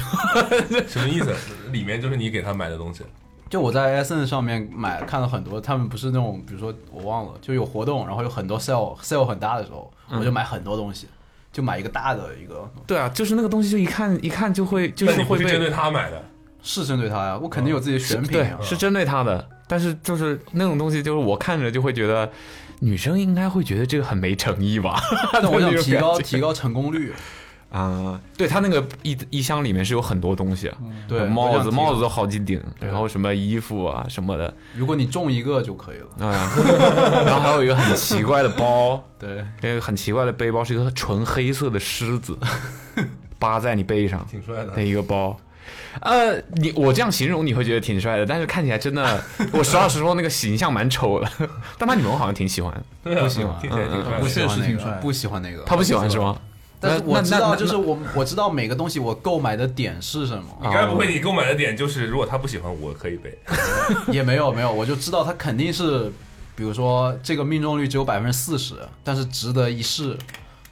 Speaker 7: 什么意思？里面就是你给他买的东西，
Speaker 2: 就我在 SN 上面买看了很多，他们不是那种，比如说我忘了，就有活动，然后有很多 sale sale 很大的时候，我就买很多东西，就买一个大的一个，
Speaker 4: 对啊，就是那个东西，就一看一看就会，就
Speaker 7: 那
Speaker 4: 是
Speaker 7: 你不
Speaker 4: 会
Speaker 7: 是针对
Speaker 4: 被
Speaker 7: 他买的，
Speaker 2: 是针对它呀，我肯定有自己的选品
Speaker 4: 对
Speaker 2: 啊，，
Speaker 4: 嗯是针对他的。但是就是那种东西，就是我看着就会觉得，女生应该会觉得这个很没诚意吧？
Speaker 2: 但我想
Speaker 4: 那种
Speaker 2: 提高
Speaker 4: 感觉
Speaker 2: 提高成功率，
Speaker 4: 啊，对他那个一一箱里面是有很多东西啊，
Speaker 2: 对，
Speaker 4: 帽子帽
Speaker 2: 子，
Speaker 4: 子都好几顶，然后什么衣服啊什么的，
Speaker 2: 如果你中一个就可以了，
Speaker 4: 啊，然后还有一个很奇怪的包，
Speaker 2: 对，
Speaker 4: 那个很奇怪的背包是一个纯黑色的狮子，扒在你背上
Speaker 7: 挺帅的
Speaker 4: 的。一个包。呃，你我这样形容你会觉得挺帅的，但是看起来真的，我实话实说，那个形象蛮丑的。但他女朋友好像挺喜欢，嗯
Speaker 7: 对啊，
Speaker 4: 不行
Speaker 7: 听起来挺帅
Speaker 2: 不
Speaker 7: 的。
Speaker 2: 喜欢
Speaker 6: 确实
Speaker 2: 那
Speaker 6: 挺帅
Speaker 2: 个，不喜欢那个，
Speaker 4: 她不喜欢是吗？
Speaker 2: 但是
Speaker 4: 那
Speaker 2: 我知
Speaker 4: 那
Speaker 2: 道，
Speaker 4: 那
Speaker 2: 就是我我知道每个东西我购买的点是什么，
Speaker 4: 啊
Speaker 7: 你该不会你购买的点就是，如果他不喜欢，我可以背。
Speaker 2: 也没有没有，我就知道它肯定是，比如说这个命中率只有百分之四十，但是值得一试。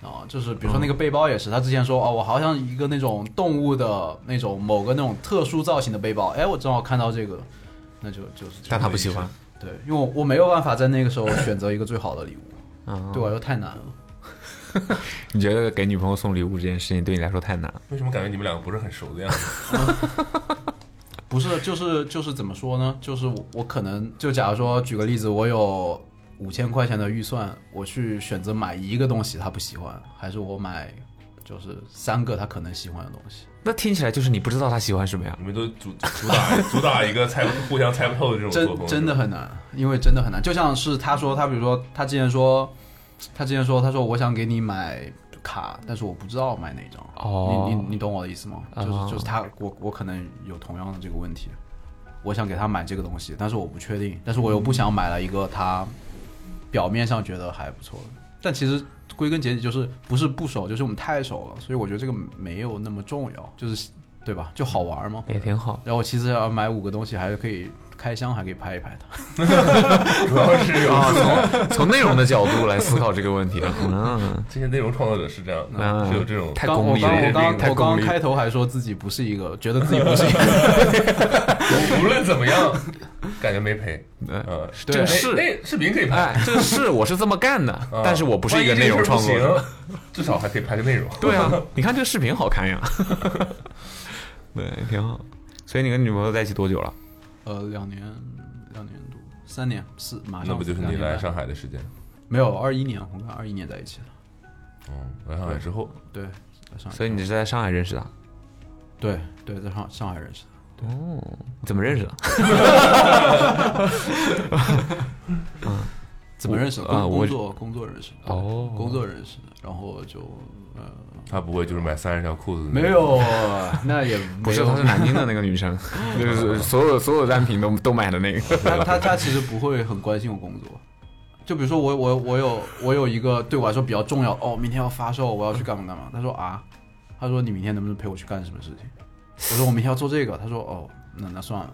Speaker 2: 啊、就是比如
Speaker 4: 嗯
Speaker 2: 说那个背包也是，他之前说哦，我好像一个那种动物的那种某个那种特殊造型的背包，哎，我正好看到这个，那就就是。
Speaker 4: 但她不喜欢。
Speaker 2: 对，因为我我没有办法在那个时候选择一个最好的礼物，
Speaker 4: 啊。
Speaker 2: 对我来说太难了。
Speaker 4: 你觉得给女朋友送礼物这件事情对你来说太难了？
Speaker 7: 为什么感觉你们两个不是很熟的样子？
Speaker 2: 不是，就是就是怎么说呢？就是我我可能就假如说举个例子，我有五千块钱的预算，我去选择买一个东西他不喜欢，还是我买就是三个他可能喜欢的东西？
Speaker 4: 那听起来就是你不知道她喜欢什么呀？
Speaker 7: 你们都主主打主打一个猜不互相猜不透的这种作
Speaker 2: 真
Speaker 7: 风，
Speaker 2: 真的很难，因为真的很难。就像是他说，他比如说他之前说，他之前说他说我想给你买卡，但是我不知道买哪张。
Speaker 4: 哦
Speaker 2: 你你你懂我的意思吗？
Speaker 4: 啊
Speaker 2: 就是就是他，我我可能有同样的这个问题，我想给他买这个东西，但是我不确定，但是我又不想买了一个他表面上觉得还不错的，但其实归根结底就是不是不熟，就是我们太熟了，所以我觉得这个没有那么重要，就是对吧？就好玩嘛。
Speaker 4: 也挺好。
Speaker 2: 然后我其实要买五个东西，还是可以开箱，还可以拍一拍它。
Speaker 7: 主要是有
Speaker 4: 啊，从从内容的角度来思考这个问题啊。嗯，
Speaker 7: 这些内容创作者是这样的，
Speaker 4: 嗯
Speaker 7: 是有这种
Speaker 4: 太
Speaker 2: 刚
Speaker 4: 功
Speaker 2: 我
Speaker 4: 利
Speaker 2: 刚
Speaker 4: 了，
Speaker 2: 我刚
Speaker 4: 太
Speaker 2: 我刚
Speaker 4: 功利
Speaker 2: 开
Speaker 4: 了。
Speaker 2: 头还说自己不是一个，觉得自己不是一 个，
Speaker 7: 无论怎么 样，感觉没赔。
Speaker 4: 嗯
Speaker 7: 呃，
Speaker 4: 这个是
Speaker 7: 那视频可以拍，
Speaker 4: 哎，这是我是这么干的
Speaker 7: 啊，
Speaker 4: 但是我不是一个内容创作
Speaker 7: 万一这
Speaker 4: 者。
Speaker 7: 事儿不行，至少还可以拍个内容。
Speaker 4: 对啊，你看这个视频好看呀。 对，挺好。所以你跟女朋友在一起多久了？
Speaker 2: 呃，两年两年多，三年四，马上
Speaker 7: 那不就是你
Speaker 2: 两年
Speaker 7: 来
Speaker 2: 半
Speaker 7: 上海的时间？
Speaker 2: 没有二一年，我跟二一年在一起的，
Speaker 7: 嗯，来上海之后，
Speaker 2: 对，在上海，
Speaker 4: 所以你是在上海认识的？
Speaker 2: 对对，在上上海认识的，
Speaker 4: 哦，怎么认识的？
Speaker 2: 怎么认识的？工
Speaker 4: 啊我
Speaker 2: 工作工作认识的，
Speaker 4: 哦
Speaker 2: 工作认识的，然后就呃
Speaker 7: 他不会就是买三十条裤子的那
Speaker 2: 没
Speaker 7: 种？
Speaker 2: 有， 那也
Speaker 4: 啊不是，
Speaker 2: 没有
Speaker 4: 她是南京的那个女生，就是所有所有单品都都买的那个。
Speaker 2: 他他他其实不会很关心我工作。就比如说我我我有我有一个对我来说比较重要哦，明天要发售，我要去干嘛干嘛。他说啊，他说你明天能不能陪我去干什么事情？我说我明天要做这个。他说哦，那那算了。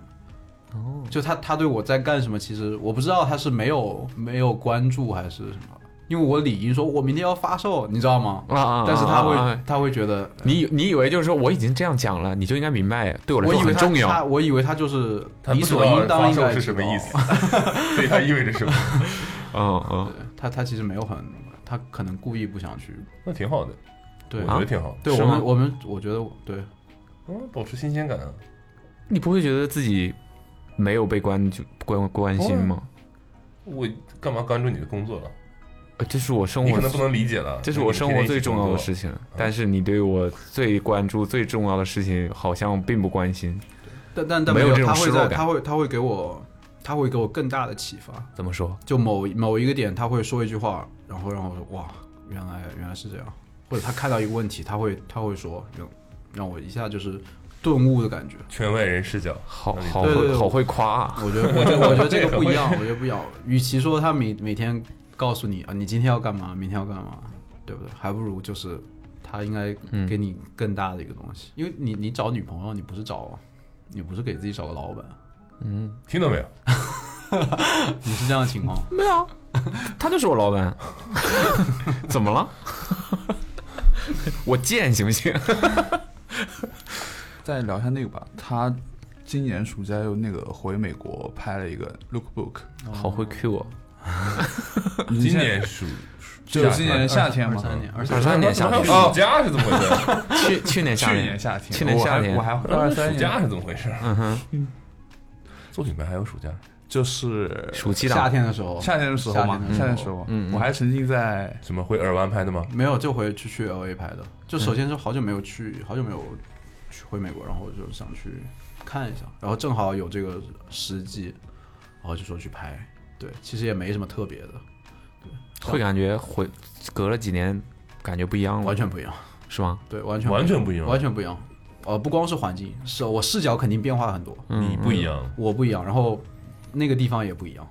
Speaker 2: 哦，就他他对我在干什么，其实我不知道他是没有没有关注还是什么，因为我理应说我明天要发售，你知道吗？
Speaker 4: 啊啊！
Speaker 2: 但是他
Speaker 4: 啊啊
Speaker 2: 会
Speaker 4: 啊
Speaker 2: 他会觉得
Speaker 4: 你以你以为就是说我已经这样讲了，你就应该明白，对我来
Speaker 2: 我
Speaker 4: 说
Speaker 2: 以为
Speaker 4: 很
Speaker 2: 他
Speaker 4: 重
Speaker 2: 他
Speaker 4: 要。
Speaker 2: 我以为他就是
Speaker 7: 他
Speaker 2: 理
Speaker 7: 不知道
Speaker 2: 所应当
Speaker 7: 发
Speaker 2: 应
Speaker 7: 售
Speaker 2: 该
Speaker 7: 是
Speaker 2: 知
Speaker 7: 什么
Speaker 2: 道
Speaker 7: 意思？对它意味着什么？
Speaker 4: 嗯嗯。
Speaker 2: 他他其实没有很，他可能故意不想去。
Speaker 7: 那挺好的，
Speaker 2: 对
Speaker 7: 我觉得挺好的。
Speaker 2: 对
Speaker 4: 啊是
Speaker 2: 我
Speaker 4: 吗
Speaker 2: 们我们我觉得我对
Speaker 7: 嗯，保持新鲜感啊。
Speaker 4: 你不会觉得自己没有被关注关关心吗？
Speaker 7: 我干嘛关注你的工作了？
Speaker 4: 呃这是我生
Speaker 7: 你可
Speaker 4: 活
Speaker 7: 能，不能理解了。
Speaker 4: 这是我生活最重要的事
Speaker 7: 情。
Speaker 4: 情。但是你对我最关注、最重要的事情，好像并不关心。
Speaker 2: 但但但
Speaker 4: 没有
Speaker 2: 有，
Speaker 4: 这种
Speaker 2: 他会
Speaker 4: 失落
Speaker 2: 在
Speaker 4: 感
Speaker 2: 他会他会给我他会给我更大的启发。
Speaker 4: 怎么说？
Speaker 2: 就某某一个点，他会说一句话，然后让我说哇，原来原来是这样。或者他看到一个问题，他会他会说让让我一下就是顿悟的感觉。
Speaker 5: 圈外人视角，
Speaker 4: 好好
Speaker 2: 对对
Speaker 4: 会
Speaker 2: 对
Speaker 4: 好会夸啊，
Speaker 2: 我觉得，我觉得，我觉得这个不一样，我觉得不一样。与其说他每每天告诉你啊，你今天要干嘛，明天要干嘛，对不对？还不如就是他应该
Speaker 6: 嗯
Speaker 2: 给你更大的一个东西，因为你你找女朋友，你不是找，你不是给自己找个老板，
Speaker 5: 听到没有？
Speaker 2: 你是这样的情况。
Speaker 4: 没有， 他就是我老板，怎么了？ 我贱行不行？
Speaker 6: 再聊一下那个吧，他今年暑假又那个回美国拍了一个 Lookbook，
Speaker 4: 好会 Q 我，
Speaker 5: 今年暑
Speaker 6: 就今年夏天
Speaker 2: 二
Speaker 6: 嘛，
Speaker 2: 三年，二
Speaker 4: 二
Speaker 2: 三
Speaker 4: 三年夏
Speaker 5: 怎么
Speaker 4: 天哦
Speaker 5: 还，有暑假是怎么回事？
Speaker 4: 去去年夏
Speaker 6: 去
Speaker 4: 天
Speaker 6: 年，夏天，
Speaker 4: 去年夏天
Speaker 6: 我还我还二
Speaker 5: 二
Speaker 6: 三
Speaker 5: 暑假
Speaker 6: 年，
Speaker 5: 是怎么回事？
Speaker 4: 嗯哼，
Speaker 5: 做品牌还有暑假？
Speaker 6: 就是
Speaker 4: 暑期
Speaker 2: 夏
Speaker 4: 档，
Speaker 2: 天的时候，
Speaker 6: 夏天的时候嘛，
Speaker 2: 夏
Speaker 6: 夏天
Speaker 2: 天
Speaker 6: 的
Speaker 2: 的
Speaker 6: 时
Speaker 2: 时候
Speaker 6: 候，
Speaker 4: 嗯嗯
Speaker 6: 我还沉浸在
Speaker 5: 什么会耳湾拍的吗？
Speaker 2: 没有，就回去去 L A 拍的。就
Speaker 5: 嗯
Speaker 2: 首先是好久没有去，好久没有去回美国，然后我就想去看一下，然后正好有这个时机，然后就说去拍。对，其实也没什么特别的，
Speaker 4: 会感觉回隔了几年，感觉不一样了
Speaker 2: 完，全不一样。
Speaker 4: 是吗？
Speaker 2: 对，完全
Speaker 5: 完
Speaker 2: 全
Speaker 5: 全不一样，
Speaker 2: 完全不一样。呃，不光是环境，是我视角肯定变化很多，
Speaker 5: 你不一样。
Speaker 2: 我不一样，然后那个地方也不一样，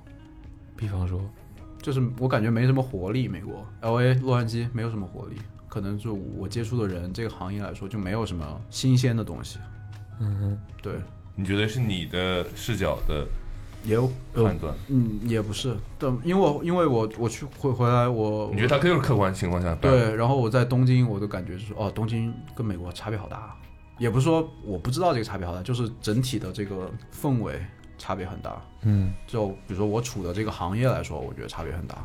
Speaker 4: 比方说，
Speaker 2: 就是我感觉没什么活力。美国 L A 洛杉矶没有什么活力，可能就我接触的人这个行业来说就没有什么新鲜的东西。嗯，对，
Speaker 5: 你觉得是你的视角的
Speaker 2: 也有
Speaker 5: 判断？
Speaker 2: 嗯，也不是，但因为我因为我我去回回来我
Speaker 5: 你觉得它就是客观情况下办的？
Speaker 2: 呃对，然后我在东京我的感觉是说，哦，东京跟美国差别好大啊，也不是说我不知道这个差别好大，就是整体的这个氛围差别很大。
Speaker 4: 嗯，
Speaker 2: 就比如说我处的这个行业来说，我觉得差别很大。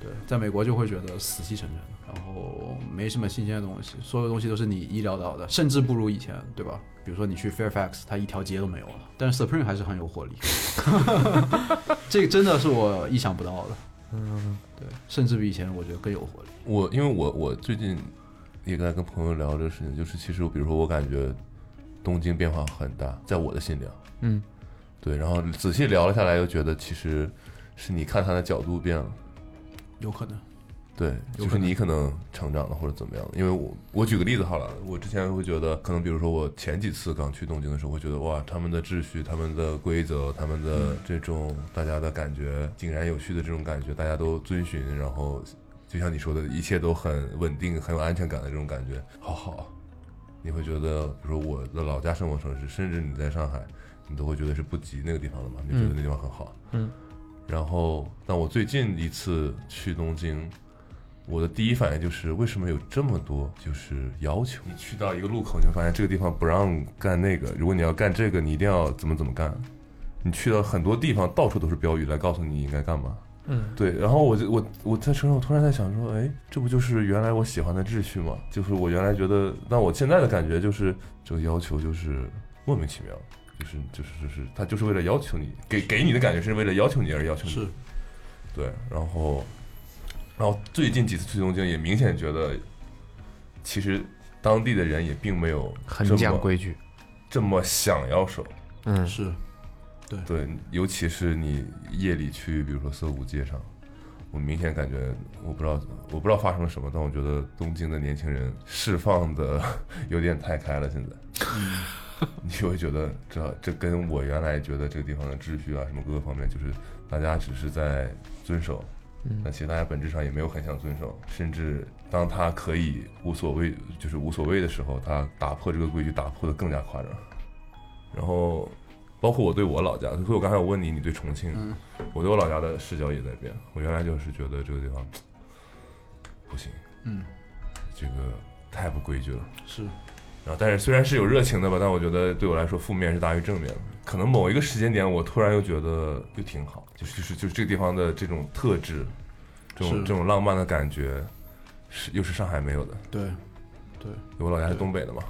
Speaker 2: 对，在美国就会觉得死气沉沉，然后没什么新鲜的东西，所有东西都是你意料到的，甚至不如以前，对吧？比如说你去 Fairfax，它一条街都没有了，但是 Supreme 还是很有活力，这个真的是我意想不到的。嗯，对，甚至比以前我觉得更有活力。
Speaker 5: 我因为我我最近也在跟朋友聊这个事情，就是其实我比如说我感觉东京变化很大，在我的心里，啊
Speaker 4: 嗯，
Speaker 5: 对，然后仔细聊了下来，又觉得其实是你看它的角度变了。
Speaker 2: 有可能，
Speaker 5: 对，
Speaker 2: 有
Speaker 5: 就是
Speaker 2: 可能
Speaker 5: 你可能成长了或者怎么样，因为我我举个例子好了，我之前会觉得，可能比如说我前几次刚去东京的时候，会觉得哇，他们的秩序、他们的规则、他们的这种大家的感觉井然有序的这种感觉，大家都遵循，然后就像你说的，一切都很稳定、很有安全感的这种感觉，好好啊。你会觉得，比如说我的老家生活城市，甚至你在上海，你都会觉得是不及那个地方的嘛，你就觉得那地方很好。
Speaker 4: 嗯。
Speaker 5: 然后，但我最近一次去东京，我的第一反应就是为什么有这么多就是要求？你去到一个路口，你会发现这个地方不让干那个，如果你要干这个，你一定要怎么怎么干。你去到很多地方，到处都是标语来告诉你应该干嘛。
Speaker 4: 嗯，
Speaker 5: 对，然后我就我我在车上，我突然在想说，哎，这不就是原来我喜欢的秩序吗？就是我原来觉得，但我现在的感觉就是这个要求就是莫名其妙，就是就是就是他就是为了要求你，给给你的感觉是为了要求你而要求你。
Speaker 2: 是
Speaker 5: 对，然后，然后最近几次去东京也明显觉得，其实当地的人也并没有这
Speaker 4: 很讲
Speaker 5: 么
Speaker 4: 规矩，
Speaker 5: 这么想要守。
Speaker 4: 嗯，
Speaker 2: 是，
Speaker 5: 对，尤其是你夜里去，比如说涩谷街上，我明显感觉，我不知道，我不知道发生了什么，但我觉得东京的年轻人释放的 有点太开了，现在。 你会觉得这这跟我原来觉得这个地方的秩序啊，什么各个方面，就是大家只是在遵守，但其实大家本质上也没有很想遵守，甚至当他可以无所谓，就是无所谓的时候，他打破这个规矩，打破的更加夸张。然后，包括我对我老家，所以我刚才我问你，你对重庆，
Speaker 2: 嗯
Speaker 5: 我对我老家的视角也在变。我原来就是觉得这个地方不行，
Speaker 2: 嗯，
Speaker 5: 这个太不规矩了。
Speaker 2: 是
Speaker 5: 然后，但是虽然是有热情的吧，但我觉得对我来说，负面是大于正面的。可能某一个时间点，我突然又觉得又挺好，就是就是就是这个地方的这种特质，这种
Speaker 2: 是
Speaker 5: 这种浪漫的感觉，是又是上海没有的。
Speaker 2: 对，
Speaker 5: 我老家是东北的嘛，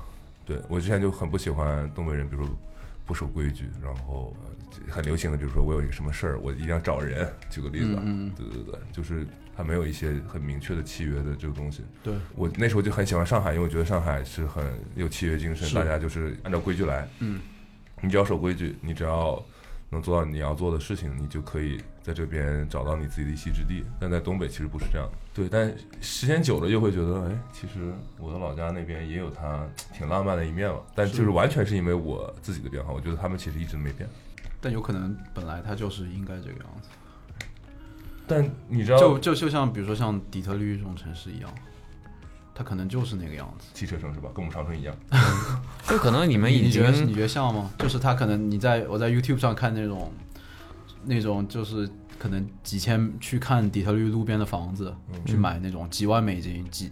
Speaker 5: 对我之前就很不喜欢东北人，比如说不守规矩，然后呃很流行的，比如说我有一个什么事儿，我一定要找人。举个例子啊，
Speaker 2: 嗯嗯
Speaker 5: 对对对，就是他没有一些很明确的契约的这个东西。
Speaker 2: 对，
Speaker 5: 我那时候就很喜欢上海，因为我觉得上海是很有契约精神，
Speaker 2: 是
Speaker 5: 大家就是按照规矩来，
Speaker 2: 嗯，
Speaker 5: 你只要守规矩，你只要能做到你要做的事情，你就可以在这边找到你自己的一席之地。但在东北其实不是这样的，对。但时间久了又会觉得，哎，其实我的老家那边也有它挺浪漫的一面嘛。但就是完全是因为我自己的变化，我觉得他们其实一直没变。
Speaker 2: 但有可能本来他就是应该这个样子。
Speaker 5: 但你知道，
Speaker 2: 就就就像比如说像底特律这种城市一样，它可能就是那个样子。
Speaker 5: 汽车城是吧？跟我们长春一样，
Speaker 4: 就可能你们
Speaker 2: 你
Speaker 4: 已
Speaker 2: 觉得你
Speaker 4: 经
Speaker 2: 觉得像吗？就是它可能你在我在 YouTube 上看那种，那种就是可能几千去看底特律路边的房子，
Speaker 5: 嗯
Speaker 2: 去买那种几万美金几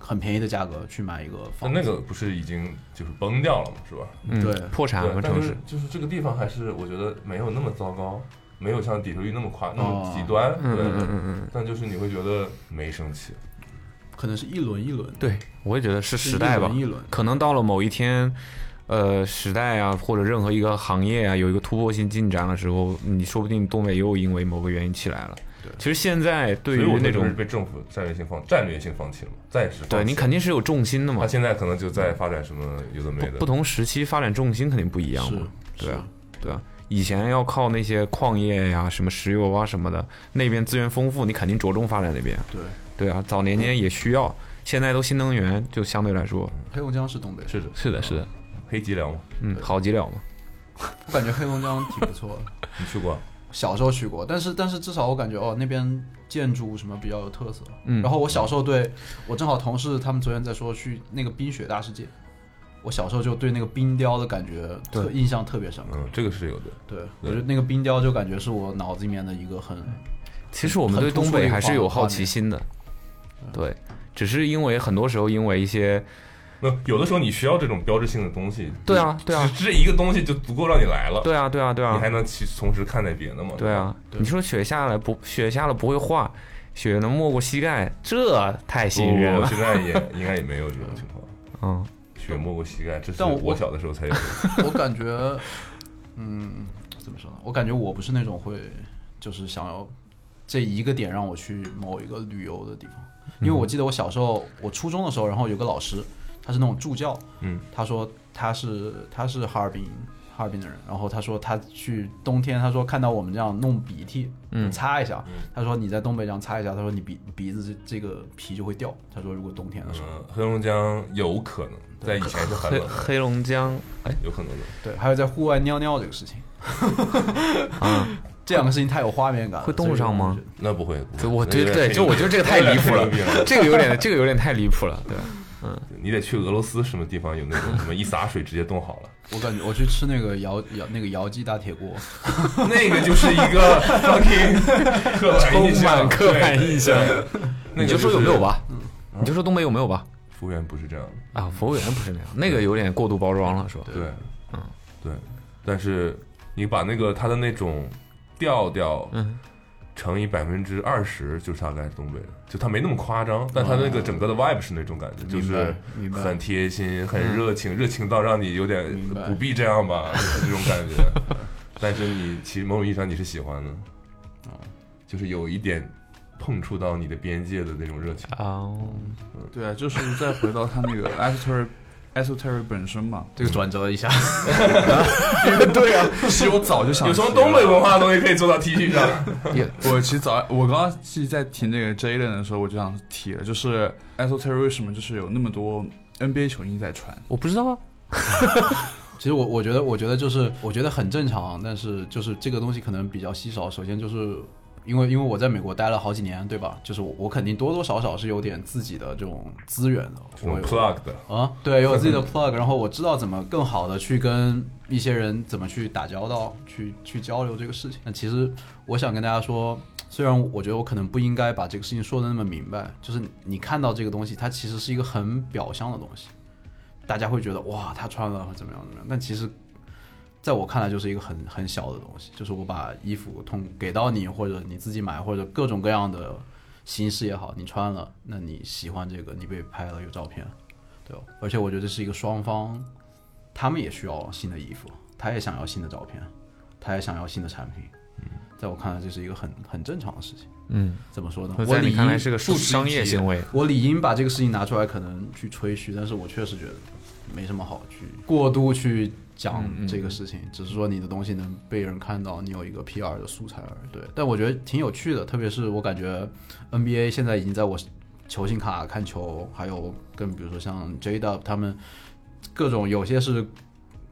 Speaker 2: 很便宜的价格去买一个
Speaker 5: 但
Speaker 2: 房子。
Speaker 5: 那个不是已经就是崩掉了嘛，是吧？
Speaker 8: 嗯
Speaker 2: 对
Speaker 4: 破产
Speaker 5: 对
Speaker 4: 了，
Speaker 5: 但
Speaker 4: 城
Speaker 5: 是
Speaker 4: 市。
Speaker 5: 就是这个地方还是我觉得没有那么糟糕，没有像底特律那么夸那么
Speaker 2: 哦
Speaker 5: 极端，
Speaker 8: 嗯
Speaker 5: 对。
Speaker 8: 嗯嗯嗯嗯，
Speaker 5: 但就是你会觉得没生气，
Speaker 2: 可能是一轮一轮
Speaker 4: 对，我也觉得是
Speaker 2: 是
Speaker 4: 时代吧
Speaker 2: 一。轮一轮
Speaker 4: 可能到了某一天，呃，时代啊，或者任何一个行业啊，有一个突破性进展的时候，你说不定东北又因为某个原因起来了。
Speaker 2: 对
Speaker 4: 其实现在对
Speaker 5: 所以
Speaker 4: 于
Speaker 5: 我
Speaker 4: 那
Speaker 5: 觉得
Speaker 4: 种
Speaker 5: 是被政府战略性放战略性放弃了嘛，暂时放弃
Speaker 4: 对你肯定是有重心的嘛
Speaker 5: 他，现在可能就在发展什么有的没
Speaker 4: 不
Speaker 5: 的，
Speaker 4: 不同时期发展重心肯定不一样
Speaker 2: 是
Speaker 4: 嘛，对
Speaker 2: 是
Speaker 4: 啊，对啊。以前要靠那些矿业呀、什么石油啊什么的，那边资源丰富，你肯定着重发展那边。
Speaker 2: 对，
Speaker 4: 对啊，早年间也需要，现在都新能源，就相对来说，
Speaker 2: 黑龙江是东北，
Speaker 5: 是的，
Speaker 4: 是的，是的，
Speaker 5: 黑吉辽嘛，
Speaker 4: 嗯，好极了嘛。
Speaker 2: 我感觉黑龙江挺不错的。
Speaker 5: 你去过？
Speaker 2: 小时候去过，但是但是至少我感觉哦，那边建筑什么比较有特色。
Speaker 4: 嗯
Speaker 2: 然后我小时候对我正好同事他们昨天在说去那个冰雪大世界，我小时候就对那个冰雕的感觉特印象特别深刻。
Speaker 5: 嗯，这个是有的，
Speaker 2: 对，我觉得那个冰雕就感觉是我脑子里面的一个很
Speaker 4: 其实我们对东北还是有好奇心的，对，只是因为很多时候因为一些，
Speaker 5: 那有的时候你需要这种标志性的东西，
Speaker 4: 对啊
Speaker 5: 你
Speaker 4: 对啊
Speaker 5: 只这一个东西就足够让你来了，
Speaker 4: 对啊，对啊，对啊，
Speaker 5: 你还能其同时看待别的嘛？
Speaker 4: 对啊，你说雪下来不雪下了不会化，雪能没过膝盖，这太
Speaker 5: 不，
Speaker 4: 吸引人
Speaker 5: 我
Speaker 4: 了。
Speaker 5: 现在也应该也没有这种情况，
Speaker 4: 嗯，
Speaker 5: 血没过膝盖，这是
Speaker 2: 但我
Speaker 5: 我小的时候才有的，
Speaker 2: 我感觉，嗯，怎么说呢？我感觉我不是那种会，就是想要这一个点让我去某一个旅游的地方，因为我记得我小时候，我初中的时候，然后有个老师，他是那种助教，
Speaker 5: 嗯，
Speaker 2: 他说他是他是哈尔滨哈尔滨的人，然后他说他去冬天，他说看到我们这样弄鼻涕，嗯，擦一下，他说你在东北这样擦一下，他说你鼻鼻子这这个皮就会掉，他说如果冬天的时候，
Speaker 5: 嗯，黑龙江有可能在以前是很
Speaker 4: 黑
Speaker 5: 冷的，
Speaker 4: 黑龙江，哎，
Speaker 5: 有可能的，
Speaker 2: 对，还有在户外尿尿这个 事情，
Speaker 4: 嗯，
Speaker 2: 这两个事情太有画面感了，
Speaker 4: 会冻上吗
Speaker 2: 所以我就觉得？
Speaker 5: 那不会，不会
Speaker 4: 对我
Speaker 5: 那
Speaker 4: 对
Speaker 5: 有点
Speaker 4: 对，
Speaker 5: 太
Speaker 4: 就我觉得这个太离谱了
Speaker 5: 有点太牛逼了，
Speaker 4: 这个有点这个有点太离谱 了，对，
Speaker 5: 你得去俄罗斯什么地方有那种什么一洒水直接冻好了，
Speaker 2: 我感觉我去吃那个姚姚那个姚记大铁锅，
Speaker 5: 那个就是一个 fucking 刻板印
Speaker 4: 充满
Speaker 5: 象，
Speaker 4: 刻板印象。你
Speaker 5: 那个
Speaker 4: 就是说有没有？吧？你就说东北有没有吧？
Speaker 5: 服务员不是这样的，
Speaker 4: 啊，服务员不是那样，那个有点过度包装了，是吧？
Speaker 5: 对，嗯，对，但是你把那个他的那种调调，
Speaker 4: 嗯，
Speaker 5: 乘以百分之二十，就是大概是东北人，就他没那么夸张，但
Speaker 4: 嗯
Speaker 5: 他那个整个的 vibe 是那种感觉，就是
Speaker 2: 明白
Speaker 5: 很贴心、很热情，热情到让你有点
Speaker 2: 明白
Speaker 5: 不必这样吧，就是这种感觉。但是你其实某种意义上你是喜欢的，就是有一点碰触到你的边界的那种热情。
Speaker 4: 啊，
Speaker 6: 对啊，就是再回到他那 个 esoteric esoteric 本身嘛，
Speaker 2: 这个转折一下，
Speaker 6: 对啊，其实我早就想
Speaker 5: 有
Speaker 6: 提
Speaker 5: 什么
Speaker 6: 了，
Speaker 5: 东北文化的东西可以做到 T 恤上？
Speaker 6: 我其实早，我刚刚其实在提那个 Jalen 的时候，我就想提了，就是 esoteric 为什么就是有那么多 NBA 球星在传，
Speaker 4: 我不知道啊，
Speaker 2: 其实我我觉得，我觉得就是我觉得很正常，啊但是就是这个东西可能比较稀少。首先就是因为因为我在美国待了好几年，对吧？就是我我肯定多多少少是有点自己的这种资源的，
Speaker 5: 这
Speaker 2: 我
Speaker 5: 种
Speaker 2: 有
Speaker 5: plug 的，
Speaker 2: 啊，对，有我自己的 plug，然后我知道怎么更好的去跟一些人怎么去打交道，去去交流这个事情。那其实我想跟大家说，虽然我觉得我可能不应该把这个事情说的那么明白，就是你看到这个东西，它其实是一个很表象的东西，大家会觉得哇，他穿了怎么样怎么样，但其实。在我看来，就是一个很很小的东西，就是我把衣服通给到你，或者你自己买，或者各种各样的形式也好，你穿了，那你喜欢这个，你被拍了有照片，对吧，而且我觉得这是一个双方，他们也需要新的衣服，他也想要新的照片，他也想要新的产品。在我看来，这是一个很很正常的事情。
Speaker 4: 嗯，
Speaker 2: 怎么说呢？我
Speaker 4: 在
Speaker 2: 理
Speaker 4: 你看来
Speaker 2: 应
Speaker 4: 是个
Speaker 2: 不值一
Speaker 4: 商业
Speaker 2: 提
Speaker 4: 行为，
Speaker 2: 我理应把这个事情拿出来，可能去吹嘘，但是我确实觉得没什么好去过度去讲这个事情，只是说你的东西能被人看到，你有一个 PR 的素材而已对。但我觉得挺有趣的，特别是我感觉 NBA 现在已经在我球星卡看球，还有跟比如说像 J Dub 他们各种有些是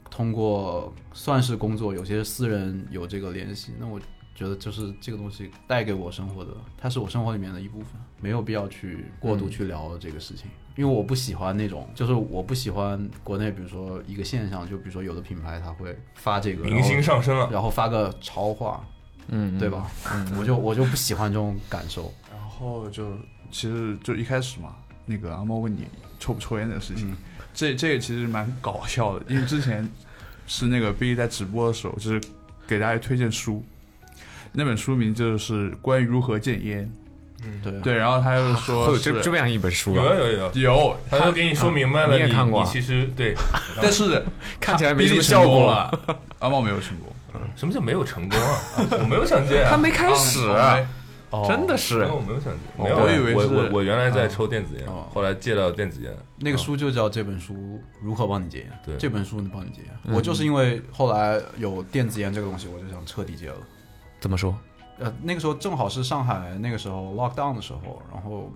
Speaker 2: 通过算是工作，有些是私人有这个联系。那我觉得就是这个东西带给我生活的，它是我生活里面的一部分，没有必要去过度去聊这个事情，因为我不喜欢那种，就是我不喜欢国内，比如说一个现象，就比如说有的品牌它会发这个
Speaker 5: 明星，上身
Speaker 2: 然
Speaker 5: 了
Speaker 2: 后，然后发个潮话，
Speaker 3: 嗯，
Speaker 2: 对吧？我就我就不喜欢这种感受。
Speaker 6: 然后就其实就一开始嘛，那个阿猫问你抽不抽烟的事
Speaker 3: 嗯
Speaker 6: 情，这这个其实蛮搞笑的，因为之前是那个 B 在直播的时候，就是给大家推荐书，那本书名就是关于如何戒烟，
Speaker 2: 对啊，
Speaker 6: 对，然后他又说
Speaker 3: 哦，
Speaker 6: 是
Speaker 3: 就这样一本书
Speaker 5: 有
Speaker 3: 啊，
Speaker 5: 有有有，
Speaker 6: 有，
Speaker 5: 他都给你说明白了，
Speaker 3: 你也看过啊
Speaker 5: 你其实对，
Speaker 6: 但是
Speaker 3: 看起来没
Speaker 6: 毕
Speaker 3: 什么
Speaker 6: 竟
Speaker 3: 效
Speaker 6: 成功
Speaker 3: 果。
Speaker 6: 了，阿猫没有成功，
Speaker 5: 什么叫没有成功啊？ 我没有想戒啊，
Speaker 3: 他没开始，哦
Speaker 6: 啊
Speaker 3: 真的
Speaker 5: 没
Speaker 3: 是
Speaker 5: 有，我没有想戒，
Speaker 6: 哦
Speaker 5: 没有啊，
Speaker 6: 我以为
Speaker 5: 我
Speaker 6: 是
Speaker 5: 我我原来在抽电子烟，
Speaker 2: 哦
Speaker 5: 后来戒了电子烟，
Speaker 2: 那个书就叫《这本书如何帮你戒烟》。
Speaker 5: 对
Speaker 2: 这本书能帮你戒烟。我就是因为后来有电子烟这个东西，我就想彻底戒了。
Speaker 3: 怎么说？
Speaker 2: 呃，那个时候正好是上海那个时候 lockdown 的时候，然后，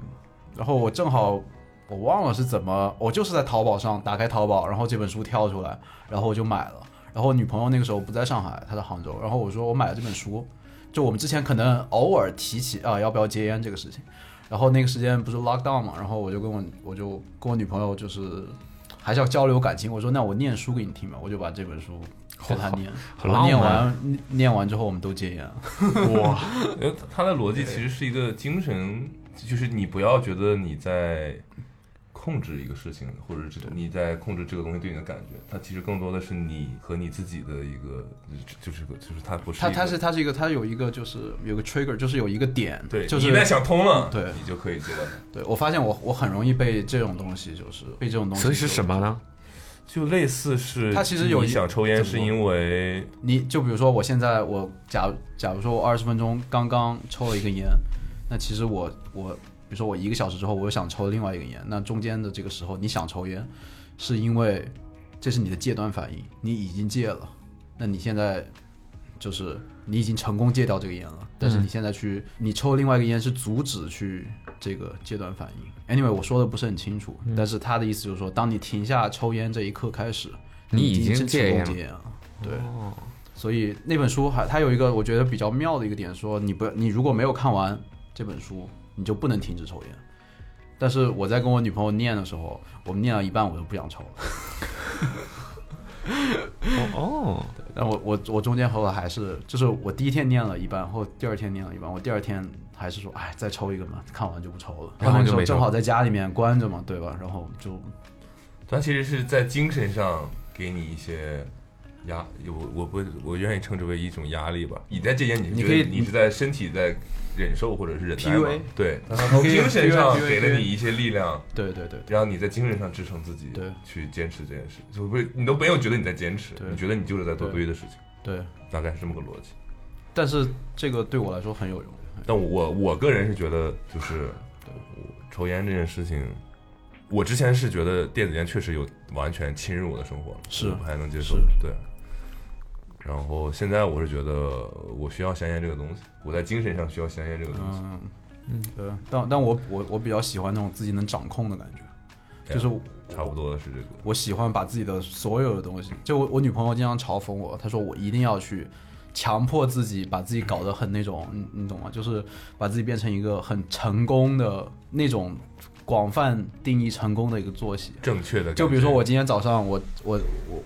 Speaker 2: 然后我正好我忘了是怎么，我就是在淘宝上打开淘宝，然后这本书跳出来，然后我就买了。然后我女朋友那个时候不在上海，她在杭州，然后我说我买了这本书，就我们之前可能偶尔提起啊要不要戒烟这个事情，然后那个时间不是 lockdown 嘛，然后我就跟我我就跟我女朋友就是还是要交流感情，我说那我念书给你听吧，我就把这本书给她念，
Speaker 3: 好
Speaker 2: 然
Speaker 3: 浪
Speaker 2: 后
Speaker 3: 漫啊
Speaker 2: 念完念完之后我们都戒烟了。
Speaker 3: 哇，
Speaker 5: 因为呃他的逻辑其实是一个精神，就是你不要觉得你在控制一个事情，或者是你在控制这个东西对你的感觉，它其实更多的是你和你自己的一个，就是个，就是它不是一
Speaker 2: 它
Speaker 5: 个
Speaker 2: 它是它是一个它有一个就是有个 trigger，就是有一个点，
Speaker 5: 对，
Speaker 2: 就
Speaker 5: 你一旦
Speaker 2: 是
Speaker 5: 想通了，
Speaker 2: 对
Speaker 5: 你就可以接到它。
Speaker 2: 对我发现我我很容易被这种东西就是被这种东西，
Speaker 3: 所以是什？么呢？
Speaker 5: 就类似是，
Speaker 2: 它其实有一
Speaker 5: 你想抽烟是因为
Speaker 2: 你就比如说我现在我假如假如说我二十分钟刚刚抽了一根烟，那其实我我比如说我一个小时之后我又想抽另外一根烟，那中间的这个时候你想抽烟，是因为这是你的戒断反应，你已经戒了，那你现在就是你已经成功戒掉这个烟
Speaker 3: 嗯
Speaker 2: 了，但是你现在去你抽另外一个烟是阻止去这个戒断反应。Anyway，我说的不是很清楚，
Speaker 3: 嗯
Speaker 2: 但是他的意思就是说，当你停下抽烟这一刻开始，
Speaker 3: 你已
Speaker 2: 已
Speaker 3: 经
Speaker 2: 是
Speaker 3: 戒
Speaker 2: 成
Speaker 3: 烟了哦
Speaker 2: 功戒烟了，对。所以那本书还它有一个我觉得比较妙的一个点，说你不你如果没有看完这本书，你就不能停止抽烟。但是我在跟我女朋友念的时候，我们念到一半我就不想抽了。
Speaker 3: 哦，
Speaker 2: 但我我我中间后来还是，就是我第一天念了一半，后第二天念了一半，我第二天还是说，哎，再抽一个嘛，看完就不抽了。
Speaker 3: 然后就没抽
Speaker 2: 那个时候正好在家里面关着嘛，对吧？然后就
Speaker 5: 它其实是在精神上给你一些压，我我不我愿意称之为一种压力吧。你在戒烟，你
Speaker 2: 嗯你
Speaker 5: 是
Speaker 2: 可以
Speaker 5: 觉得你是在身体在忍受或者是忍耐
Speaker 2: PUA
Speaker 5: 吗？对，
Speaker 2: 然
Speaker 5: 从
Speaker 2: 后
Speaker 5: 精神上
Speaker 2: PUA
Speaker 5: 给了你一些力量，
Speaker 2: 对对对
Speaker 5: 让你在精神上支撑自己，
Speaker 2: 对，
Speaker 5: 去坚持这件事，就不是你都没有觉得你在坚持，
Speaker 2: 对
Speaker 5: 你觉得你就是在做
Speaker 2: 对
Speaker 5: 对的事情，
Speaker 2: 对。
Speaker 5: 大概是这么个逻辑。
Speaker 2: 但是这个对我来说很有用，
Speaker 5: 但我我个人是觉得，就是我抽烟这件事情，我之前是觉得电子烟确实有完全侵入我的生活了，
Speaker 2: 是
Speaker 5: 我不太能接受
Speaker 2: 是，
Speaker 5: 对。然后现在我是觉得我需要香烟这个东西，我在精神上需要香烟这个东西。
Speaker 2: 嗯嗯，对。但但我我我比较喜欢那种自己能掌控的感觉，
Speaker 3: 啊
Speaker 2: 就是
Speaker 5: 差不多的是这个，
Speaker 2: 我喜欢把自己的所有的东西，就我我女朋友经常嘲讽我，她说我一定要去强迫自己把自己搞得很那种，你你懂吗？就是把自己变成一个很成功的那种广泛定义成功的一个作息。
Speaker 5: 正确的感觉。
Speaker 2: 就比如说我今天早上我我我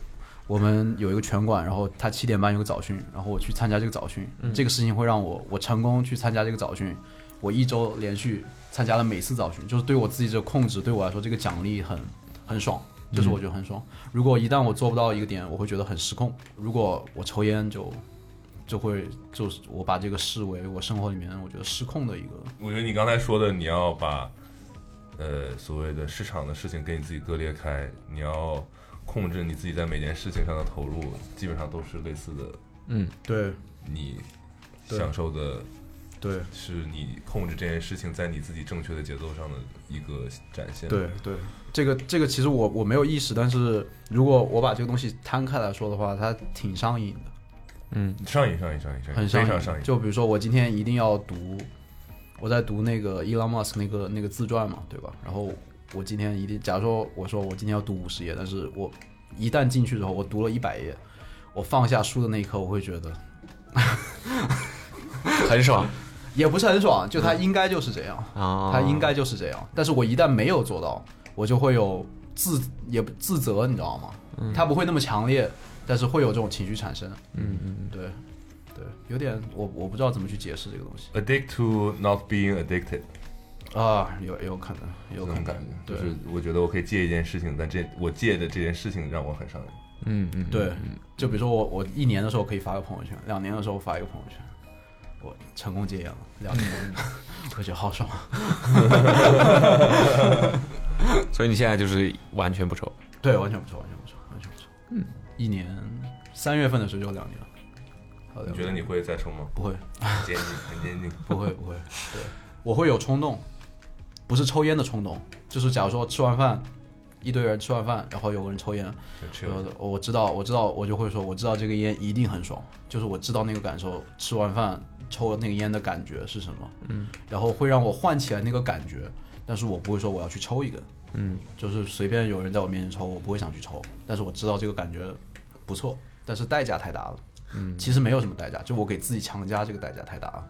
Speaker 2: 我们有一个拳馆，然后他七点半有个早训，然后我去参加这个早训，
Speaker 5: 嗯
Speaker 2: 这个事情会让我我成功去参加这个早训，我一周连续参加了每次早训，就是对我自己的控制，对我来说这个奖励很很爽。就是
Speaker 5: 嗯
Speaker 2: 我觉得很爽。如果一旦我做不到一个点，我会觉得很失控。如果我抽烟就就会就是我把这个视为我生活里面我觉得失控的一个
Speaker 5: 我觉得你刚才说的，你要把呃所谓的市场的事情跟你自己割裂开，你要控制你自己在每件事情上的投入，基本上都是类似的。
Speaker 2: 对
Speaker 5: 你
Speaker 2: 对
Speaker 5: 享受的
Speaker 2: 对
Speaker 5: 是你控制这件事情在你自己正确的节奏上的一个展现。
Speaker 2: 对对，这个这个其实我我没有意识，但是如果我把这个东西摊开来说的话，它挺上瘾的，
Speaker 3: 嗯，
Speaker 5: 上瘾，上瘾，上瘾，上瘾，
Speaker 2: 很
Speaker 5: 非常
Speaker 2: 瘾。
Speaker 5: 上瘾。
Speaker 2: 就比如说我今天一定要读，我在读那个 Elon Musk 那个那个自传嘛，对吧？然后我今天一定，假如说我说我今天要读五十页，但是我一旦进去之后，我读了一百页，我放下书的那一刻，我会觉得
Speaker 3: 很爽
Speaker 2: 也不是很爽，就
Speaker 5: 嗯
Speaker 2: 它应该就是这样。
Speaker 3: 啊
Speaker 2: 他应该就是这样。但是我一旦没有做到，我就会有自也不自责，你知道吗？他不会那么强烈，但是会有这种情绪产生。嗯嗯，对对，有点我我不知道怎么去解释这个东西
Speaker 5: Addict to not being addicted
Speaker 2: 啊，有有可能，有
Speaker 5: 这
Speaker 2: 可
Speaker 5: 种
Speaker 2: 能
Speaker 5: 感觉，
Speaker 2: 对
Speaker 5: 就是我觉得我可以戒一件事情，但这我戒的这件事情让我很上瘾。
Speaker 3: 嗯嗯，
Speaker 2: 对，就比如说我我一年的时候可以发个朋友圈，两年的时候发一个朋友圈，我成功戒烟了，两年， 我觉得好爽。
Speaker 3: 所以你现在就是完全不愁，
Speaker 2: 对，完全不错，完全不错，完全不错。嗯，一年三月份的时候就两年了。好的
Speaker 5: 你觉得你会再抽吗？
Speaker 2: 不会？
Speaker 5: 很坚定，很 坚定。
Speaker 2: 不会不会，对，我会有冲动，不是抽烟的冲动，就是假如说吃完饭，一堆人吃完饭，然后有个人抽烟，
Speaker 5: 持有
Speaker 2: 我我知道我知道我就会说我知道这个烟一定很爽，就是我知道那个感受，吃完饭抽那个烟的感觉是什么，嗯，然后会让我唤起来那个感觉，但是我不会说我要去抽一根，嗯，就是随便有人在我面前抽，我不会想去抽，但是我知道这个感觉不错，但是代价太大了。嗯，其实没有什么代价，就我给自己强加这个代价太大了。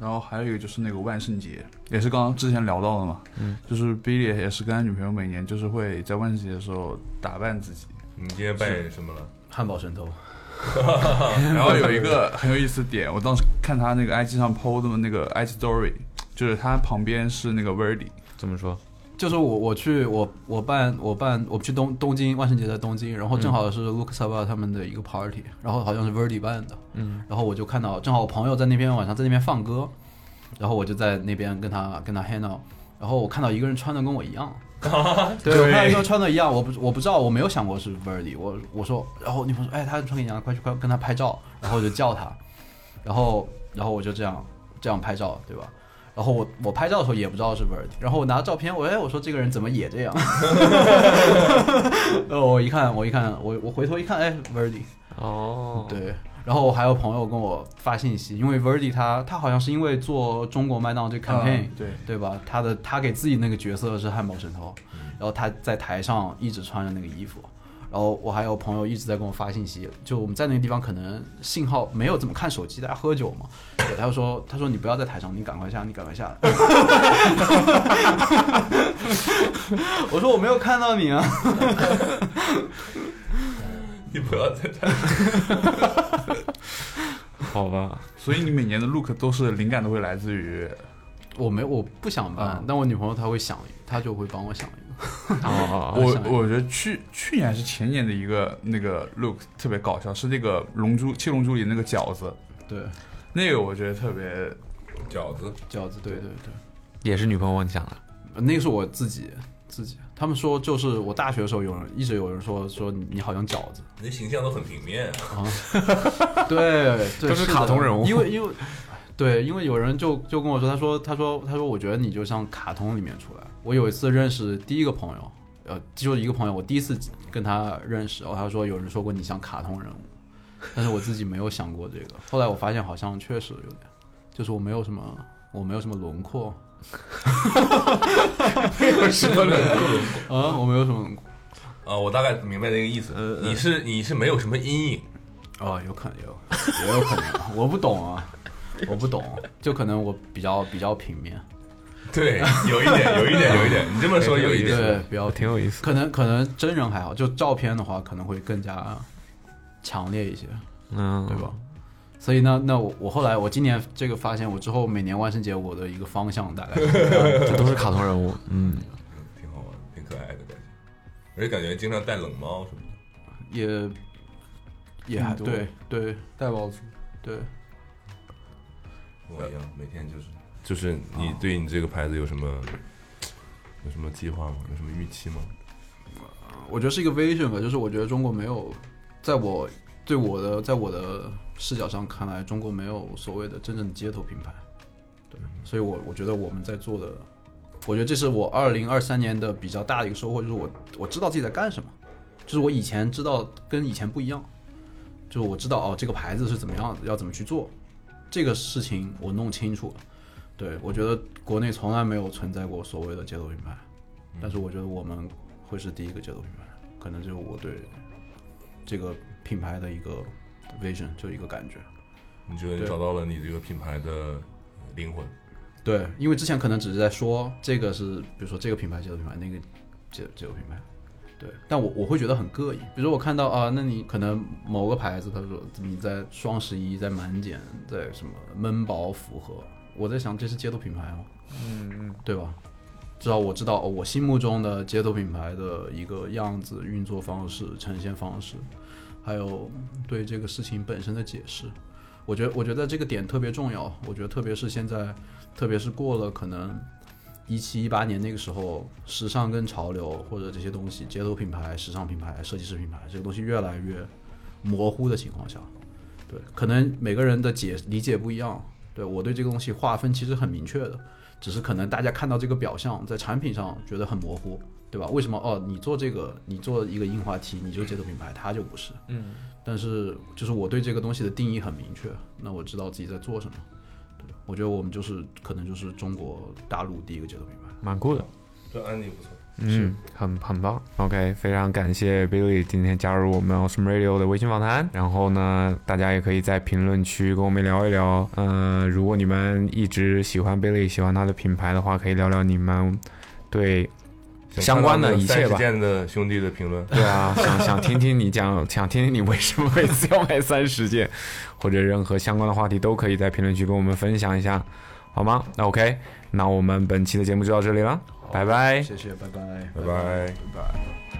Speaker 6: 然后还有一个就是那个万圣节，也是刚刚之前聊到的嘛，嗯，就是 Billy 也是跟他女朋友每年就是会在万圣节的时候打扮 自己，
Speaker 5: 你今天扮演什么了？
Speaker 2: 汉堡神偷，
Speaker 6: 然后有一个很有意思的点，我当时看他那个 IG 上 PO 的那个 IG Story，就是他旁边是那个 Verdi，
Speaker 3: 怎么说？
Speaker 2: 就是我我去我我办我办我去东东京万圣节在东京，然后正好是 Lucas a b a 他们的一个 party，然后好像是 Verdi 办的，嗯，然后我就看到正好我朋友在那边晚上在那边放歌，然后我就在那边跟他跟他 hang out，然后我看到一个人穿的跟我一 样。对，我看到一个人穿的一样，我不我不知道，我没有想过是 Verdi，我我说，然后我女朋友说，哎，他穿跟你一样，快去快跟他拍照，然后我就叫他，然后然后我就这样这样拍照，对吧？然后我我拍照的时候也不知道是 Verdi，然后我拿照片，我哎我说这个人怎么也这样？ 然后我一看我一看我我回头一看，哎 Verdi，
Speaker 3: 哦，
Speaker 2: 对。然后我还有朋友跟我发信息，因为 Verdi 他他好像是因为做中国麦当劳这个 campaign，、
Speaker 6: 嗯对
Speaker 2: 对吧？他的他给自己那个角色是汉堡神偷，然后他在台上一直穿着那个衣服，然后我还有朋友一直在跟我发信息，就我们在那个地方可能信号没有怎么看手机，大家喝酒嘛，对他就说他说你不要在台上，你赶快下，你赶快 下来。我说我没有看到你啊，
Speaker 5: 你不要再
Speaker 3: 好吧，
Speaker 6: 所以你每年的 look 都是灵感都会来自于，
Speaker 2: 我没我不想办，嗯但我女朋友她会想，她就会帮我想一个。
Speaker 3: 哦，
Speaker 6: 我
Speaker 2: 想一
Speaker 6: 我觉得去去年还是前年的一个那个 look 特别搞笑，是那个龙珠七龙珠里那个饺子，
Speaker 2: 对，
Speaker 6: 那个我觉得特别
Speaker 5: 饺子，
Speaker 2: 饺子，对对对，呃
Speaker 3: 也是女朋友问想了，
Speaker 2: 那个是我自己自己。他们说就是我大学的时候有人一直有人说说你你好像饺子，
Speaker 5: 你的形象都很平面啊。
Speaker 2: 对，对
Speaker 3: 都是卡通人物
Speaker 2: 是的因为因为对，因为有人就就跟我说，他说他说他说我觉得你就像卡通里面出来。我有一次认识第一个朋友，呃，就是一个朋友，我第一次跟他认识，然哦后他说有人说过你像卡通人物，但是我自己没有想过这个。后来我发现好像确实有点，就是我没有什么我没有什么 轮廓， 没有什么轮廓啊，我没有什么轮廓
Speaker 5: 啊，我大概明白那个意思。你是你是没有什么阴影，
Speaker 2: 哦，有可能有， 也有可能，我不懂啊，我不懂，就可能我比较比较平面，
Speaker 5: 对，有一点，有一点，有一点。你这么说有一点，
Speaker 2: 对，比较平，
Speaker 3: 挺有意思。
Speaker 2: 可能可能真人还好，就照片的话可能会更加强烈一些，
Speaker 3: 嗯，
Speaker 2: 对吧？所以呢，那我我后来我今年这个发现，我之后每年万圣节我的一个方向大概是 这样
Speaker 3: 这都是卡通人物，嗯，
Speaker 5: 挺好玩，挺可爱的感觉。而且感觉经常戴冷帽什么的。
Speaker 2: 也也还
Speaker 6: 挺多
Speaker 2: 对对
Speaker 6: 带包子。
Speaker 2: 对，
Speaker 5: 跟我一样，每天就是啊就是你对你这个牌子有什么有什么计划吗？有什么预期吗？
Speaker 2: 我觉得是一个 vision 吧，就是我觉得中国没有，在我对我的在我的视角上看来，中国没有所谓的真正的街头品牌。对，所以我我觉得我们在做的，我觉得这是我二零二三年的比较大的一个收获，就是我我知道自己在干什么，就是我以前知道跟以前不一样，就是我知道哦这个牌子是怎么样的，要怎么去做，这个事情我弄清楚了。对，我觉得国内从来没有存在过所谓的街头品牌，但是我觉得我们会是第一个街头品牌，可能就是我对这个品牌的一个 vision，就一个感觉。
Speaker 5: 你觉得你
Speaker 2: 对
Speaker 5: 找到了你这个品牌的灵魂？
Speaker 2: 对，因为之前可能只是在说这个是，比如说这个品牌街头品牌，那个街街头品牌，对。但我我会觉得很膈应，比如说我看到啊，那你可能某个牌子，他说你在双十一、在满减、在什么闷宝符合，我在想这是街头品牌吗？嗯，对吧？至少我知道、哦我心目中的街头品牌的一个样子、运作方式、呈现方式，还有对这个事情本身的解释。我觉得，我觉得这个点特别重要。我觉得，特别是现在特别是过了可能一七一八年那个时候，时尚跟潮流或者这些东西，街头品牌、时尚品牌、设计师品牌这个东西越来越模糊的情况下，对，可能每个人的解理解不一样。对我对这个东西划分其实很明确的，只是可能大家看到这个表象在产品上觉得很模糊，对吧？为什么哦，你做这个，你做一个樱花 T，你就街头品牌，它就不是。嗯。但是就是我对这个东西的定义很明确，那我知道自己在做什么。我觉得我们就是可能就是中国大陆第一个街头品牌。
Speaker 4: 蛮酷的。
Speaker 5: 这安利不错，
Speaker 4: 嗯，很很棒。OK，非常感谢 Billy 今天加入我们 Awesome Radio 的微信访谈。然后呢，大家也可以在评论区跟我们聊一聊。呃，如果你们一直喜欢 Billy，喜欢他的品牌的话，可以聊聊你们对相关的一切吧
Speaker 5: 三十件的兄弟的评论，
Speaker 4: 对啊，想想听听你讲，想听听你为什么每次要买三十件，或者任何相关的话题，都可以在评论区跟我们分享一下，好吗？那 OK，那我们本期的节目就到这里了，拜拜。
Speaker 2: 谢谢，拜拜。
Speaker 5: 拜拜。
Speaker 9: 对吧？